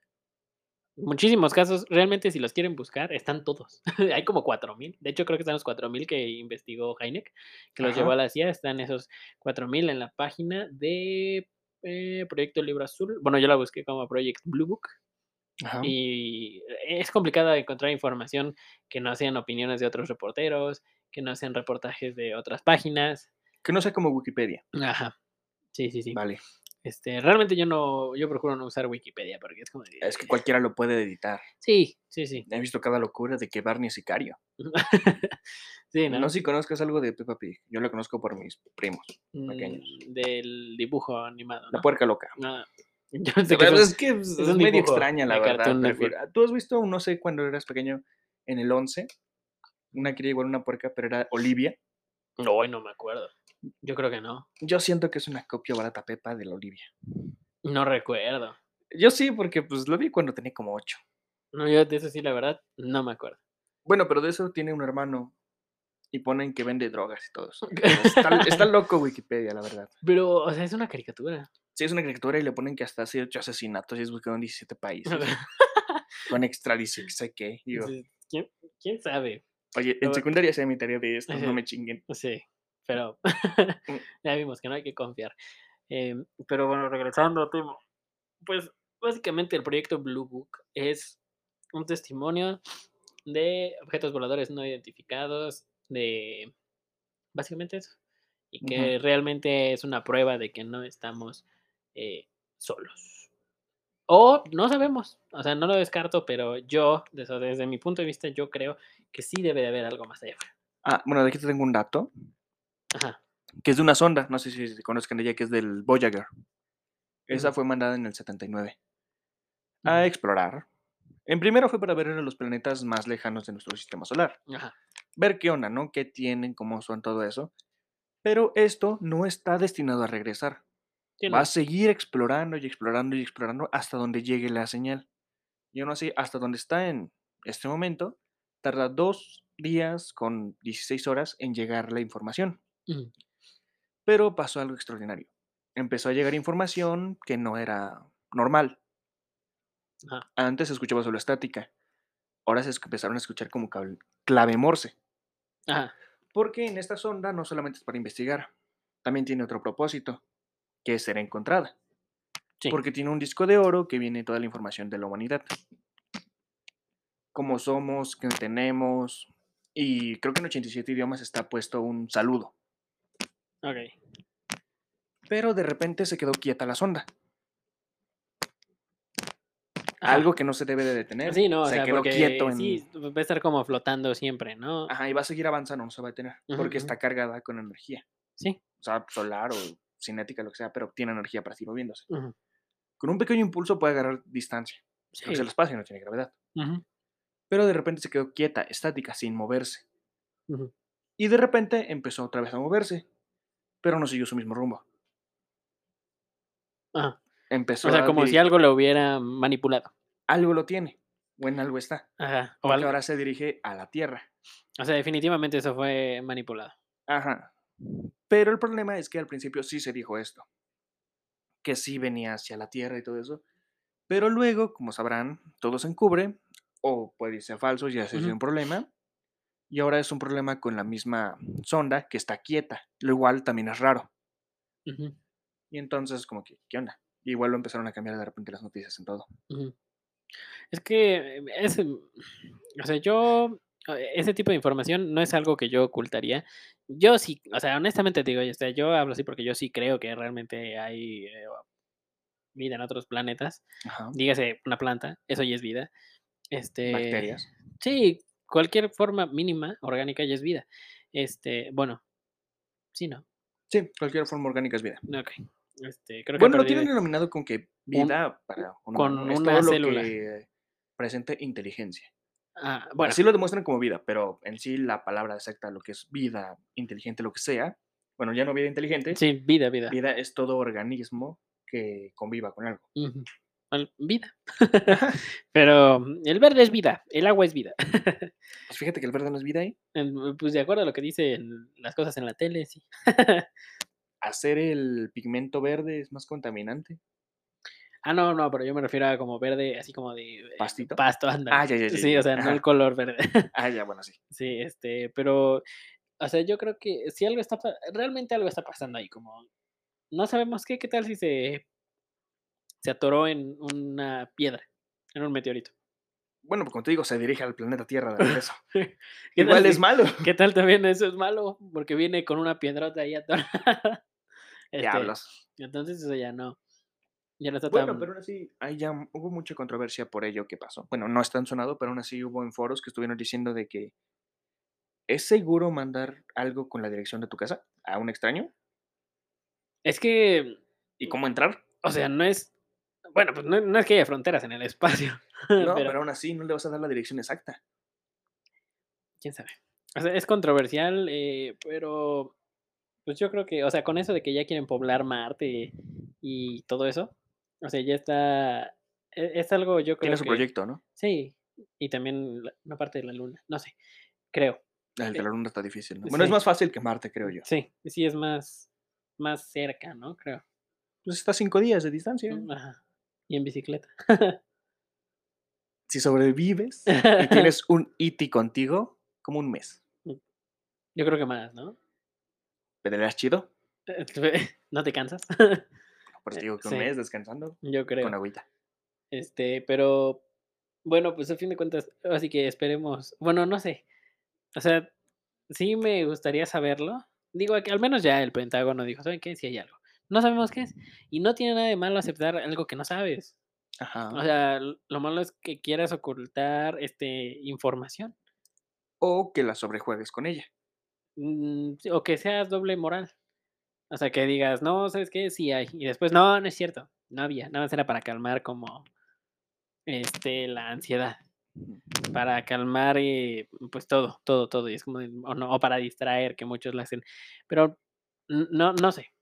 [SPEAKER 2] Muchísimos casos. Realmente, si los quieren buscar, están todos. hay como 4.000. De hecho, creo que están los 4.000 que investigó Heineck, que los llevó
[SPEAKER 1] Ajá.
[SPEAKER 2] a la CIA. Están esos 4.000 en la página de eh, Proyecto Libro Azul. Bueno, yo la busqué como Project Blue Book.
[SPEAKER 1] Ajá.
[SPEAKER 2] Y es complicado encontrar información que no sean opiniones de otros reporteros, que no sean reportajes de otras páginas.
[SPEAKER 1] Que no sea como Wikipedia.
[SPEAKER 2] Ajá. Sí, sí, sí.
[SPEAKER 1] Vale.
[SPEAKER 2] Este, realmente yo no, yo procuro no usar Wikipedia porque es como. de,
[SPEAKER 1] Es que cualquiera lo puede editar.
[SPEAKER 2] Sí, sí, sí.
[SPEAKER 1] He visto cada locura de que Barney es sicario.
[SPEAKER 2] sí, ¿no?
[SPEAKER 1] No sé si conozcas algo de Peppa Pig. Yo lo conozco por mis primos. pequeños.
[SPEAKER 2] Mm, Del dibujo animado.
[SPEAKER 1] La
[SPEAKER 2] ¿no?
[SPEAKER 1] puerca loca.
[SPEAKER 2] Ah, yo pensé
[SPEAKER 1] La
[SPEAKER 2] que
[SPEAKER 1] verdad
[SPEAKER 2] son-
[SPEAKER 1] es que pues, es,
[SPEAKER 2] un
[SPEAKER 1] medio
[SPEAKER 2] dibujo
[SPEAKER 1] extraña, la
[SPEAKER 2] de
[SPEAKER 1] verdad.
[SPEAKER 2] Cartoon
[SPEAKER 1] prefiero- Tú has visto, no sé, cuando eras pequeño, en el 11, una que era igual a una puerca, pero era Olivia.
[SPEAKER 2] No, ay, no me acuerdo. Yo creo que no.
[SPEAKER 1] Yo siento que es una copia barata Pepa de la Olivia.
[SPEAKER 2] No recuerdo.
[SPEAKER 1] Yo sí, porque pues lo vi cuando tenía como 8.
[SPEAKER 2] No, yo de eso sí, la verdad, no me acuerdo.
[SPEAKER 1] Bueno, pero de eso tiene un hermano y ponen que vende drogas y todo eso. Entonces, Está, está loco Wikipedia, la verdad.
[SPEAKER 2] Pero, o sea, es una caricatura.
[SPEAKER 1] Sí, es una criatura y le ponen que hasta ha sido hecho asesinatos y es buscado en 17 países. con extradición, sé qué. Digo,
[SPEAKER 2] Entonces, ¿quién, quién sabe?
[SPEAKER 1] Oye,
[SPEAKER 2] Pero-
[SPEAKER 1] en secundaria hacía mi tarea de esto, no me chinguen.
[SPEAKER 2] Sí, pero ya vimos que no hay que confiar. Em, pero bueno, regresando al tema. Pues básicamente el proyecto Blue Book es un testimonio de objetos voladores no identificados, de básicamente eso. Y que realmente es una prueba de que no estamos eh, solos. O no sabemos, o sea, no lo descarto, pero yo, desde, desde mi punto de vista, yo creo que sí debe de haber algo más allá afuera.
[SPEAKER 1] Ah, bueno, de aquí te tengo un dato,
[SPEAKER 2] Ajá.
[SPEAKER 1] que es de una sonda, no sé si se conozcan de ella, que es del Voyager. Esa
[SPEAKER 2] Ujú.
[SPEAKER 1] fue mandada en el 79
[SPEAKER 2] ujú.
[SPEAKER 1] a explorar. En primero fue para ver a los planetas más lejanos de nuestro sistema solar.
[SPEAKER 2] Ajá.
[SPEAKER 1] Ver qué onda, ¿no? ¿Qué tienen, cómo son todo eso? Pero esto no está destinado a regresar.
[SPEAKER 2] Sí,
[SPEAKER 1] Va
[SPEAKER 2] no,
[SPEAKER 1] a seguir explorando y explorando y explorando hasta donde llegue la señal. Y aún así, hasta donde está en este momento, tarda dos días con 16 horas en llegar la información.
[SPEAKER 2] ujú,
[SPEAKER 1] Pero pasó algo extraordinario. Empezó a llegar información que no era normal.
[SPEAKER 2] Ajá.
[SPEAKER 1] Antes se escuchaba solo estática. Ahora se esc- empezaron a escuchar como cable- clave morse.
[SPEAKER 2] Ajá.
[SPEAKER 1] Porque en esta sonda no solamente es para investigar, también tiene otro propósito, que es ser encontrada.
[SPEAKER 2] Sí.
[SPEAKER 1] Porque tiene un disco de oro que viene toda la información de la humanidad. Cómo somos, qué tenemos. Y creo que en 87 idiomas está puesto un saludo.
[SPEAKER 2] Ok.
[SPEAKER 1] Pero de repente se quedó quieta la sonda.
[SPEAKER 2] Ajá.
[SPEAKER 1] Algo que no se debe de detener.
[SPEAKER 2] Sí, no, o
[SPEAKER 1] se
[SPEAKER 2] sea,
[SPEAKER 1] quedó
[SPEAKER 2] porque
[SPEAKER 1] quieto en...
[SPEAKER 2] sí, va a estar como flotando siempre, ¿no?
[SPEAKER 1] Ajá, y va a seguir avanzando, no se va a detener.
[SPEAKER 2] Ujú,
[SPEAKER 1] porque
[SPEAKER 2] ujú.
[SPEAKER 1] está cargada con energía.
[SPEAKER 2] Sí.
[SPEAKER 1] O sea, solar o cinética, lo que sea, pero tiene energía para seguir moviéndose.
[SPEAKER 2] ujú,
[SPEAKER 1] Con un pequeño impulso puede agarrar distancia. Porque
[SPEAKER 2] sí,
[SPEAKER 1] el espacio no tiene gravedad.
[SPEAKER 2] ujú,
[SPEAKER 1] Pero de repente se quedó quieta, estática, sin moverse.
[SPEAKER 2] ujú.
[SPEAKER 1] Y de repente empezó otra vez a moverse, pero no siguió su mismo rumbo.
[SPEAKER 2] Ajá.
[SPEAKER 1] Empezó
[SPEAKER 2] O sea,
[SPEAKER 1] a
[SPEAKER 2] como si
[SPEAKER 1] dirigir-
[SPEAKER 2] algo lo hubiera manipulado.
[SPEAKER 1] algo lo tiene, o en algo está.
[SPEAKER 2] Ajá. O,
[SPEAKER 1] Porque
[SPEAKER 2] algo-
[SPEAKER 1] ahora se dirige a la Tierra.
[SPEAKER 2] o sea, definitivamente eso fue manipulado.
[SPEAKER 1] Ajá. Pero el problema es que al principio sí se dijo esto. que sí venía hacia la Tierra y todo eso. Pero luego, como sabrán, todo se encubre o puede irse a falso y hacerse
[SPEAKER 2] Ujú.
[SPEAKER 1] un problema. Y ahora es un problema con la misma sonda que está quieta, lo igual también es raro.
[SPEAKER 2] Ujú,
[SPEAKER 1] Y entonces, como que, ¿qué onda? Igual lo empezaron a cambiar de repente las noticias en todo.
[SPEAKER 2] ujú. Es que eh, es, mm, o sea, yo eh, ese tipo de información no es algo que yo ocultaría. Yo sí, o sea, honestamente te digo, o sea, yo hablo así porque yo sí creo que realmente hay eh, vida en otros planetas.
[SPEAKER 1] Ajá.
[SPEAKER 2] Dígase una planta, eso ya es vida. Este,
[SPEAKER 1] Bacterias.
[SPEAKER 2] Sí, cualquier forma mínima orgánica ya es vida. Este, bueno, sí, no.
[SPEAKER 1] Sí, cualquier forma orgánica es vida.
[SPEAKER 2] no, Ok. Este, creo que
[SPEAKER 1] Bueno,
[SPEAKER 2] a
[SPEAKER 1] lo
[SPEAKER 2] partir de-
[SPEAKER 1] tienen denominado con que vida para un
[SPEAKER 2] con
[SPEAKER 1] humano es
[SPEAKER 2] una
[SPEAKER 1] todo lo
[SPEAKER 2] célula.
[SPEAKER 1] que presente inteligencia.
[SPEAKER 2] ah, bueno,
[SPEAKER 1] Así lo demuestran como vida, pero en sí la palabra exacta, lo que es vida, inteligente, lo que sea, bueno, ya no vida inteligente,
[SPEAKER 2] sí, vida, vida.
[SPEAKER 1] vida es todo organismo que conviva con algo.
[SPEAKER 2] Ujú. Al- Vida. Pero mm, el verde es vida, el agua es vida.
[SPEAKER 1] Pues fíjate que el verde no es vida, ¿eh?
[SPEAKER 2] En- Pues de acuerdo a lo que dicen las cosas en la tele, sí.
[SPEAKER 1] Hacer el pigmento verde es más contaminante.
[SPEAKER 2] Ah, no, no, pero yo me refiero a como verde, así como de eh,
[SPEAKER 1] ¿Pastito?
[SPEAKER 2] pasto, anda.
[SPEAKER 1] Ah, ya, ya, ya,
[SPEAKER 2] Sí,
[SPEAKER 1] ya,
[SPEAKER 2] o sea, no el
[SPEAKER 1] ajá.
[SPEAKER 2] color verde.
[SPEAKER 1] Ah, ya, bueno, sí.
[SPEAKER 2] Sí, este, pero, o sea, yo creo que si algo está, pa- realmente algo está pasando ahí, como, no sabemos qué, qué tal si se, se atoró en una piedra, en un meteorito.
[SPEAKER 1] Bueno, pues como te digo, se dirige al planeta Tierra de regreso.
[SPEAKER 2] ¿Qué tal
[SPEAKER 1] Igual es
[SPEAKER 2] si-
[SPEAKER 1] malo.
[SPEAKER 2] ¿Qué tal también eso es malo? Porque viene con una piedrota ahí atorada. Este,
[SPEAKER 1] Diablos.
[SPEAKER 2] Entonces, eso ya no, ya no está
[SPEAKER 1] Bueno,
[SPEAKER 2] tan-
[SPEAKER 1] pero aún así, ahí ya m- hubo mucha controversia por ello que pasó. Bueno, no es tan sonado, pero aún así hubo en foros que estuvieron diciendo de que es seguro mandar algo con la dirección de tu casa a un extraño
[SPEAKER 2] Es que,
[SPEAKER 1] y cómo entrar.
[SPEAKER 2] o sea, no es, bueno, pues no, no es que haya fronteras en el espacio.
[SPEAKER 1] No,
[SPEAKER 2] pero-
[SPEAKER 1] pero aún así no le vas a dar la dirección exacta.
[SPEAKER 2] quién sabe. O sea, es controversial, eh, pero pues yo creo que, o sea, con eso de que ya quieren poblar Marte y todo eso, o sea, ya está, e- es, algo yo creo
[SPEAKER 1] Tiene su
[SPEAKER 2] que-
[SPEAKER 1] proyecto, ¿no?
[SPEAKER 2] Sí, y también la- una parte de la luna, no sé, creo.
[SPEAKER 1] El de
[SPEAKER 2] Eh,
[SPEAKER 1] la luna está difícil. ¿no? Bueno, es
[SPEAKER 2] sí.
[SPEAKER 1] más fácil que Marte, creo yo.
[SPEAKER 2] Sí, sí es más, más cerca, ¿no? Creo.
[SPEAKER 1] Pues está a cinco días de distancia.
[SPEAKER 2] Ajá. Y en bicicleta.
[SPEAKER 1] Si sobrevives y tienes un iti contigo, como un mes.
[SPEAKER 2] Yo creo que más, ¿no?
[SPEAKER 1] ¿Peleas chido?
[SPEAKER 2] ¿No te cansas?
[SPEAKER 1] Por eso
[SPEAKER 2] Eh,
[SPEAKER 1] te digo que
[SPEAKER 2] sí.
[SPEAKER 1] un mes descansando
[SPEAKER 2] Yo creo.
[SPEAKER 1] con agüita.
[SPEAKER 2] Este, pero bueno, pues a fin de cuentas, así que esperemos. Bueno, no sé. O sea, sí me gustaría saberlo. Digo, que al menos ya el Pentágono dijo, ¿saben qué? Si hay algo. No sabemos qué es. Y no tiene nada de malo aceptar algo que no sabes.
[SPEAKER 1] Ajá.
[SPEAKER 2] O sea, l- lo malo es que quieras ocultar este información.
[SPEAKER 1] o que la sobrejuegues con ella.
[SPEAKER 2] Mm, sí, O que seas doble moral. O sea, que digas, no, ¿sabes qué? Sí hay. Y después, no, no es cierto. No había. Nada más era para calmar como este la ansiedad. para calmar eh, pues todo, todo, todo. Y es como, de- o, no, o para distraer, que muchos lo hacen. Pero n- no, no sé.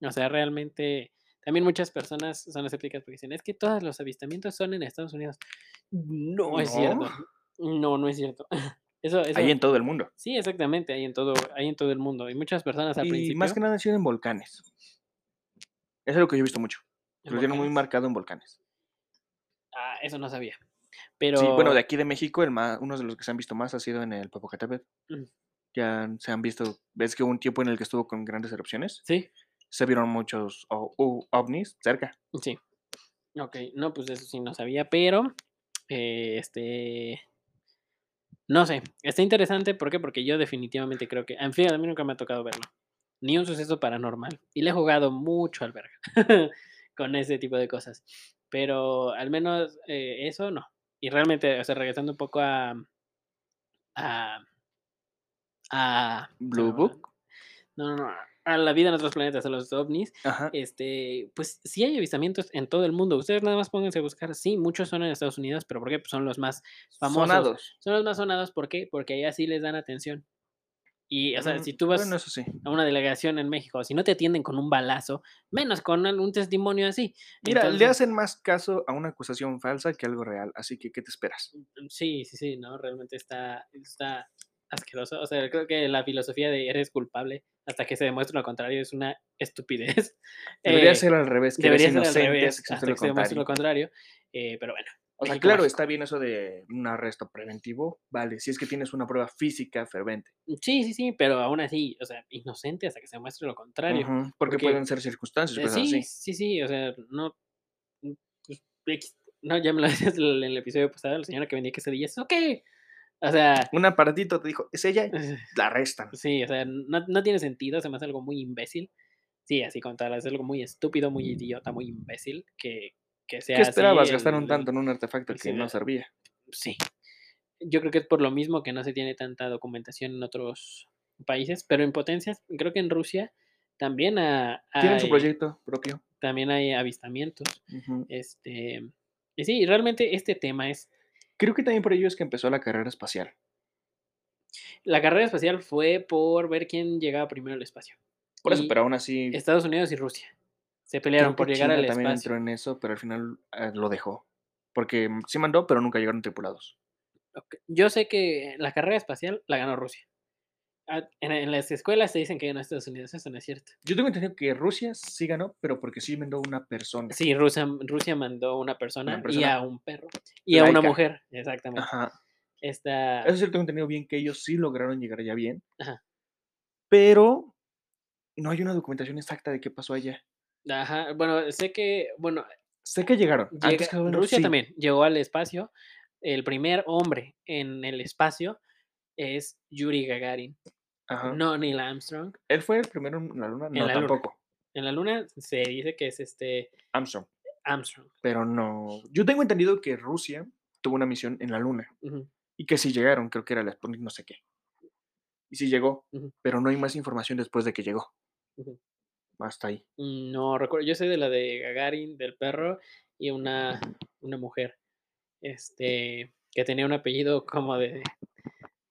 [SPEAKER 2] O sea, realmente también muchas personas son escépticas porque dicen, es que todos los avistamientos son en Estados Unidos. No, es cierto. No, no es cierto. Eso, eso-
[SPEAKER 1] Ahí en todo el mundo.
[SPEAKER 2] Sí, exactamente, hay en todo, hay en todo el mundo. Y muchas personas al
[SPEAKER 1] Y
[SPEAKER 2] principio.
[SPEAKER 1] más que nada han sido en volcanes. Es algo que yo he visto mucho.
[SPEAKER 2] en
[SPEAKER 1] Lo tienen muy
[SPEAKER 2] volcanes.
[SPEAKER 1] marcado en volcanes.
[SPEAKER 2] Ah, eso no sabía. Pero.
[SPEAKER 1] Sí, bueno, de aquí de México, el ma- uno de los que se han visto más ha sido en el Popocatépetl.
[SPEAKER 2] Mm.
[SPEAKER 1] Ya se han visto, ves que hubo un tiempo en el que estuvo con grandes erupciones.
[SPEAKER 2] Sí,
[SPEAKER 1] Se vieron muchos o- u- ovnis cerca.
[SPEAKER 2] sí. Ok, no, pues eso sí no sabía, pero. eh, este. No sé, está interesante, ¿por qué? Porque yo definitivamente creo que, en fin, a mí nunca me ha tocado verlo, ni un suceso paranormal, y le he jugado mucho al verga con ese tipo de cosas, pero al menos eh, eso no, y realmente, o sea, regresando un poco a... a... a se me
[SPEAKER 1] Blue
[SPEAKER 2] va la-
[SPEAKER 1] Book.
[SPEAKER 2] No, no, no, a la vida en otros planetas, a los ovnis,
[SPEAKER 1] Ajá.
[SPEAKER 2] este, pues sí hay avistamientos en todo el mundo, ustedes nada más pónganse a buscar, sí, muchos son en Estados Unidos, pero ¿por qué? Pues son los más famosos.
[SPEAKER 1] Sonados.
[SPEAKER 2] Son los más sonados, ¿por qué? Porque allá sí les dan atención. Y, o sea,
[SPEAKER 1] Mm,
[SPEAKER 2] si tú vas
[SPEAKER 1] Bueno, eso sí.
[SPEAKER 2] a una delegación en México, si no te atienden con un balazo, menos con un testimonio así.
[SPEAKER 1] Mira, le
[SPEAKER 2] Entonces,
[SPEAKER 1] hacen más caso a una
[SPEAKER 2] Mm.
[SPEAKER 1] acusación falsa que algo real. Así que, ¿qué te esperas?
[SPEAKER 2] Sí, sí, sí, no, realmente está, está, asqueroso. O sea, creo que la filosofía de eres culpable hasta que se demuestre lo contrario es una estupidez.
[SPEAKER 1] Debería
[SPEAKER 2] Eh,
[SPEAKER 1] ser al revés, que eres
[SPEAKER 2] debería ser al
[SPEAKER 1] inocente
[SPEAKER 2] revés,
[SPEAKER 1] hasta que se
[SPEAKER 2] hasta
[SPEAKER 1] demuestre
[SPEAKER 2] que se demuestre
[SPEAKER 1] lo
[SPEAKER 2] lo
[SPEAKER 1] contrario.
[SPEAKER 2] contrario. Eh, pero bueno,
[SPEAKER 1] O sea,
[SPEAKER 2] México
[SPEAKER 1] claro,
[SPEAKER 2] mágico.
[SPEAKER 1] está bien eso de un arresto preventivo, vale, si es que tienes una prueba física fervente.
[SPEAKER 2] sí, sí, sí, pero aún así, o sea, inocente hasta que se demuestre lo contrario.
[SPEAKER 1] Ujú, porque,
[SPEAKER 2] porque-
[SPEAKER 1] pueden ser circunstancias,
[SPEAKER 2] Eh,
[SPEAKER 1] cosas
[SPEAKER 2] sí,
[SPEAKER 1] así.
[SPEAKER 2] sí, sí, o sea, no. mm, pues, X, No, ya me lo decías en el episodio pasado, la señora que vendía quesadillas, ok. O sea,
[SPEAKER 1] Un aparatito te dijo, es ella, la arrestan.
[SPEAKER 2] sí, o sea, no, no tiene sentido, se me hace algo muy imbécil. Sí, así con tal, es algo muy estúpido, muy idiota, muy imbécil, que, que sea
[SPEAKER 1] ¿Qué
[SPEAKER 2] así
[SPEAKER 1] esperabas? Gastar
[SPEAKER 2] el-
[SPEAKER 1] un tanto en un artefacto
[SPEAKER 2] el
[SPEAKER 1] que no
[SPEAKER 2] ciber-
[SPEAKER 1] servía.
[SPEAKER 2] sí. Yo creo que es por lo mismo que no se tiene tanta documentación en otros países, pero en potencias, creo que en Rusia también, ha-
[SPEAKER 1] Tienen su
[SPEAKER 2] hay-
[SPEAKER 1] proyecto propio.
[SPEAKER 2] también hay avistamientos.
[SPEAKER 1] Ujú.
[SPEAKER 2] Este, y sí, realmente este tema es,
[SPEAKER 1] Creo que también por ello es que empezó la carrera espacial.
[SPEAKER 2] la carrera espacial fue por ver quién llegaba primero al espacio.
[SPEAKER 1] Por eso,
[SPEAKER 2] Y
[SPEAKER 1] pero aún así.
[SPEAKER 2] Estados Unidos y Rusia se
[SPEAKER 1] creo
[SPEAKER 2] pelearon
[SPEAKER 1] que
[SPEAKER 2] por llegar
[SPEAKER 1] China
[SPEAKER 2] al
[SPEAKER 1] también
[SPEAKER 2] espacio.
[SPEAKER 1] entró en eso, pero al final eh, lo dejó. Porque mm, sí mandó, pero nunca llegaron tripulados.
[SPEAKER 2] Ok, Yo sé que la carrera espacial la ganó Rusia. Ah, En, en las escuelas se dicen que ganó Estados Unidos, eso no es cierto.
[SPEAKER 1] Yo tengo entendido que Rusia sí ganó, pero porque sí mandó una persona.
[SPEAKER 2] Sí, Rusia, Rusia mandó a una persona, y
[SPEAKER 1] persona
[SPEAKER 2] a un perro y a una
[SPEAKER 1] laica. Ah.
[SPEAKER 2] mujer, exactamente.
[SPEAKER 1] Ajá.
[SPEAKER 2] Esta,
[SPEAKER 1] Eso sí lo tengo entendido bien que ellos sí lograron llegar allá bien.
[SPEAKER 2] Ajá.
[SPEAKER 1] Pero no hay una documentación exacta de qué pasó allá.
[SPEAKER 2] ajá, bueno, sé que, bueno,
[SPEAKER 1] Sé que llegaron.
[SPEAKER 2] Llega-
[SPEAKER 1] antes que Soberano,
[SPEAKER 2] Rusia
[SPEAKER 1] sí.
[SPEAKER 2] también llegó al espacio. El primer hombre en el espacio es Yuri Gagarin,
[SPEAKER 1] Ajá.
[SPEAKER 2] no Neil Armstrong.
[SPEAKER 1] Él fue el primero en la luna. No,
[SPEAKER 2] la luna.
[SPEAKER 1] tampoco.
[SPEAKER 2] En la luna se dice que es este
[SPEAKER 1] Armstrong.
[SPEAKER 2] Armstrong.
[SPEAKER 1] Pero no. Yo tengo entendido que Rusia tuvo una misión en la luna.
[SPEAKER 2] Ujú.
[SPEAKER 1] Y que sí llegaron, creo que era la Sputnik no sé qué. Y sí llegó,
[SPEAKER 2] Ujú.
[SPEAKER 1] pero no hay más información después de que llegó.
[SPEAKER 2] Ujú.
[SPEAKER 1] Hasta ahí.
[SPEAKER 2] Mm, No recuerdo, yo sé de la de Gagarin, del perro y una, una mujer este, que tenía un apellido como de,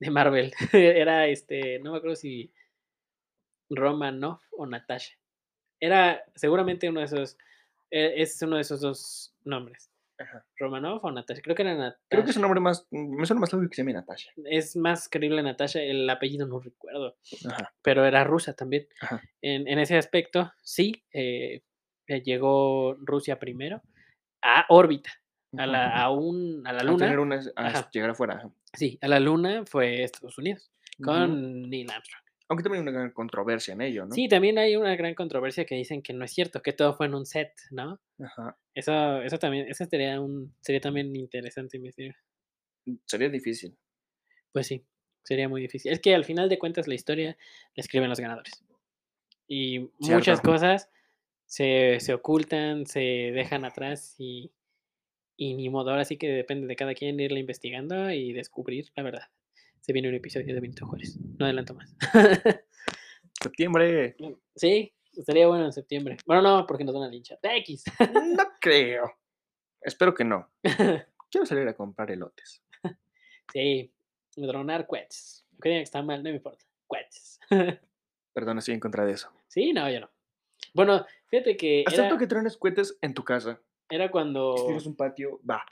[SPEAKER 2] de Marvel. Era este, no me acuerdo si Romanov o Natasha. Era seguramente uno de esos, e- es uno de esos dos nombres.
[SPEAKER 1] Ajá.
[SPEAKER 2] Romanov o Natasha, creo que era Natasha.
[SPEAKER 1] Creo que es un nombre más. mm, Me suena más lógico que se llame Natasha.
[SPEAKER 2] Es más creíble Natasha, el apellido no recuerdo,
[SPEAKER 1] Ajá.
[SPEAKER 2] pero era rusa también.
[SPEAKER 1] Ajá.
[SPEAKER 2] En, en ese aspecto, sí, eh, eh, llegó Rusia primero a órbita, a la, a un, a la
[SPEAKER 1] A
[SPEAKER 2] luna.
[SPEAKER 1] tener una- a
[SPEAKER 2] Ajá.
[SPEAKER 1] llegar afuera. ajá.
[SPEAKER 2] Sí, a la luna fue Estados Unidos,
[SPEAKER 1] Ujú.
[SPEAKER 2] con Neil Armstrong.
[SPEAKER 1] Aunque también hay una gran controversia en ello, ¿no?
[SPEAKER 2] Sí, también hay una gran controversia que dicen que no es cierto, que todo fue en un set, ¿no?
[SPEAKER 1] Ajá.
[SPEAKER 2] Eso, eso también, eso sería, un, sería también interesante investigar.
[SPEAKER 1] Sería difícil.
[SPEAKER 2] Pues sí, sería muy difícil. Es que al final de cuentas la historia la escriben los ganadores. Y muchas
[SPEAKER 1] Cierto.
[SPEAKER 2] cosas se, se ocultan, se dejan atrás y, y ni modo. Ahora sí que depende de cada quien irla investigando y descubrir la verdad. Se viene un episodio de Benito Juárez. No adelanto más.
[SPEAKER 1] Septiembre.
[SPEAKER 2] sí, estaría bueno en septiembre. Bueno, no, porque nos van a linchar. X.
[SPEAKER 1] mm, No creo. Espero que no. Quiero salir a comprar elotes.
[SPEAKER 2] sí, dronar cohetes. Aunque digan que está mal, no me importa. Cohetes.
[SPEAKER 1] Perdón, estoy en contra de eso.
[SPEAKER 2] sí, no, yo no. Bueno, fíjate que
[SPEAKER 1] Acepto
[SPEAKER 2] era,
[SPEAKER 1] que trones cohetes en tu casa.
[SPEAKER 2] era cuando...
[SPEAKER 1] Si tienes un patio, va.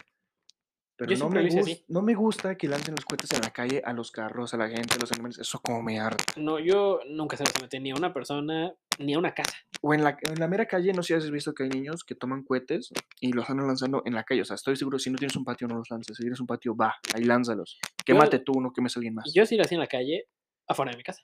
[SPEAKER 1] Pero no
[SPEAKER 2] siempre
[SPEAKER 1] me,
[SPEAKER 2] lo hice así.
[SPEAKER 1] gus- no me gusta que lancen los cohetes en la calle a los carros, a la gente, a los animales. Eso como me harta.
[SPEAKER 2] No, yo nunca se los metí ni a una persona ni a una casa.
[SPEAKER 1] O en la, en la mera calle, no sé si has visto que hay niños que toman cohetes y los andan lanzando en la calle. O sea, estoy seguro, si no tienes un patio, no los lances. Si tienes un patio, va, ahí lánzalos. Quémate tú, no quemes a alguien más.
[SPEAKER 2] Yo sí lo hacía en la calle, afuera de mi casa.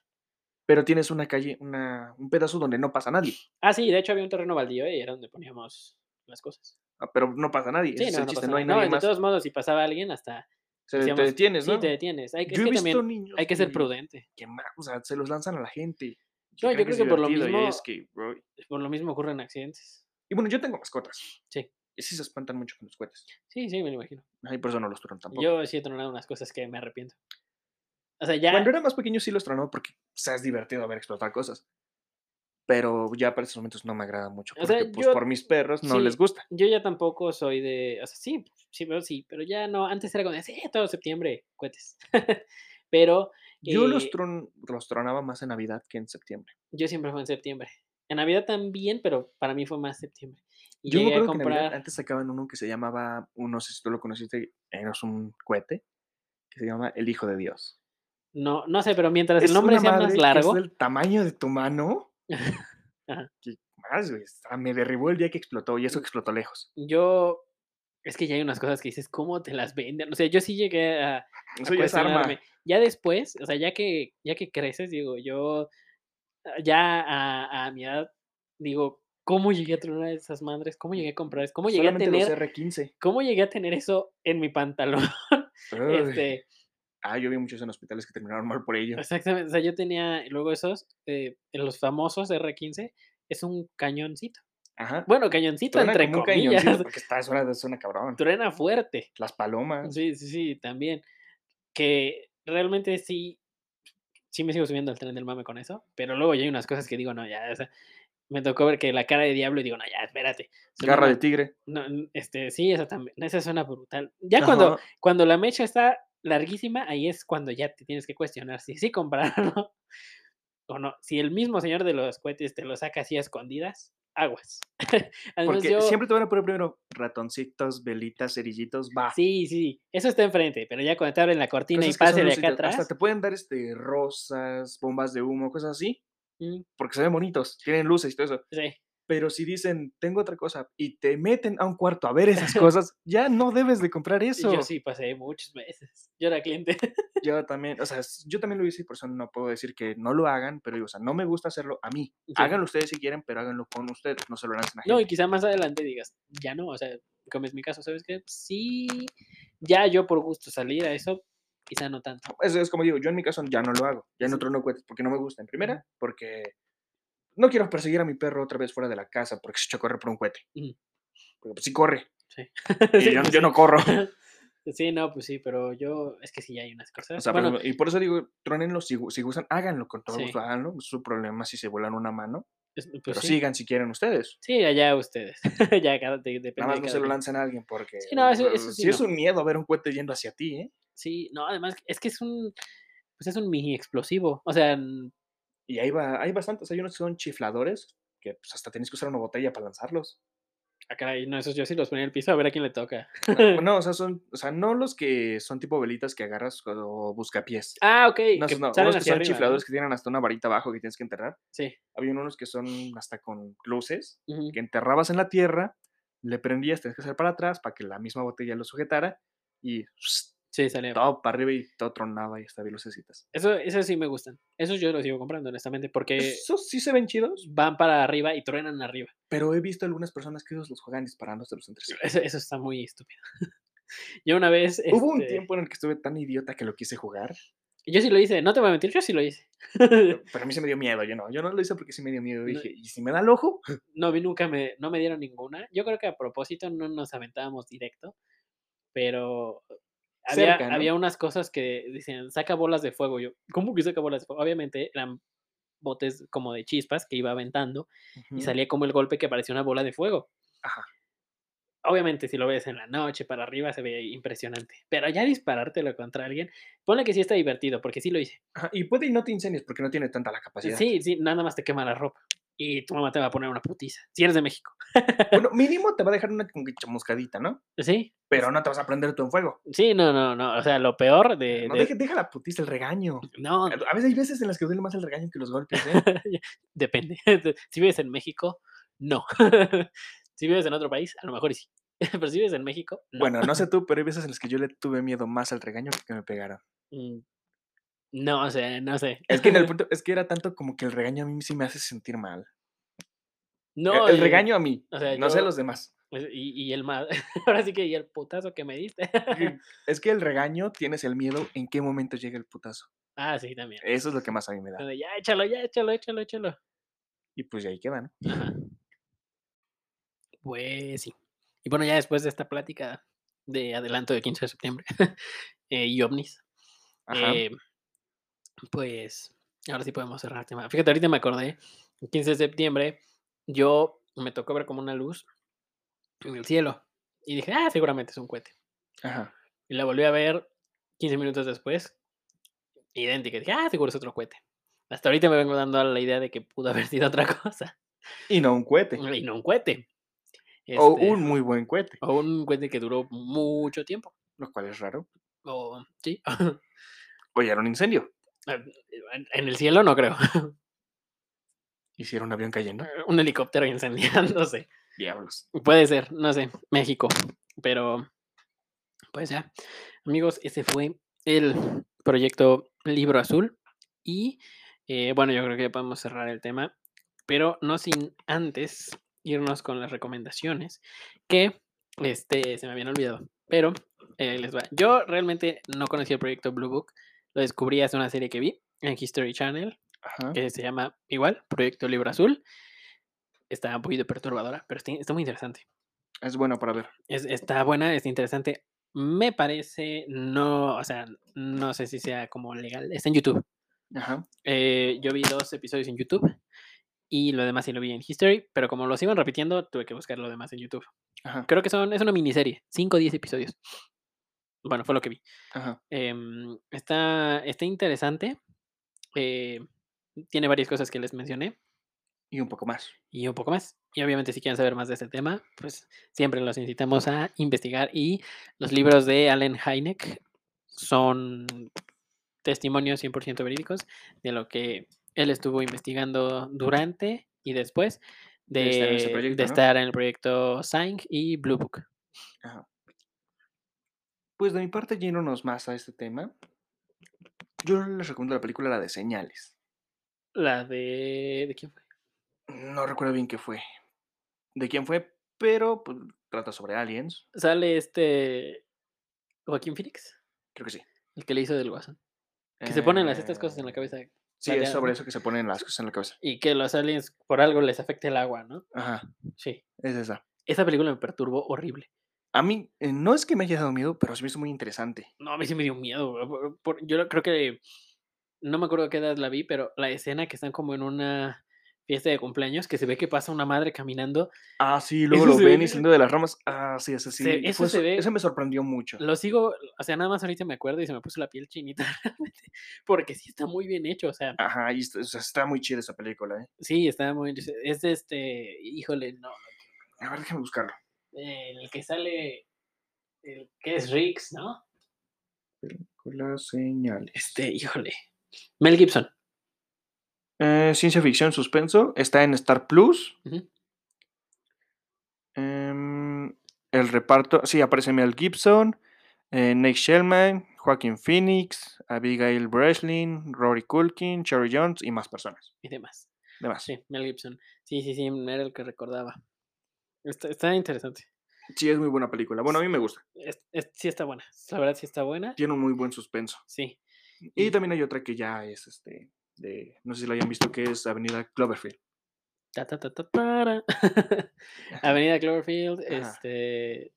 [SPEAKER 1] Pero tienes una calle, una, un pedazo donde no pasa nadie.
[SPEAKER 2] Ah, sí, de hecho había un terreno baldío y era donde poníamos las cosas.
[SPEAKER 1] Ah, Pero no pasa nadie.
[SPEAKER 2] Sí,
[SPEAKER 1] ese es
[SPEAKER 2] no,
[SPEAKER 1] el
[SPEAKER 2] no
[SPEAKER 1] chiste,
[SPEAKER 2] pasa
[SPEAKER 1] no hay
[SPEAKER 2] nada. No,
[SPEAKER 1] nadie
[SPEAKER 2] y de
[SPEAKER 1] más.
[SPEAKER 2] todos modos, si pasaba alguien, hasta
[SPEAKER 1] Se- te
[SPEAKER 2] decíamos,
[SPEAKER 1] detienes,
[SPEAKER 2] sí,
[SPEAKER 1] ¿no?
[SPEAKER 2] te detienes. Hay, que-
[SPEAKER 1] Yo
[SPEAKER 2] es
[SPEAKER 1] he
[SPEAKER 2] que
[SPEAKER 1] visto
[SPEAKER 2] también
[SPEAKER 1] niños
[SPEAKER 2] hay que ser prudente.
[SPEAKER 1] que ma- o sea, se los lanzan a la gente.
[SPEAKER 2] No, yo
[SPEAKER 1] creen
[SPEAKER 2] creo que por lo
[SPEAKER 1] divertido y ahí es
[SPEAKER 2] mismo-
[SPEAKER 1] que, bro,
[SPEAKER 2] Por lo mismo ocurren accidentes.
[SPEAKER 1] Y bueno, yo tengo mascotas.
[SPEAKER 2] Sí.
[SPEAKER 1] Y sí se espantan mucho con los cohetes.
[SPEAKER 2] Sí, sí, me lo imagino.
[SPEAKER 1] Ay, por eso no los trono tampoco.
[SPEAKER 2] Yo sí he tronado unas cosas que me arrepiento. O sea, ya.
[SPEAKER 1] Cuando era más pequeño sí los tronó porque se es divertido ver explotar cosas. Pero ya para estos momentos no me agrada mucho.
[SPEAKER 2] O
[SPEAKER 1] Porque,
[SPEAKER 2] sea,
[SPEAKER 1] pues,
[SPEAKER 2] yo-
[SPEAKER 1] por mis perros no les
[SPEAKER 2] sí.
[SPEAKER 1] gusta.
[SPEAKER 2] Yo ya tampoco soy de. O sea, sí, sí, pero sí, pero ya no. Antes era como de, sí, todo septiembre, cohetes. pero.
[SPEAKER 1] Yo los,
[SPEAKER 2] eh,
[SPEAKER 1] tron- los tronaba más en Navidad que en septiembre.
[SPEAKER 2] Yo siempre fue en septiembre. En Navidad también, pero para mí fue más septiembre. Y
[SPEAKER 1] Yo me
[SPEAKER 2] llegué a
[SPEAKER 1] acuerdo que en Navidad
[SPEAKER 2] comprar.
[SPEAKER 1] antes sacaban uno que se llamaba, no sé si tú lo conociste, era un cohete, que se llama El Hijo de Dios.
[SPEAKER 2] No, no sé, pero mientras Pues,
[SPEAKER 1] Es
[SPEAKER 2] el nombre
[SPEAKER 1] una
[SPEAKER 2] sea
[SPEAKER 1] madre
[SPEAKER 2] más
[SPEAKER 1] que
[SPEAKER 2] largo,
[SPEAKER 1] Es del tamaño de tu mano.
[SPEAKER 2] Ajá.
[SPEAKER 1] ¿Qué más, güey? Ah, Me derribó el día que explotó y eso que explotó lejos.
[SPEAKER 2] yo. Es que ya hay unas cosas que dices, ¿cómo te las venden? O sea, yo sí llegué a,
[SPEAKER 1] Eso ya es arma.
[SPEAKER 2] cuestionarme. Ya después, o sea, ya que, ya que creces, digo, yo ah, ya a, a mi edad, digo, ¿cómo llegué a tener esas madres? ¿Cómo llegué a comprar eso? ¿Cómo llegué
[SPEAKER 1] Solamente
[SPEAKER 2] a tener?
[SPEAKER 1] los R15.
[SPEAKER 2] ¿Cómo llegué a tener eso en mi pantalón?
[SPEAKER 1] Ay.
[SPEAKER 2] este, Pues,
[SPEAKER 1] Ah, yo vi muchos en hospitales que terminaron mal por ello.
[SPEAKER 2] exactamente. O sea, yo tenía luego esos, eh, los famosos R15, es un cañoncito.
[SPEAKER 1] Ajá.
[SPEAKER 2] Bueno, cañoncito
[SPEAKER 1] Suena
[SPEAKER 2] entre
[SPEAKER 1] como un
[SPEAKER 2] comillas.
[SPEAKER 1] cañoncito, porque está, suena, suena cabrón.
[SPEAKER 2] Truena fuerte.
[SPEAKER 1] Las palomas.
[SPEAKER 2] Sí, sí, sí, también. Que realmente sí, sí me sigo subiendo al tren del mame con eso, pero luego ya hay unas cosas que digo, no, ya, o sea, me tocó ver que la cara de diablo y digo, no, ya, espérate. o sea, no,
[SPEAKER 1] Garra
[SPEAKER 2] no,
[SPEAKER 1] de tigre.
[SPEAKER 2] no, n- este, sí, esa también, esa suena brutal. Ya cuando,
[SPEAKER 1] Ajá.
[SPEAKER 2] cuando la mecha está larguísima, ahí es cuando ya te tienes que cuestionar si sí comprarlo o no. Si el mismo señor de los cohetes te lo saca así a escondidas, aguas. Al menos
[SPEAKER 1] Porque
[SPEAKER 2] yo-
[SPEAKER 1] siempre te van a poner primero ratoncitos, velitas, cerillitos, va.
[SPEAKER 2] Sí, sí, eso está enfrente, pero ya cuando te abren la cortina
[SPEAKER 1] cosas Pues
[SPEAKER 2] y
[SPEAKER 1] que son
[SPEAKER 2] pase de acá
[SPEAKER 1] lúcidas.
[SPEAKER 2] atrás.
[SPEAKER 1] Hasta te pueden dar este rosas, bombas de humo, cosas así,
[SPEAKER 2] mm,
[SPEAKER 1] porque se ven bonitos, tienen luces y todo eso.
[SPEAKER 2] sí.
[SPEAKER 1] Pero si dicen, tengo otra cosa, y te meten a un cuarto a ver esas cosas, ya no debes de comprar
[SPEAKER 2] Y
[SPEAKER 1] eso.
[SPEAKER 2] Yo sí pasé muchas veces. Yo era cliente.
[SPEAKER 1] Yo también, o sea, s- yo también lo hice, por eso no puedo decir que no lo hagan, pero digo, o sea, no me gusta hacerlo a mí.
[SPEAKER 2] Sí.
[SPEAKER 1] Háganlo ustedes si quieren, pero háganlo con ustedes, no se lo lancen a
[SPEAKER 2] No,
[SPEAKER 1] gente.
[SPEAKER 2] y quizá más adelante digas, ya no, o sea, como es mi caso, ¿sabes qué? Sí, ya yo por gusto salir a eso, quizá no tanto.
[SPEAKER 1] Eso es como digo, yo en mi caso ya no lo hago, ya en
[SPEAKER 2] Sí.
[SPEAKER 1] otro no cuentes, porque no me gusta. En primera, porque no quiero perseguir a mi perro otra vez fuera de la casa porque se echó a correr por un cohete.
[SPEAKER 2] Ujú.
[SPEAKER 1] Porque pues sí corre.
[SPEAKER 2] Sí.
[SPEAKER 1] Y
[SPEAKER 2] Sí,
[SPEAKER 1] yo,
[SPEAKER 2] pues
[SPEAKER 1] yo no corro. O
[SPEAKER 2] Sí, no, pues sí, pero yo, es que sí, ya hay unas cosas.
[SPEAKER 1] sea,
[SPEAKER 2] bueno,
[SPEAKER 1] pues, y por eso digo, trónenlo si, gu- si gustan, háganlo con todo
[SPEAKER 2] Sí.
[SPEAKER 1] gusto, háganlo. Es su problema si se vuelan una mano,
[SPEAKER 2] es- pues
[SPEAKER 1] pero
[SPEAKER 2] sí.
[SPEAKER 1] sigan si quieren ustedes.
[SPEAKER 2] Sí, allá ustedes. ya cada, de- depende
[SPEAKER 1] Nada más
[SPEAKER 2] de
[SPEAKER 1] no
[SPEAKER 2] cada
[SPEAKER 1] se lo
[SPEAKER 2] quien.
[SPEAKER 1] lancen a alguien porque
[SPEAKER 2] Sí, no, eso- eso
[SPEAKER 1] uh,
[SPEAKER 2] sí
[SPEAKER 1] sí es
[SPEAKER 2] no.
[SPEAKER 1] un miedo ver un cohete yendo hacia ti, ¿eh?
[SPEAKER 2] Sí, no, además, es que es un, pues es un mini explosivo. O sea, n-
[SPEAKER 1] Y ahí va, hay bastantes, hay unos que son chifladores que pues hasta tienes que usar una botella para lanzarlos.
[SPEAKER 2] ah, caray, no, esos yo sí los ponía en el piso a ver a quién le toca.
[SPEAKER 1] Pues No, o sea, son, o sea, no los que son tipo velitas que agarras o buscapiés.
[SPEAKER 2] Ah, ok.
[SPEAKER 1] No,
[SPEAKER 2] que
[SPEAKER 1] esos no,
[SPEAKER 2] salen
[SPEAKER 1] unos que son
[SPEAKER 2] hacia arriba, ¿no?
[SPEAKER 1] chifladores que tienen hasta una varita abajo que tienes que enterrar.
[SPEAKER 2] Sí.
[SPEAKER 1] Habían unos que son hasta con luces
[SPEAKER 2] ujú.
[SPEAKER 1] que enterrabas en la tierra, le prendías, tenías que hacer para atrás para que la misma botella lo sujetara y
[SPEAKER 2] Sí, salía.
[SPEAKER 1] todo para arriba y todo tronaba y hasta vi lucecitas.
[SPEAKER 2] Eso, esos sí me gustan. Esos yo los sigo comprando, honestamente, porque
[SPEAKER 1] Esos sí se ven chidos,
[SPEAKER 2] van para arriba y truenan arriba.
[SPEAKER 1] pero he visto algunas personas que ellos los juegan disparándoselos entre sí.
[SPEAKER 2] Eso, eso está muy estúpido. yo una vez.
[SPEAKER 1] Hubo un
[SPEAKER 2] este,
[SPEAKER 1] tiempo en el que estuve tan idiota que lo quise jugar,
[SPEAKER 2] Yo sí lo hice, no te voy a mentir, yo sí lo hice.
[SPEAKER 1] pero pero a mí se me dio miedo, yo no, yo no lo hice porque sí me dio miedo,
[SPEAKER 2] No.
[SPEAKER 1] dije, ¿y si me da el ojo?
[SPEAKER 2] No, vi nunca me, no me dieron ninguna. Yo creo que a propósito no nos aventábamos directo, pero había,
[SPEAKER 1] Cerca, ¿no?
[SPEAKER 2] había unas cosas que decían, saca bolas de fuego. Yo, ¿cómo que saca bolas de fuego? Obviamente eran botes como de chispas que iba aventando y
[SPEAKER 1] Ujú.
[SPEAKER 2] salía como el golpe que parecía una bola de fuego.
[SPEAKER 1] Ajá.
[SPEAKER 2] Obviamente, si lo ves en la noche para arriba se ve impresionante. Pero ya disparártelo contra alguien, ponle que sí está divertido, porque sí lo hice.
[SPEAKER 1] Ajá, Y puede y no te incendies porque no tiene tanta la capacidad.
[SPEAKER 2] Sí, sí, nada más te quema la ropa. Y tu mamá te va a poner una putiza. Si eres de México.
[SPEAKER 1] Bueno, mínimo te va a dejar una como que chamuscadita, ¿no?
[SPEAKER 2] Sí,
[SPEAKER 1] Pero no te vas a prender tú en fuego.
[SPEAKER 2] sí, no, no, no. O sea, lo peor de.
[SPEAKER 1] No,
[SPEAKER 2] Eh, de-
[SPEAKER 1] deja, deja la putiza, el regaño.
[SPEAKER 2] no,
[SPEAKER 1] A veces hay veces en las que duele más el regaño que los golpes, ¿eh?
[SPEAKER 2] depende. Si vives en México, no. si vives en otro país, a lo mejor y sí. Pero si vives en México, no.
[SPEAKER 1] Bueno, no sé tú, pero hay veces en las que yo le tuve miedo más al regaño que que me pegaron.
[SPEAKER 2] Mm, No sé, no sé.
[SPEAKER 1] Es que en el punto, es que era tanto como que el regaño a mí sí me hace sentir mal. El-
[SPEAKER 2] No,
[SPEAKER 1] E, el,
[SPEAKER 2] y-
[SPEAKER 1] regaño a mí,
[SPEAKER 2] o sea,
[SPEAKER 1] no sé a
[SPEAKER 2] yo-
[SPEAKER 1] los demás.
[SPEAKER 2] Pues, Y, y el más, ahora sí que y el putazo que me diste.
[SPEAKER 1] Y Es que el regaño tienes el miedo en qué momento llega el putazo.
[SPEAKER 2] ah, sí, también.
[SPEAKER 1] Eso es lo que más a mí me da.
[SPEAKER 2] Donde Ya échalo, ya échalo, échalo, échalo.
[SPEAKER 1] Y pues ya ahí queda, ¿no?
[SPEAKER 2] Ajá. Pues sí. Y bueno, ya después de esta plática de adelanto de 15 de septiembre eh, y ovnis,
[SPEAKER 1] Ajá.
[SPEAKER 2] eh, pues ahora sí podemos cerrar el tema. Fíjate, ahorita me acordé, el 15 de septiembre, yo me tocó ver como una luz en el cielo y dije, ah, seguramente es un cohete.
[SPEAKER 1] Ajá.
[SPEAKER 2] Y la volví a ver 15 minutos después. Idéntica. Dije, ah, seguro es otro cohete. Hasta ahorita me vengo dando la idea de que pudo haber sido otra cosa.
[SPEAKER 1] Y no un cohete.
[SPEAKER 2] Y no un cohete.
[SPEAKER 1] O
[SPEAKER 2] Este,
[SPEAKER 1] un muy buen cohete,
[SPEAKER 2] o un cohete que duró mucho tiempo.
[SPEAKER 1] lo cual es raro.
[SPEAKER 2] O, sí.
[SPEAKER 1] O ya era un incendio.
[SPEAKER 2] En- En el cielo no creo.
[SPEAKER 1] Hicieron un avión cayendo.
[SPEAKER 2] Un helicóptero incendiándose.
[SPEAKER 1] Diablos.
[SPEAKER 2] Puede ser, no sé, México. Pero, pues ya. Amigos, ese fue el proyecto Libro Azul. Y, eh, bueno, yo creo que ya podemos cerrar el tema. Pero no sin antes irnos con las recomendaciones que, este, se me habían olvidado. Pero, eh, les va. Yo realmente no conocí el proyecto Blue Book. Lo descubrí hace una serie que vi en History Channel
[SPEAKER 1] Ajá.
[SPEAKER 2] que se llama igual, Proyecto Libro Azul. Está un poquito perturbadora, pero está, está muy interesante.
[SPEAKER 1] Es bueno para ver.
[SPEAKER 2] Es- está buena, es interesante. Me parece, no, o sea, no sé si sea como legal. Está en YouTube.
[SPEAKER 1] Ajá.
[SPEAKER 2] Eh, yo vi dos episodios en YouTube y lo demás sí lo vi en History, pero como los iban repitiendo, tuve que buscar lo demás en YouTube.
[SPEAKER 1] Ajá.
[SPEAKER 2] Creo que son, es una miniserie, 5 o 10 episodios. Bueno, fue lo que vi.
[SPEAKER 1] Ajá.
[SPEAKER 2] em, está, está interesante. eh, tiene varias cosas que les mencioné.
[SPEAKER 1] Y un poco más.
[SPEAKER 2] y un poco más. Y obviamente si quieren saber más de este tema, pues siempre los incitamos a investigar y los libros de Allen Hynek son testimonios 100% verídicos de lo que él estuvo investigando durante y después de,
[SPEAKER 1] De estar en ese proyecto,
[SPEAKER 2] de
[SPEAKER 1] ¿no?
[SPEAKER 2] estar en el proyecto Sign y Blue Book.
[SPEAKER 1] Pues de mi parte, yéndonos más a este tema, yo les recomiendo la película La de Señales.
[SPEAKER 2] La de... ¿De quién fue?
[SPEAKER 1] No recuerdo bien qué fue. De quién fue, pero pues, trata sobre aliens.
[SPEAKER 2] Sale este Joaquín Phoenix,
[SPEAKER 1] Creo que sí.
[SPEAKER 2] el que le hizo del Guasón. Que se ponen las, estas cosas en la
[SPEAKER 1] Eh,
[SPEAKER 2] cabeza
[SPEAKER 1] Sí, es
[SPEAKER 2] plateadas,
[SPEAKER 1] sobre
[SPEAKER 2] ¿no?
[SPEAKER 1] eso que se ponen las cosas en la cabeza.
[SPEAKER 2] y que los aliens por algo les afecte el agua, ¿no?
[SPEAKER 1] Ajá,
[SPEAKER 2] Sí.
[SPEAKER 1] es esa.
[SPEAKER 2] Esa película me perturbó horrible.
[SPEAKER 1] A mí, eh, no es que me haya dado miedo, pero se me hizo muy interesante.
[SPEAKER 2] No, a mí sí me dio miedo. güey, por- por- yo lo- creo que. No me acuerdo a qué edad la vi, pero la escena que están como en una fiesta de cumpleaños, que se ve que pasa una madre caminando.
[SPEAKER 1] Ah, sí, luego
[SPEAKER 2] Eso
[SPEAKER 1] lo
[SPEAKER 2] se ve
[SPEAKER 1] ven
[SPEAKER 2] que-
[SPEAKER 1] y saliendo de las ramas. Ah, sí, ese sí.
[SPEAKER 2] Se- eso se ve-
[SPEAKER 1] Ese me sorprendió mucho.
[SPEAKER 2] Lo sigo, o sea, nada más ahorita me acuerdo y se me puso la piel chinita, realmente, porque sí está muy bien hecho, o sea,
[SPEAKER 1] Ajá, y está, o sea, está muy chida esa película, ¿eh?
[SPEAKER 2] sí, está muy. Es de este. Híjole, no.
[SPEAKER 1] A ver, déjame buscarlo.
[SPEAKER 2] El que sale. El que es Riggs, ¿no?
[SPEAKER 1] Con las señales.
[SPEAKER 2] Este, híjole. Mel Gibson.
[SPEAKER 1] Eh, ciencia ficción, suspenso. Está en Star Plus.
[SPEAKER 2] Ujú.
[SPEAKER 1] Em, el reparto. Sí, aparece Mel Gibson, eh, Nick Shellman, Joaquin Phoenix, Abigail Breslin, Rory Culkin, Cherry Jones y más personas.
[SPEAKER 2] Y demás.
[SPEAKER 1] Demás.
[SPEAKER 2] Ah, Sí, Mel Gibson. Sí, sí, sí, era el que recordaba. Está, está interesante.
[SPEAKER 1] Sí, es muy buena película. Bueno, a mí me gusta.
[SPEAKER 2] Es- es- sí está buena. La verdad sí está buena.
[SPEAKER 1] Tiene un muy buen suspenso.
[SPEAKER 2] Sí.
[SPEAKER 1] Y
[SPEAKER 2] Y-
[SPEAKER 1] también hay otra que ya es este. De, no sé si la hayan visto, que es Avenida Cloverfield.
[SPEAKER 2] Ta, ta, ta, ta, para. Avenida Cloverfield,
[SPEAKER 1] Ajá.
[SPEAKER 2] este...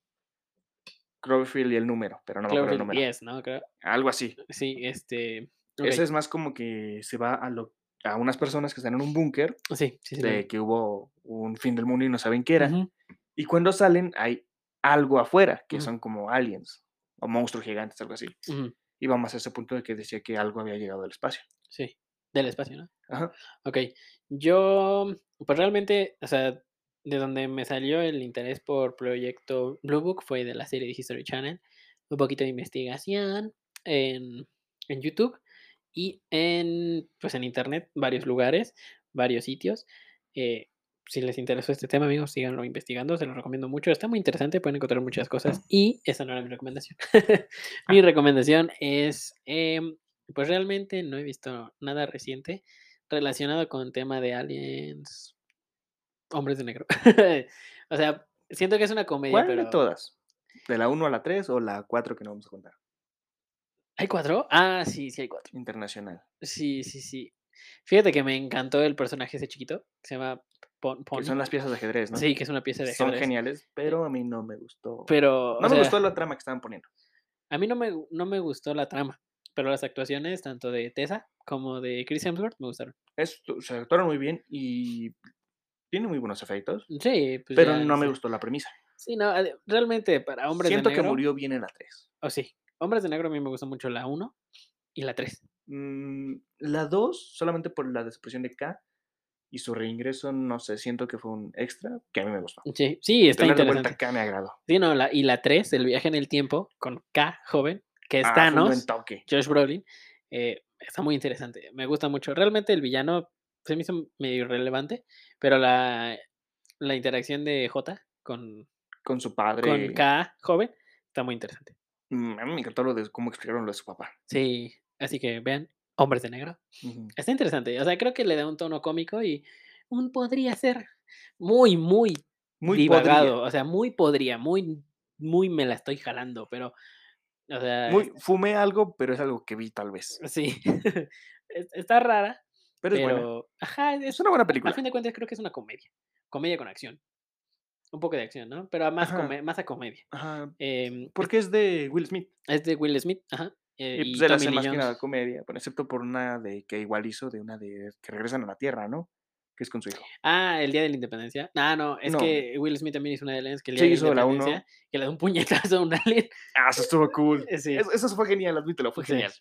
[SPEAKER 1] Cloverfield y el número, pero no me acuerdo el
[SPEAKER 2] Cloverfield
[SPEAKER 1] número.
[SPEAKER 2] 10, ¿no? Creo-
[SPEAKER 1] Algo así.
[SPEAKER 2] Sí, este... ok,
[SPEAKER 1] Ese es más como que se va a, lo, a unas personas que están en un búnker
[SPEAKER 2] Sí, sí, sí. lo
[SPEAKER 1] de
[SPEAKER 2] vi.
[SPEAKER 1] que hubo un fin del mundo y no saben qué era.
[SPEAKER 2] Ujú,
[SPEAKER 1] Y cuando salen hay algo afuera, que
[SPEAKER 2] Ujú.
[SPEAKER 1] son como aliens o monstruos gigantes, algo así.
[SPEAKER 2] ujú,
[SPEAKER 1] Y vamos a ese punto de que decía que algo había llegado del espacio.
[SPEAKER 2] Sí, del espacio, ¿no?
[SPEAKER 1] Ajá.
[SPEAKER 2] Ok, yo, pues realmente, o sea, de donde me salió el interés por Proyecto Blue Book fue de la serie de History Channel, un poquito de investigación en, en YouTube y en, pues en Internet, varios lugares, varios sitios. Eh, si les interesó este tema, amigos, síganlo investigando, se lo recomiendo mucho. Está muy interesante, pueden encontrar muchas cosas. Y esa no era mi recomendación.
[SPEAKER 1] Ah.
[SPEAKER 2] mi recomendación es, em, pues realmente no he visto nada reciente relacionado con tema de aliens, hombres de negro. o sea, siento que es una comedia,
[SPEAKER 1] ¿Cuál
[SPEAKER 2] pero
[SPEAKER 1] de todas? ¿De la 1 a la 3 o la 4 que no vamos a contar?
[SPEAKER 2] ¿hay cuatro? Ah, sí, sí hay cuatro.
[SPEAKER 1] Internacional.
[SPEAKER 2] Sí, sí, sí. Fíjate que me encantó el personaje ese chiquito, que se llama Pon,
[SPEAKER 1] Que son
[SPEAKER 2] Pony.
[SPEAKER 1] las piezas de ajedrez, ¿no?
[SPEAKER 2] Sí, que es una pieza de
[SPEAKER 1] Son
[SPEAKER 2] ajedrez.
[SPEAKER 1] geniales, pero a mí no me gustó.
[SPEAKER 2] Pero o
[SPEAKER 1] no me
[SPEAKER 2] sea,
[SPEAKER 1] gustó la trama que estaban poniendo.
[SPEAKER 2] a mí no me, gu- no me gustó la trama, pero las actuaciones tanto de Tessa como de Chris Hemsworth me gustaron.
[SPEAKER 1] Es- se actuaron muy bien y tiene muy buenos efectos,
[SPEAKER 2] Sí, pues
[SPEAKER 1] pero
[SPEAKER 2] ya,
[SPEAKER 1] no me
[SPEAKER 2] sé.
[SPEAKER 1] gustó la premisa.
[SPEAKER 2] Sí, no, ade- realmente para hombres
[SPEAKER 1] Siento
[SPEAKER 2] de
[SPEAKER 1] que
[SPEAKER 2] negro.
[SPEAKER 1] murió bien en la 3.
[SPEAKER 2] Oh, sí. Hombres de negro a mí me gustó mucho la 1 y la 3.
[SPEAKER 1] Mm, La 2, solamente por la desaparición de K y su reingreso, no sé, siento que fue un extra que a mí me gustó.
[SPEAKER 2] Sí, sí, está
[SPEAKER 1] Tener de vuelta
[SPEAKER 2] interesante.
[SPEAKER 1] a K me agradó.
[SPEAKER 2] Sí, no, la, y la 3, el viaje en el tiempo con K joven, que es
[SPEAKER 1] Ah, fue un
[SPEAKER 2] Thanos.
[SPEAKER 1] buen toque.
[SPEAKER 2] Josh Brolin, eh, está muy interesante. Me gusta mucho. Realmente el villano se me hizo medio irrelevante, pero la, la interacción de J con,
[SPEAKER 1] Con su padre.
[SPEAKER 2] con K joven está muy interesante.
[SPEAKER 1] Mm, A mí me encantó lo de cómo explicaron lo de su papá.
[SPEAKER 2] Sí, así que vean, Hombres de Negro.
[SPEAKER 1] Ujú.
[SPEAKER 2] Está interesante. O sea, creo que le da un tono cómico y un podría ser muy, muy,
[SPEAKER 1] Muy
[SPEAKER 2] divagado.
[SPEAKER 1] podría,
[SPEAKER 2] O sea, muy podría, muy, muy me la estoy jalando, pero. O sea,
[SPEAKER 1] Muy, fumé algo, pero es algo que vi tal vez.
[SPEAKER 2] sí. Es- Está rara,
[SPEAKER 1] Pero
[SPEAKER 2] pero.
[SPEAKER 1] es buena.
[SPEAKER 2] Ajá,
[SPEAKER 1] Es
[SPEAKER 2] es
[SPEAKER 1] una buena
[SPEAKER 2] Al
[SPEAKER 1] película.
[SPEAKER 2] fin de cuentas, creo que es una comedia. Comedia con acción. Un poco de acción, ¿no? Pero a más,
[SPEAKER 1] Ajá.
[SPEAKER 2] come- más a comedia.
[SPEAKER 1] Ajá,
[SPEAKER 2] Em,
[SPEAKER 1] porque es de Will Smith.
[SPEAKER 2] es de Will Smith, ajá. eh,
[SPEAKER 1] Y
[SPEAKER 2] y
[SPEAKER 1] pues él hace
[SPEAKER 2] Tommy Lee
[SPEAKER 1] más que
[SPEAKER 2] Jones.
[SPEAKER 1] nada comedia, bueno, excepto por una de que igual hizo de una de que regresan a la Tierra, ¿no? Que es con su hijo.
[SPEAKER 2] Ah, el Día de la Independencia. Ah, no, es
[SPEAKER 1] No.
[SPEAKER 2] que Will Smith también hizo una de aliens que el
[SPEAKER 1] Sí,
[SPEAKER 2] Día de la
[SPEAKER 1] hizo la uno.
[SPEAKER 2] Independencia, que le da un puñetazo a un alien.
[SPEAKER 1] Ah, eso estuvo cool.
[SPEAKER 2] Eh, Sí,
[SPEAKER 1] Es- Eso, fue genial, admítelo, fue
[SPEAKER 2] sí,
[SPEAKER 1] genial.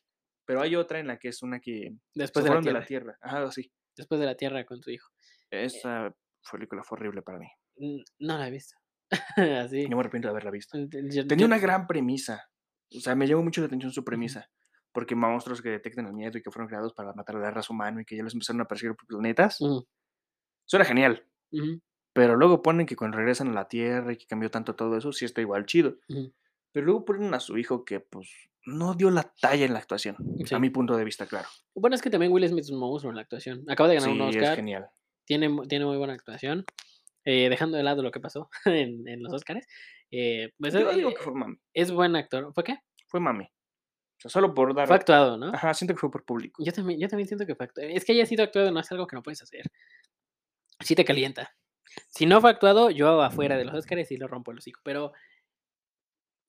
[SPEAKER 1] Pero hay otra en la que es una que se
[SPEAKER 2] Después de, la
[SPEAKER 1] fueron de
[SPEAKER 2] tierra, Eh.
[SPEAKER 1] la Tierra. Ajá, sí.
[SPEAKER 2] después de la Tierra con su hijo.
[SPEAKER 1] Esa película fue horrible para mí.
[SPEAKER 2] Mm, No la he visto. Así.
[SPEAKER 1] No me arrepiento de haberla visto.
[SPEAKER 2] Ent- yo-
[SPEAKER 1] Tenía
[SPEAKER 2] yo-
[SPEAKER 1] una gran premisa. O sea, me llamó mucho la atención su premisa. Porque monstruos que detectan el miedo y que fueron creados para matar a la raza humana y que ya los empezaron a perseguir por planetas.
[SPEAKER 2] Mm,
[SPEAKER 1] Eso era genial.
[SPEAKER 2] ujú,
[SPEAKER 1] Pero luego ponen que cuando regresan a la Tierra y que cambió tanto todo eso, sí está igual chido.
[SPEAKER 2] ujú.
[SPEAKER 1] Pero luego ponen a su hijo que, pues, no dio la talla en la actuación.
[SPEAKER 2] Sí.
[SPEAKER 1] A mi punto de vista, claro.
[SPEAKER 2] Bueno, es que también Will Smith es un monstruo en la actuación. Acaba de ganar un
[SPEAKER 1] Sí, es
[SPEAKER 2] Oscar.
[SPEAKER 1] genial.
[SPEAKER 2] tiene, mu- tiene muy buena actuación. eh, dejando de lado lo que pasó en, en los Oscars. eh, pues
[SPEAKER 1] Yo
[SPEAKER 2] es,
[SPEAKER 1] digo que fue mami.
[SPEAKER 2] es buen actor. ¿Fue qué?
[SPEAKER 1] Fue mami. O sea, solo por dar.
[SPEAKER 2] Fue actuado, ¿no?
[SPEAKER 1] Ajá, siento que fue por público.
[SPEAKER 2] Yo también, yo también siento que fue actuado. Es que haya sido actuado no es algo que no puedes hacer. Sí te calienta. Si no fue actuado, yo afuera de los Oscars y lo rompo el hocico. Pero,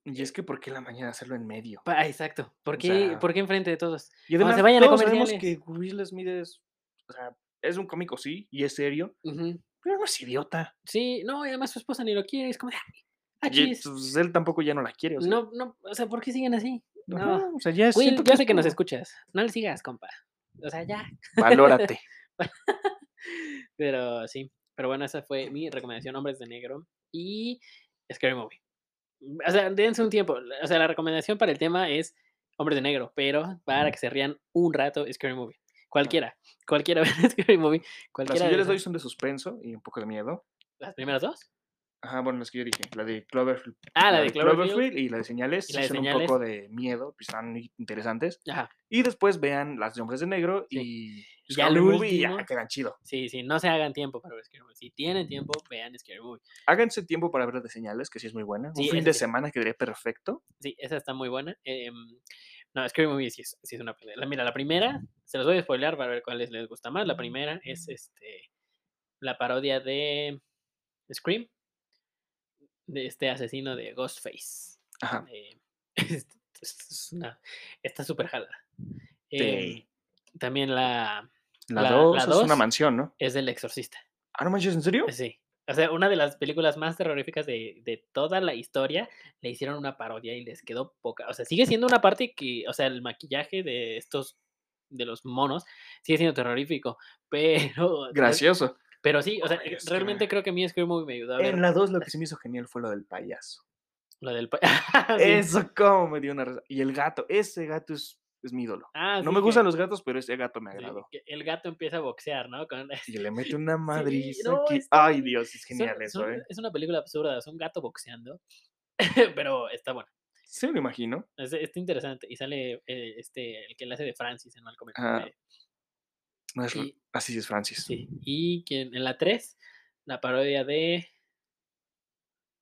[SPEAKER 1] Y es que, ¿por qué en la mañana hacerlo en medio?
[SPEAKER 2] pa- exacto. ¿Por
[SPEAKER 1] O
[SPEAKER 2] qué,
[SPEAKER 1] sea,
[SPEAKER 2] ¿por qué enfrente de todos?
[SPEAKER 1] Y
[SPEAKER 2] Cuando
[SPEAKER 1] además,
[SPEAKER 2] se vayan a
[SPEAKER 1] todos sabemos
[SPEAKER 2] comerciales.
[SPEAKER 1] que Will Smith es. O sea, es un cómico, sí, y es serio,
[SPEAKER 2] Ujú.
[SPEAKER 1] pero no es idiota.
[SPEAKER 2] Sí, no, y además su esposa ni lo quiere. Es como, de, "Ay, ah,
[SPEAKER 1] Y
[SPEAKER 2] chis".
[SPEAKER 1] pues, él tampoco ya no la quiere. O sea,
[SPEAKER 2] No, no, o sea, ¿por qué siguen así?
[SPEAKER 1] ajá,
[SPEAKER 2] No.
[SPEAKER 1] o sea, ya es.
[SPEAKER 2] Will,
[SPEAKER 1] siento
[SPEAKER 2] yo
[SPEAKER 1] es
[SPEAKER 2] sé que nos
[SPEAKER 1] como,
[SPEAKER 2] escuchas. No le sigas, compa. O sea, ya,
[SPEAKER 1] Valórate.
[SPEAKER 2] Pero sí, pero bueno, esa fue mi recomendación, Hombres de Negro y Scary Movie. Mm, O sea, dense un tiempo. O sea, la recomendación para el tema es Hombres de Negro, pero para que se rían un rato, Scary Movie. Cualquiera, cualquiera ver Scary Movie,
[SPEAKER 1] Las
[SPEAKER 2] cualquiera.
[SPEAKER 1] que
[SPEAKER 2] de
[SPEAKER 1] yo les doy
[SPEAKER 2] esas-
[SPEAKER 1] son de suspenso y un poco de miedo.
[SPEAKER 2] ¿Las primeras dos?
[SPEAKER 1] Ajá, bueno, las que yo dije, la de Cloverfield.
[SPEAKER 2] Ah, la de Cloverfield.
[SPEAKER 1] y la de señales.
[SPEAKER 2] y la
[SPEAKER 1] sí
[SPEAKER 2] de
[SPEAKER 1] son un poco de miedo, pues, están muy interesantes.
[SPEAKER 2] Ajá.
[SPEAKER 1] Y después vean las de Hombres de Negro y.
[SPEAKER 2] Y ya al
[SPEAKER 1] Scary Movie y
[SPEAKER 2] último-
[SPEAKER 1] ya quedan chido.
[SPEAKER 2] Sí, sí, no se hagan tiempo para ver Scary Movie. Si tienen tiempo, vean Scary Movie.
[SPEAKER 1] Háganse tiempo para ver las de señales, que sí es muy buena.
[SPEAKER 2] Sí,
[SPEAKER 1] un fin
[SPEAKER 2] esa
[SPEAKER 1] de
[SPEAKER 2] sí.
[SPEAKER 1] semana quedaría perfecto.
[SPEAKER 2] Sí, esa está muy buena. eh, em, no, Scary Movie sí es, sí es una pelea. La- Mira, la primera, se los voy a spoilear para ver cuáles les gusta más. La primera es este la parodia de Scream, de este asesino de Ghostface.
[SPEAKER 1] Ajá.
[SPEAKER 2] Eh, es- es una- está súper jalada.
[SPEAKER 1] Sí.
[SPEAKER 2] Em, También la
[SPEAKER 1] La,
[SPEAKER 2] La- la
[SPEAKER 1] 2 es una
[SPEAKER 2] dos.
[SPEAKER 1] mansión, ¿no?
[SPEAKER 2] es del exorcista.
[SPEAKER 1] Ah, no manches, ¿en serio?
[SPEAKER 2] Sí. O sea, una de las películas más terroríficas de, de toda la historia, le hicieron una parodia y les quedó poca. O sea, sigue siendo una parte que, o sea, el maquillaje de estos, de los monos, sigue siendo terrorífico. Pero. re-
[SPEAKER 1] Gracioso.
[SPEAKER 2] Pero sí, o sea,
[SPEAKER 1] Ay, es que-
[SPEAKER 2] realmente creo que a mí Scary Movie me ayudó a ver
[SPEAKER 1] En la 2 lo que se me hizo genial fue lo del payaso.
[SPEAKER 2] lo del. pa- Ah, sí.
[SPEAKER 1] Eso cómo me dio una risa. Y el gato, ese gato es, es mi ídolo.
[SPEAKER 2] Ah,
[SPEAKER 1] no me
[SPEAKER 2] sí, que-
[SPEAKER 1] gustan los gatos, pero ese gato me
[SPEAKER 2] sí,
[SPEAKER 1] agradó.
[SPEAKER 2] que El gato empieza a boxear, ¿no? Con-
[SPEAKER 1] Y le mete una madriza
[SPEAKER 2] no,
[SPEAKER 1] que-
[SPEAKER 2] está
[SPEAKER 1] Ay,
[SPEAKER 2] muy-
[SPEAKER 1] Dios, es
[SPEAKER 2] son-
[SPEAKER 1] genial eso,
[SPEAKER 2] son-
[SPEAKER 1] ¿eh?
[SPEAKER 2] Es una película absurda, es un gato boxeando. pero está bueno.
[SPEAKER 1] Sí, me lo imagino.
[SPEAKER 2] Es- Está interesante. Y sale eh, este, el que le hace de Francis en Malcolm. en
[SPEAKER 1] Ah,
[SPEAKER 2] medio.
[SPEAKER 1] No es-
[SPEAKER 2] Y-
[SPEAKER 1] Así es, Francis.
[SPEAKER 2] sí. Y quien, en la 3, la parodia de.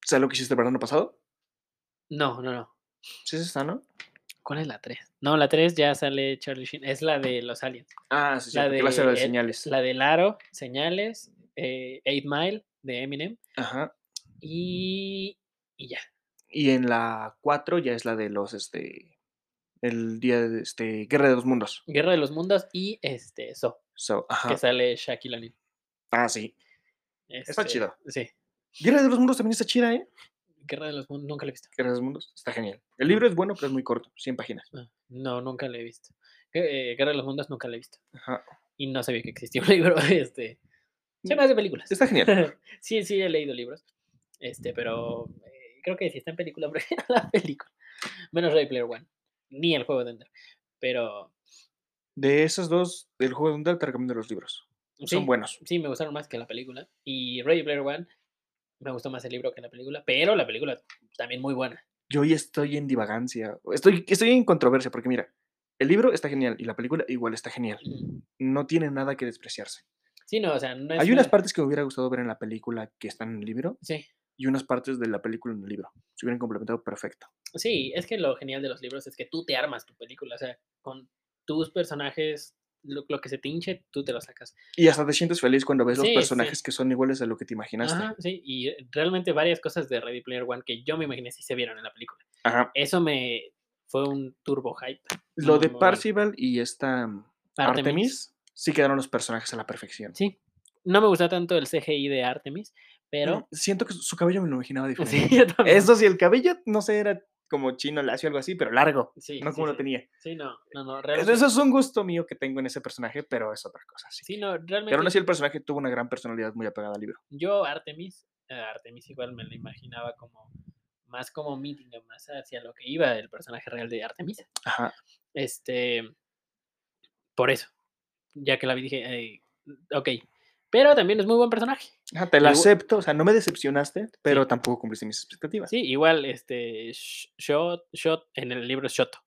[SPEAKER 1] ¿Sabes lo que hiciste el verano pasado?
[SPEAKER 2] No, no, no.
[SPEAKER 1] Sí, es esta, ¿no?
[SPEAKER 2] ¿Cuál es la 3? No, la 3 ya sale Charlie Sheen. Es la de los aliens.
[SPEAKER 1] Ah, sí, sí.
[SPEAKER 2] La
[SPEAKER 1] La de, la
[SPEAKER 2] de
[SPEAKER 1] de
[SPEAKER 2] el-
[SPEAKER 1] señales.
[SPEAKER 2] La del aro, señales, eh, Eight Mile de Eminem.
[SPEAKER 1] Ajá.
[SPEAKER 2] Y. Y ya.
[SPEAKER 1] Y en la 4 ya es la de los, este, el día de, este, Guerra de los Mundos.
[SPEAKER 2] Guerra de los Mundos y este, So,
[SPEAKER 1] So,
[SPEAKER 2] que
[SPEAKER 1] ajá.
[SPEAKER 2] sale Shaquille O'Neal.
[SPEAKER 1] Ah, sí.
[SPEAKER 2] Este,
[SPEAKER 1] chido.
[SPEAKER 2] Sí.
[SPEAKER 1] Guerra de los Mundos también está chida, ¿eh?
[SPEAKER 2] Guerra de los Mundos, nunca la he visto.
[SPEAKER 1] Guerra de los Mundos está genial. El libro es bueno, pero es muy corto, 100 páginas.
[SPEAKER 2] Ah, No, nunca la he visto. Gue- eh, Guerra de los Mundos nunca la he visto.
[SPEAKER 1] Ajá.
[SPEAKER 2] y no sabía que existía un libro. Este, se me hace películas.
[SPEAKER 1] Está genial.
[SPEAKER 2] sí, sí, he leído libros. Este, pero eh, creo que si está en película, prefiero la película. Menos Ray Player One. Ni el juego de Ender. Pero
[SPEAKER 1] De esas dos, del juego de Onda, te recomiendo los libros.
[SPEAKER 2] Sí,
[SPEAKER 1] Son buenos.
[SPEAKER 2] sí, me gustaron más que la película. Y Ready Player One, me gustó más el libro que la película, pero la película también muy buena.
[SPEAKER 1] Yo hoy estoy en divagancia. Estoy, estoy en controversia, porque mira, el libro está genial y la película igual está genial. No tiene nada que despreciarse.
[SPEAKER 2] Sí, no, o sea, no es
[SPEAKER 1] Hay unas
[SPEAKER 2] una-
[SPEAKER 1] partes que me hubiera gustado ver en la película que están en el libro
[SPEAKER 2] Sí.
[SPEAKER 1] y unas partes de la película en el libro. Se hubieran complementado perfecto.
[SPEAKER 2] Sí, es que lo genial de los libros es que tú te armas tu película, o sea, con tus personajes, lo, lo que se te hinche, tú te lo sacas.
[SPEAKER 1] Y hasta te sientes feliz cuando ves
[SPEAKER 2] Sí,
[SPEAKER 1] los
[SPEAKER 2] sí.
[SPEAKER 1] personajes que son iguales a lo que te imaginaste.
[SPEAKER 2] Ajá, sí, y eh, realmente varias cosas de Ready Player One que yo me imaginé si se vieron en la película.
[SPEAKER 1] Ajá.
[SPEAKER 2] Eso me fue un turbo hype.
[SPEAKER 1] Lo
[SPEAKER 2] Muy,
[SPEAKER 1] de
[SPEAKER 2] muy bueno.
[SPEAKER 1] Parcival y esta mm, Artemis. sí quedaron los personajes a la perfección.
[SPEAKER 2] Sí. No me gusta tanto el CGI de Artemis,
[SPEAKER 1] Pero
[SPEAKER 2] pero.
[SPEAKER 1] Mm, siento que su cabello me lo imaginaba
[SPEAKER 2] Sí,
[SPEAKER 1] diferente.
[SPEAKER 2] yo también.
[SPEAKER 1] Mm, Eso sí, el cabello, no sé, era como chino, lacio, algo así, pero largo.
[SPEAKER 2] Sí,
[SPEAKER 1] no
[SPEAKER 2] sí,
[SPEAKER 1] como lo
[SPEAKER 2] sí.
[SPEAKER 1] tenía.
[SPEAKER 2] Sí, no, no, no,
[SPEAKER 1] Eso
[SPEAKER 2] realmente.
[SPEAKER 1] eso es un gusto mío que tengo en ese personaje, pero es otra cosa. Sí.
[SPEAKER 2] Sí, no, realmente.
[SPEAKER 1] pero aún así el personaje tuvo una gran personalidad muy apegada al libro.
[SPEAKER 2] Yo Artemis, a Artemis igual me lo imaginaba como más como meeting, más hacia lo que iba el personaje real de Artemis.
[SPEAKER 1] Ajá.
[SPEAKER 2] Este, por eso, ya que la vi dije, "Ey, ok, pero también es muy buen personaje.
[SPEAKER 1] Ajá, te la
[SPEAKER 2] Igual-
[SPEAKER 1] acepto, o sea, no me decepcionaste, pero tampoco cumpliste mis expectativas.
[SPEAKER 2] Sí, igual este Sh- Shot, Shot en el libro es Shoto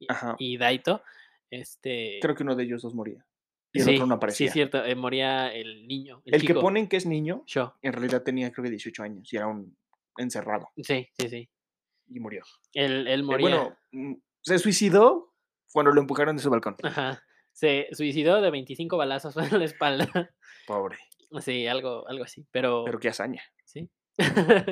[SPEAKER 2] y-
[SPEAKER 1] Ajá.
[SPEAKER 2] y Daito, este
[SPEAKER 1] Creo que uno de ellos dos moría. Y el
[SPEAKER 2] sí,
[SPEAKER 1] otro no
[SPEAKER 2] Sí,
[SPEAKER 1] aparecía.
[SPEAKER 2] es cierto, eh, moría el niño, el,
[SPEAKER 1] el que
[SPEAKER 2] chico,
[SPEAKER 1] ponen que es niño,
[SPEAKER 2] Sho,
[SPEAKER 1] en realidad tenía creo que 18 años y era un encerrado
[SPEAKER 2] Sí, sí, sí.
[SPEAKER 1] y murió.
[SPEAKER 2] Él, él
[SPEAKER 1] Eh,
[SPEAKER 2] moría.
[SPEAKER 1] bueno, mm, se suicidó cuando lo empujaron de su balcón.
[SPEAKER 2] Ajá. Se suicidó de 25 balazos en la espalda.
[SPEAKER 1] Pobre,
[SPEAKER 2] Sí, algo, algo así. Pero,
[SPEAKER 1] pero qué hazaña.
[SPEAKER 2] sí.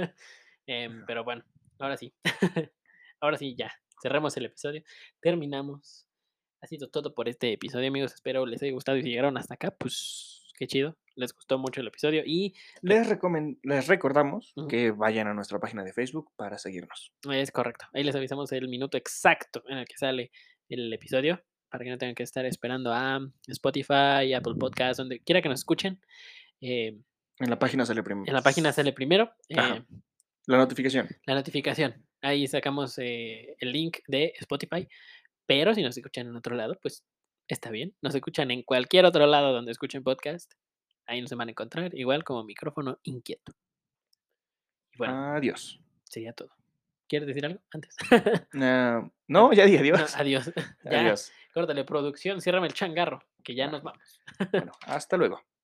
[SPEAKER 2] Em,
[SPEAKER 1] Ajá.
[SPEAKER 2] pero bueno, ahora sí. ahora sí, ya. Cerramos el episodio. Terminamos. Ha sido todo por este episodio, amigos. Espero les haya gustado. Y si llegaron hasta acá, pues qué chido. Les gustó mucho el episodio. Y
[SPEAKER 1] Les, recomen- les recordamos
[SPEAKER 2] Ujú.
[SPEAKER 1] que vayan a nuestra página de Facebook para seguirnos.
[SPEAKER 2] es correcto. Ahí les avisamos el minuto exacto en el que sale el episodio. Para que no tengan que estar esperando a Spotify, Apple Podcast, donde quiera que nos escuchen. Em,
[SPEAKER 1] En la página sale primero.
[SPEAKER 2] En la página sale primero
[SPEAKER 1] Ajá.
[SPEAKER 2] eh,
[SPEAKER 1] La notificación.
[SPEAKER 2] la notificación. Ahí sacamos eh, el link de Spotify. Pero si nos escuchan en otro lado, pues está bien. Nos escuchan en cualquier otro lado donde escuchen podcast. Ahí nos van a encontrar, igual como micrófono inquieto. Y
[SPEAKER 1] Ah.
[SPEAKER 2] bueno,
[SPEAKER 1] Adiós.
[SPEAKER 2] sería todo. ¿Quieres decir algo antes?
[SPEAKER 1] Ah, no, ya dije
[SPEAKER 2] No,
[SPEAKER 1] adiós.
[SPEAKER 2] adiós. Ya,
[SPEAKER 1] adiós.
[SPEAKER 2] Córtale, producción, ciérrame el changarro, que ya nos vamos.
[SPEAKER 1] Bueno, hasta luego.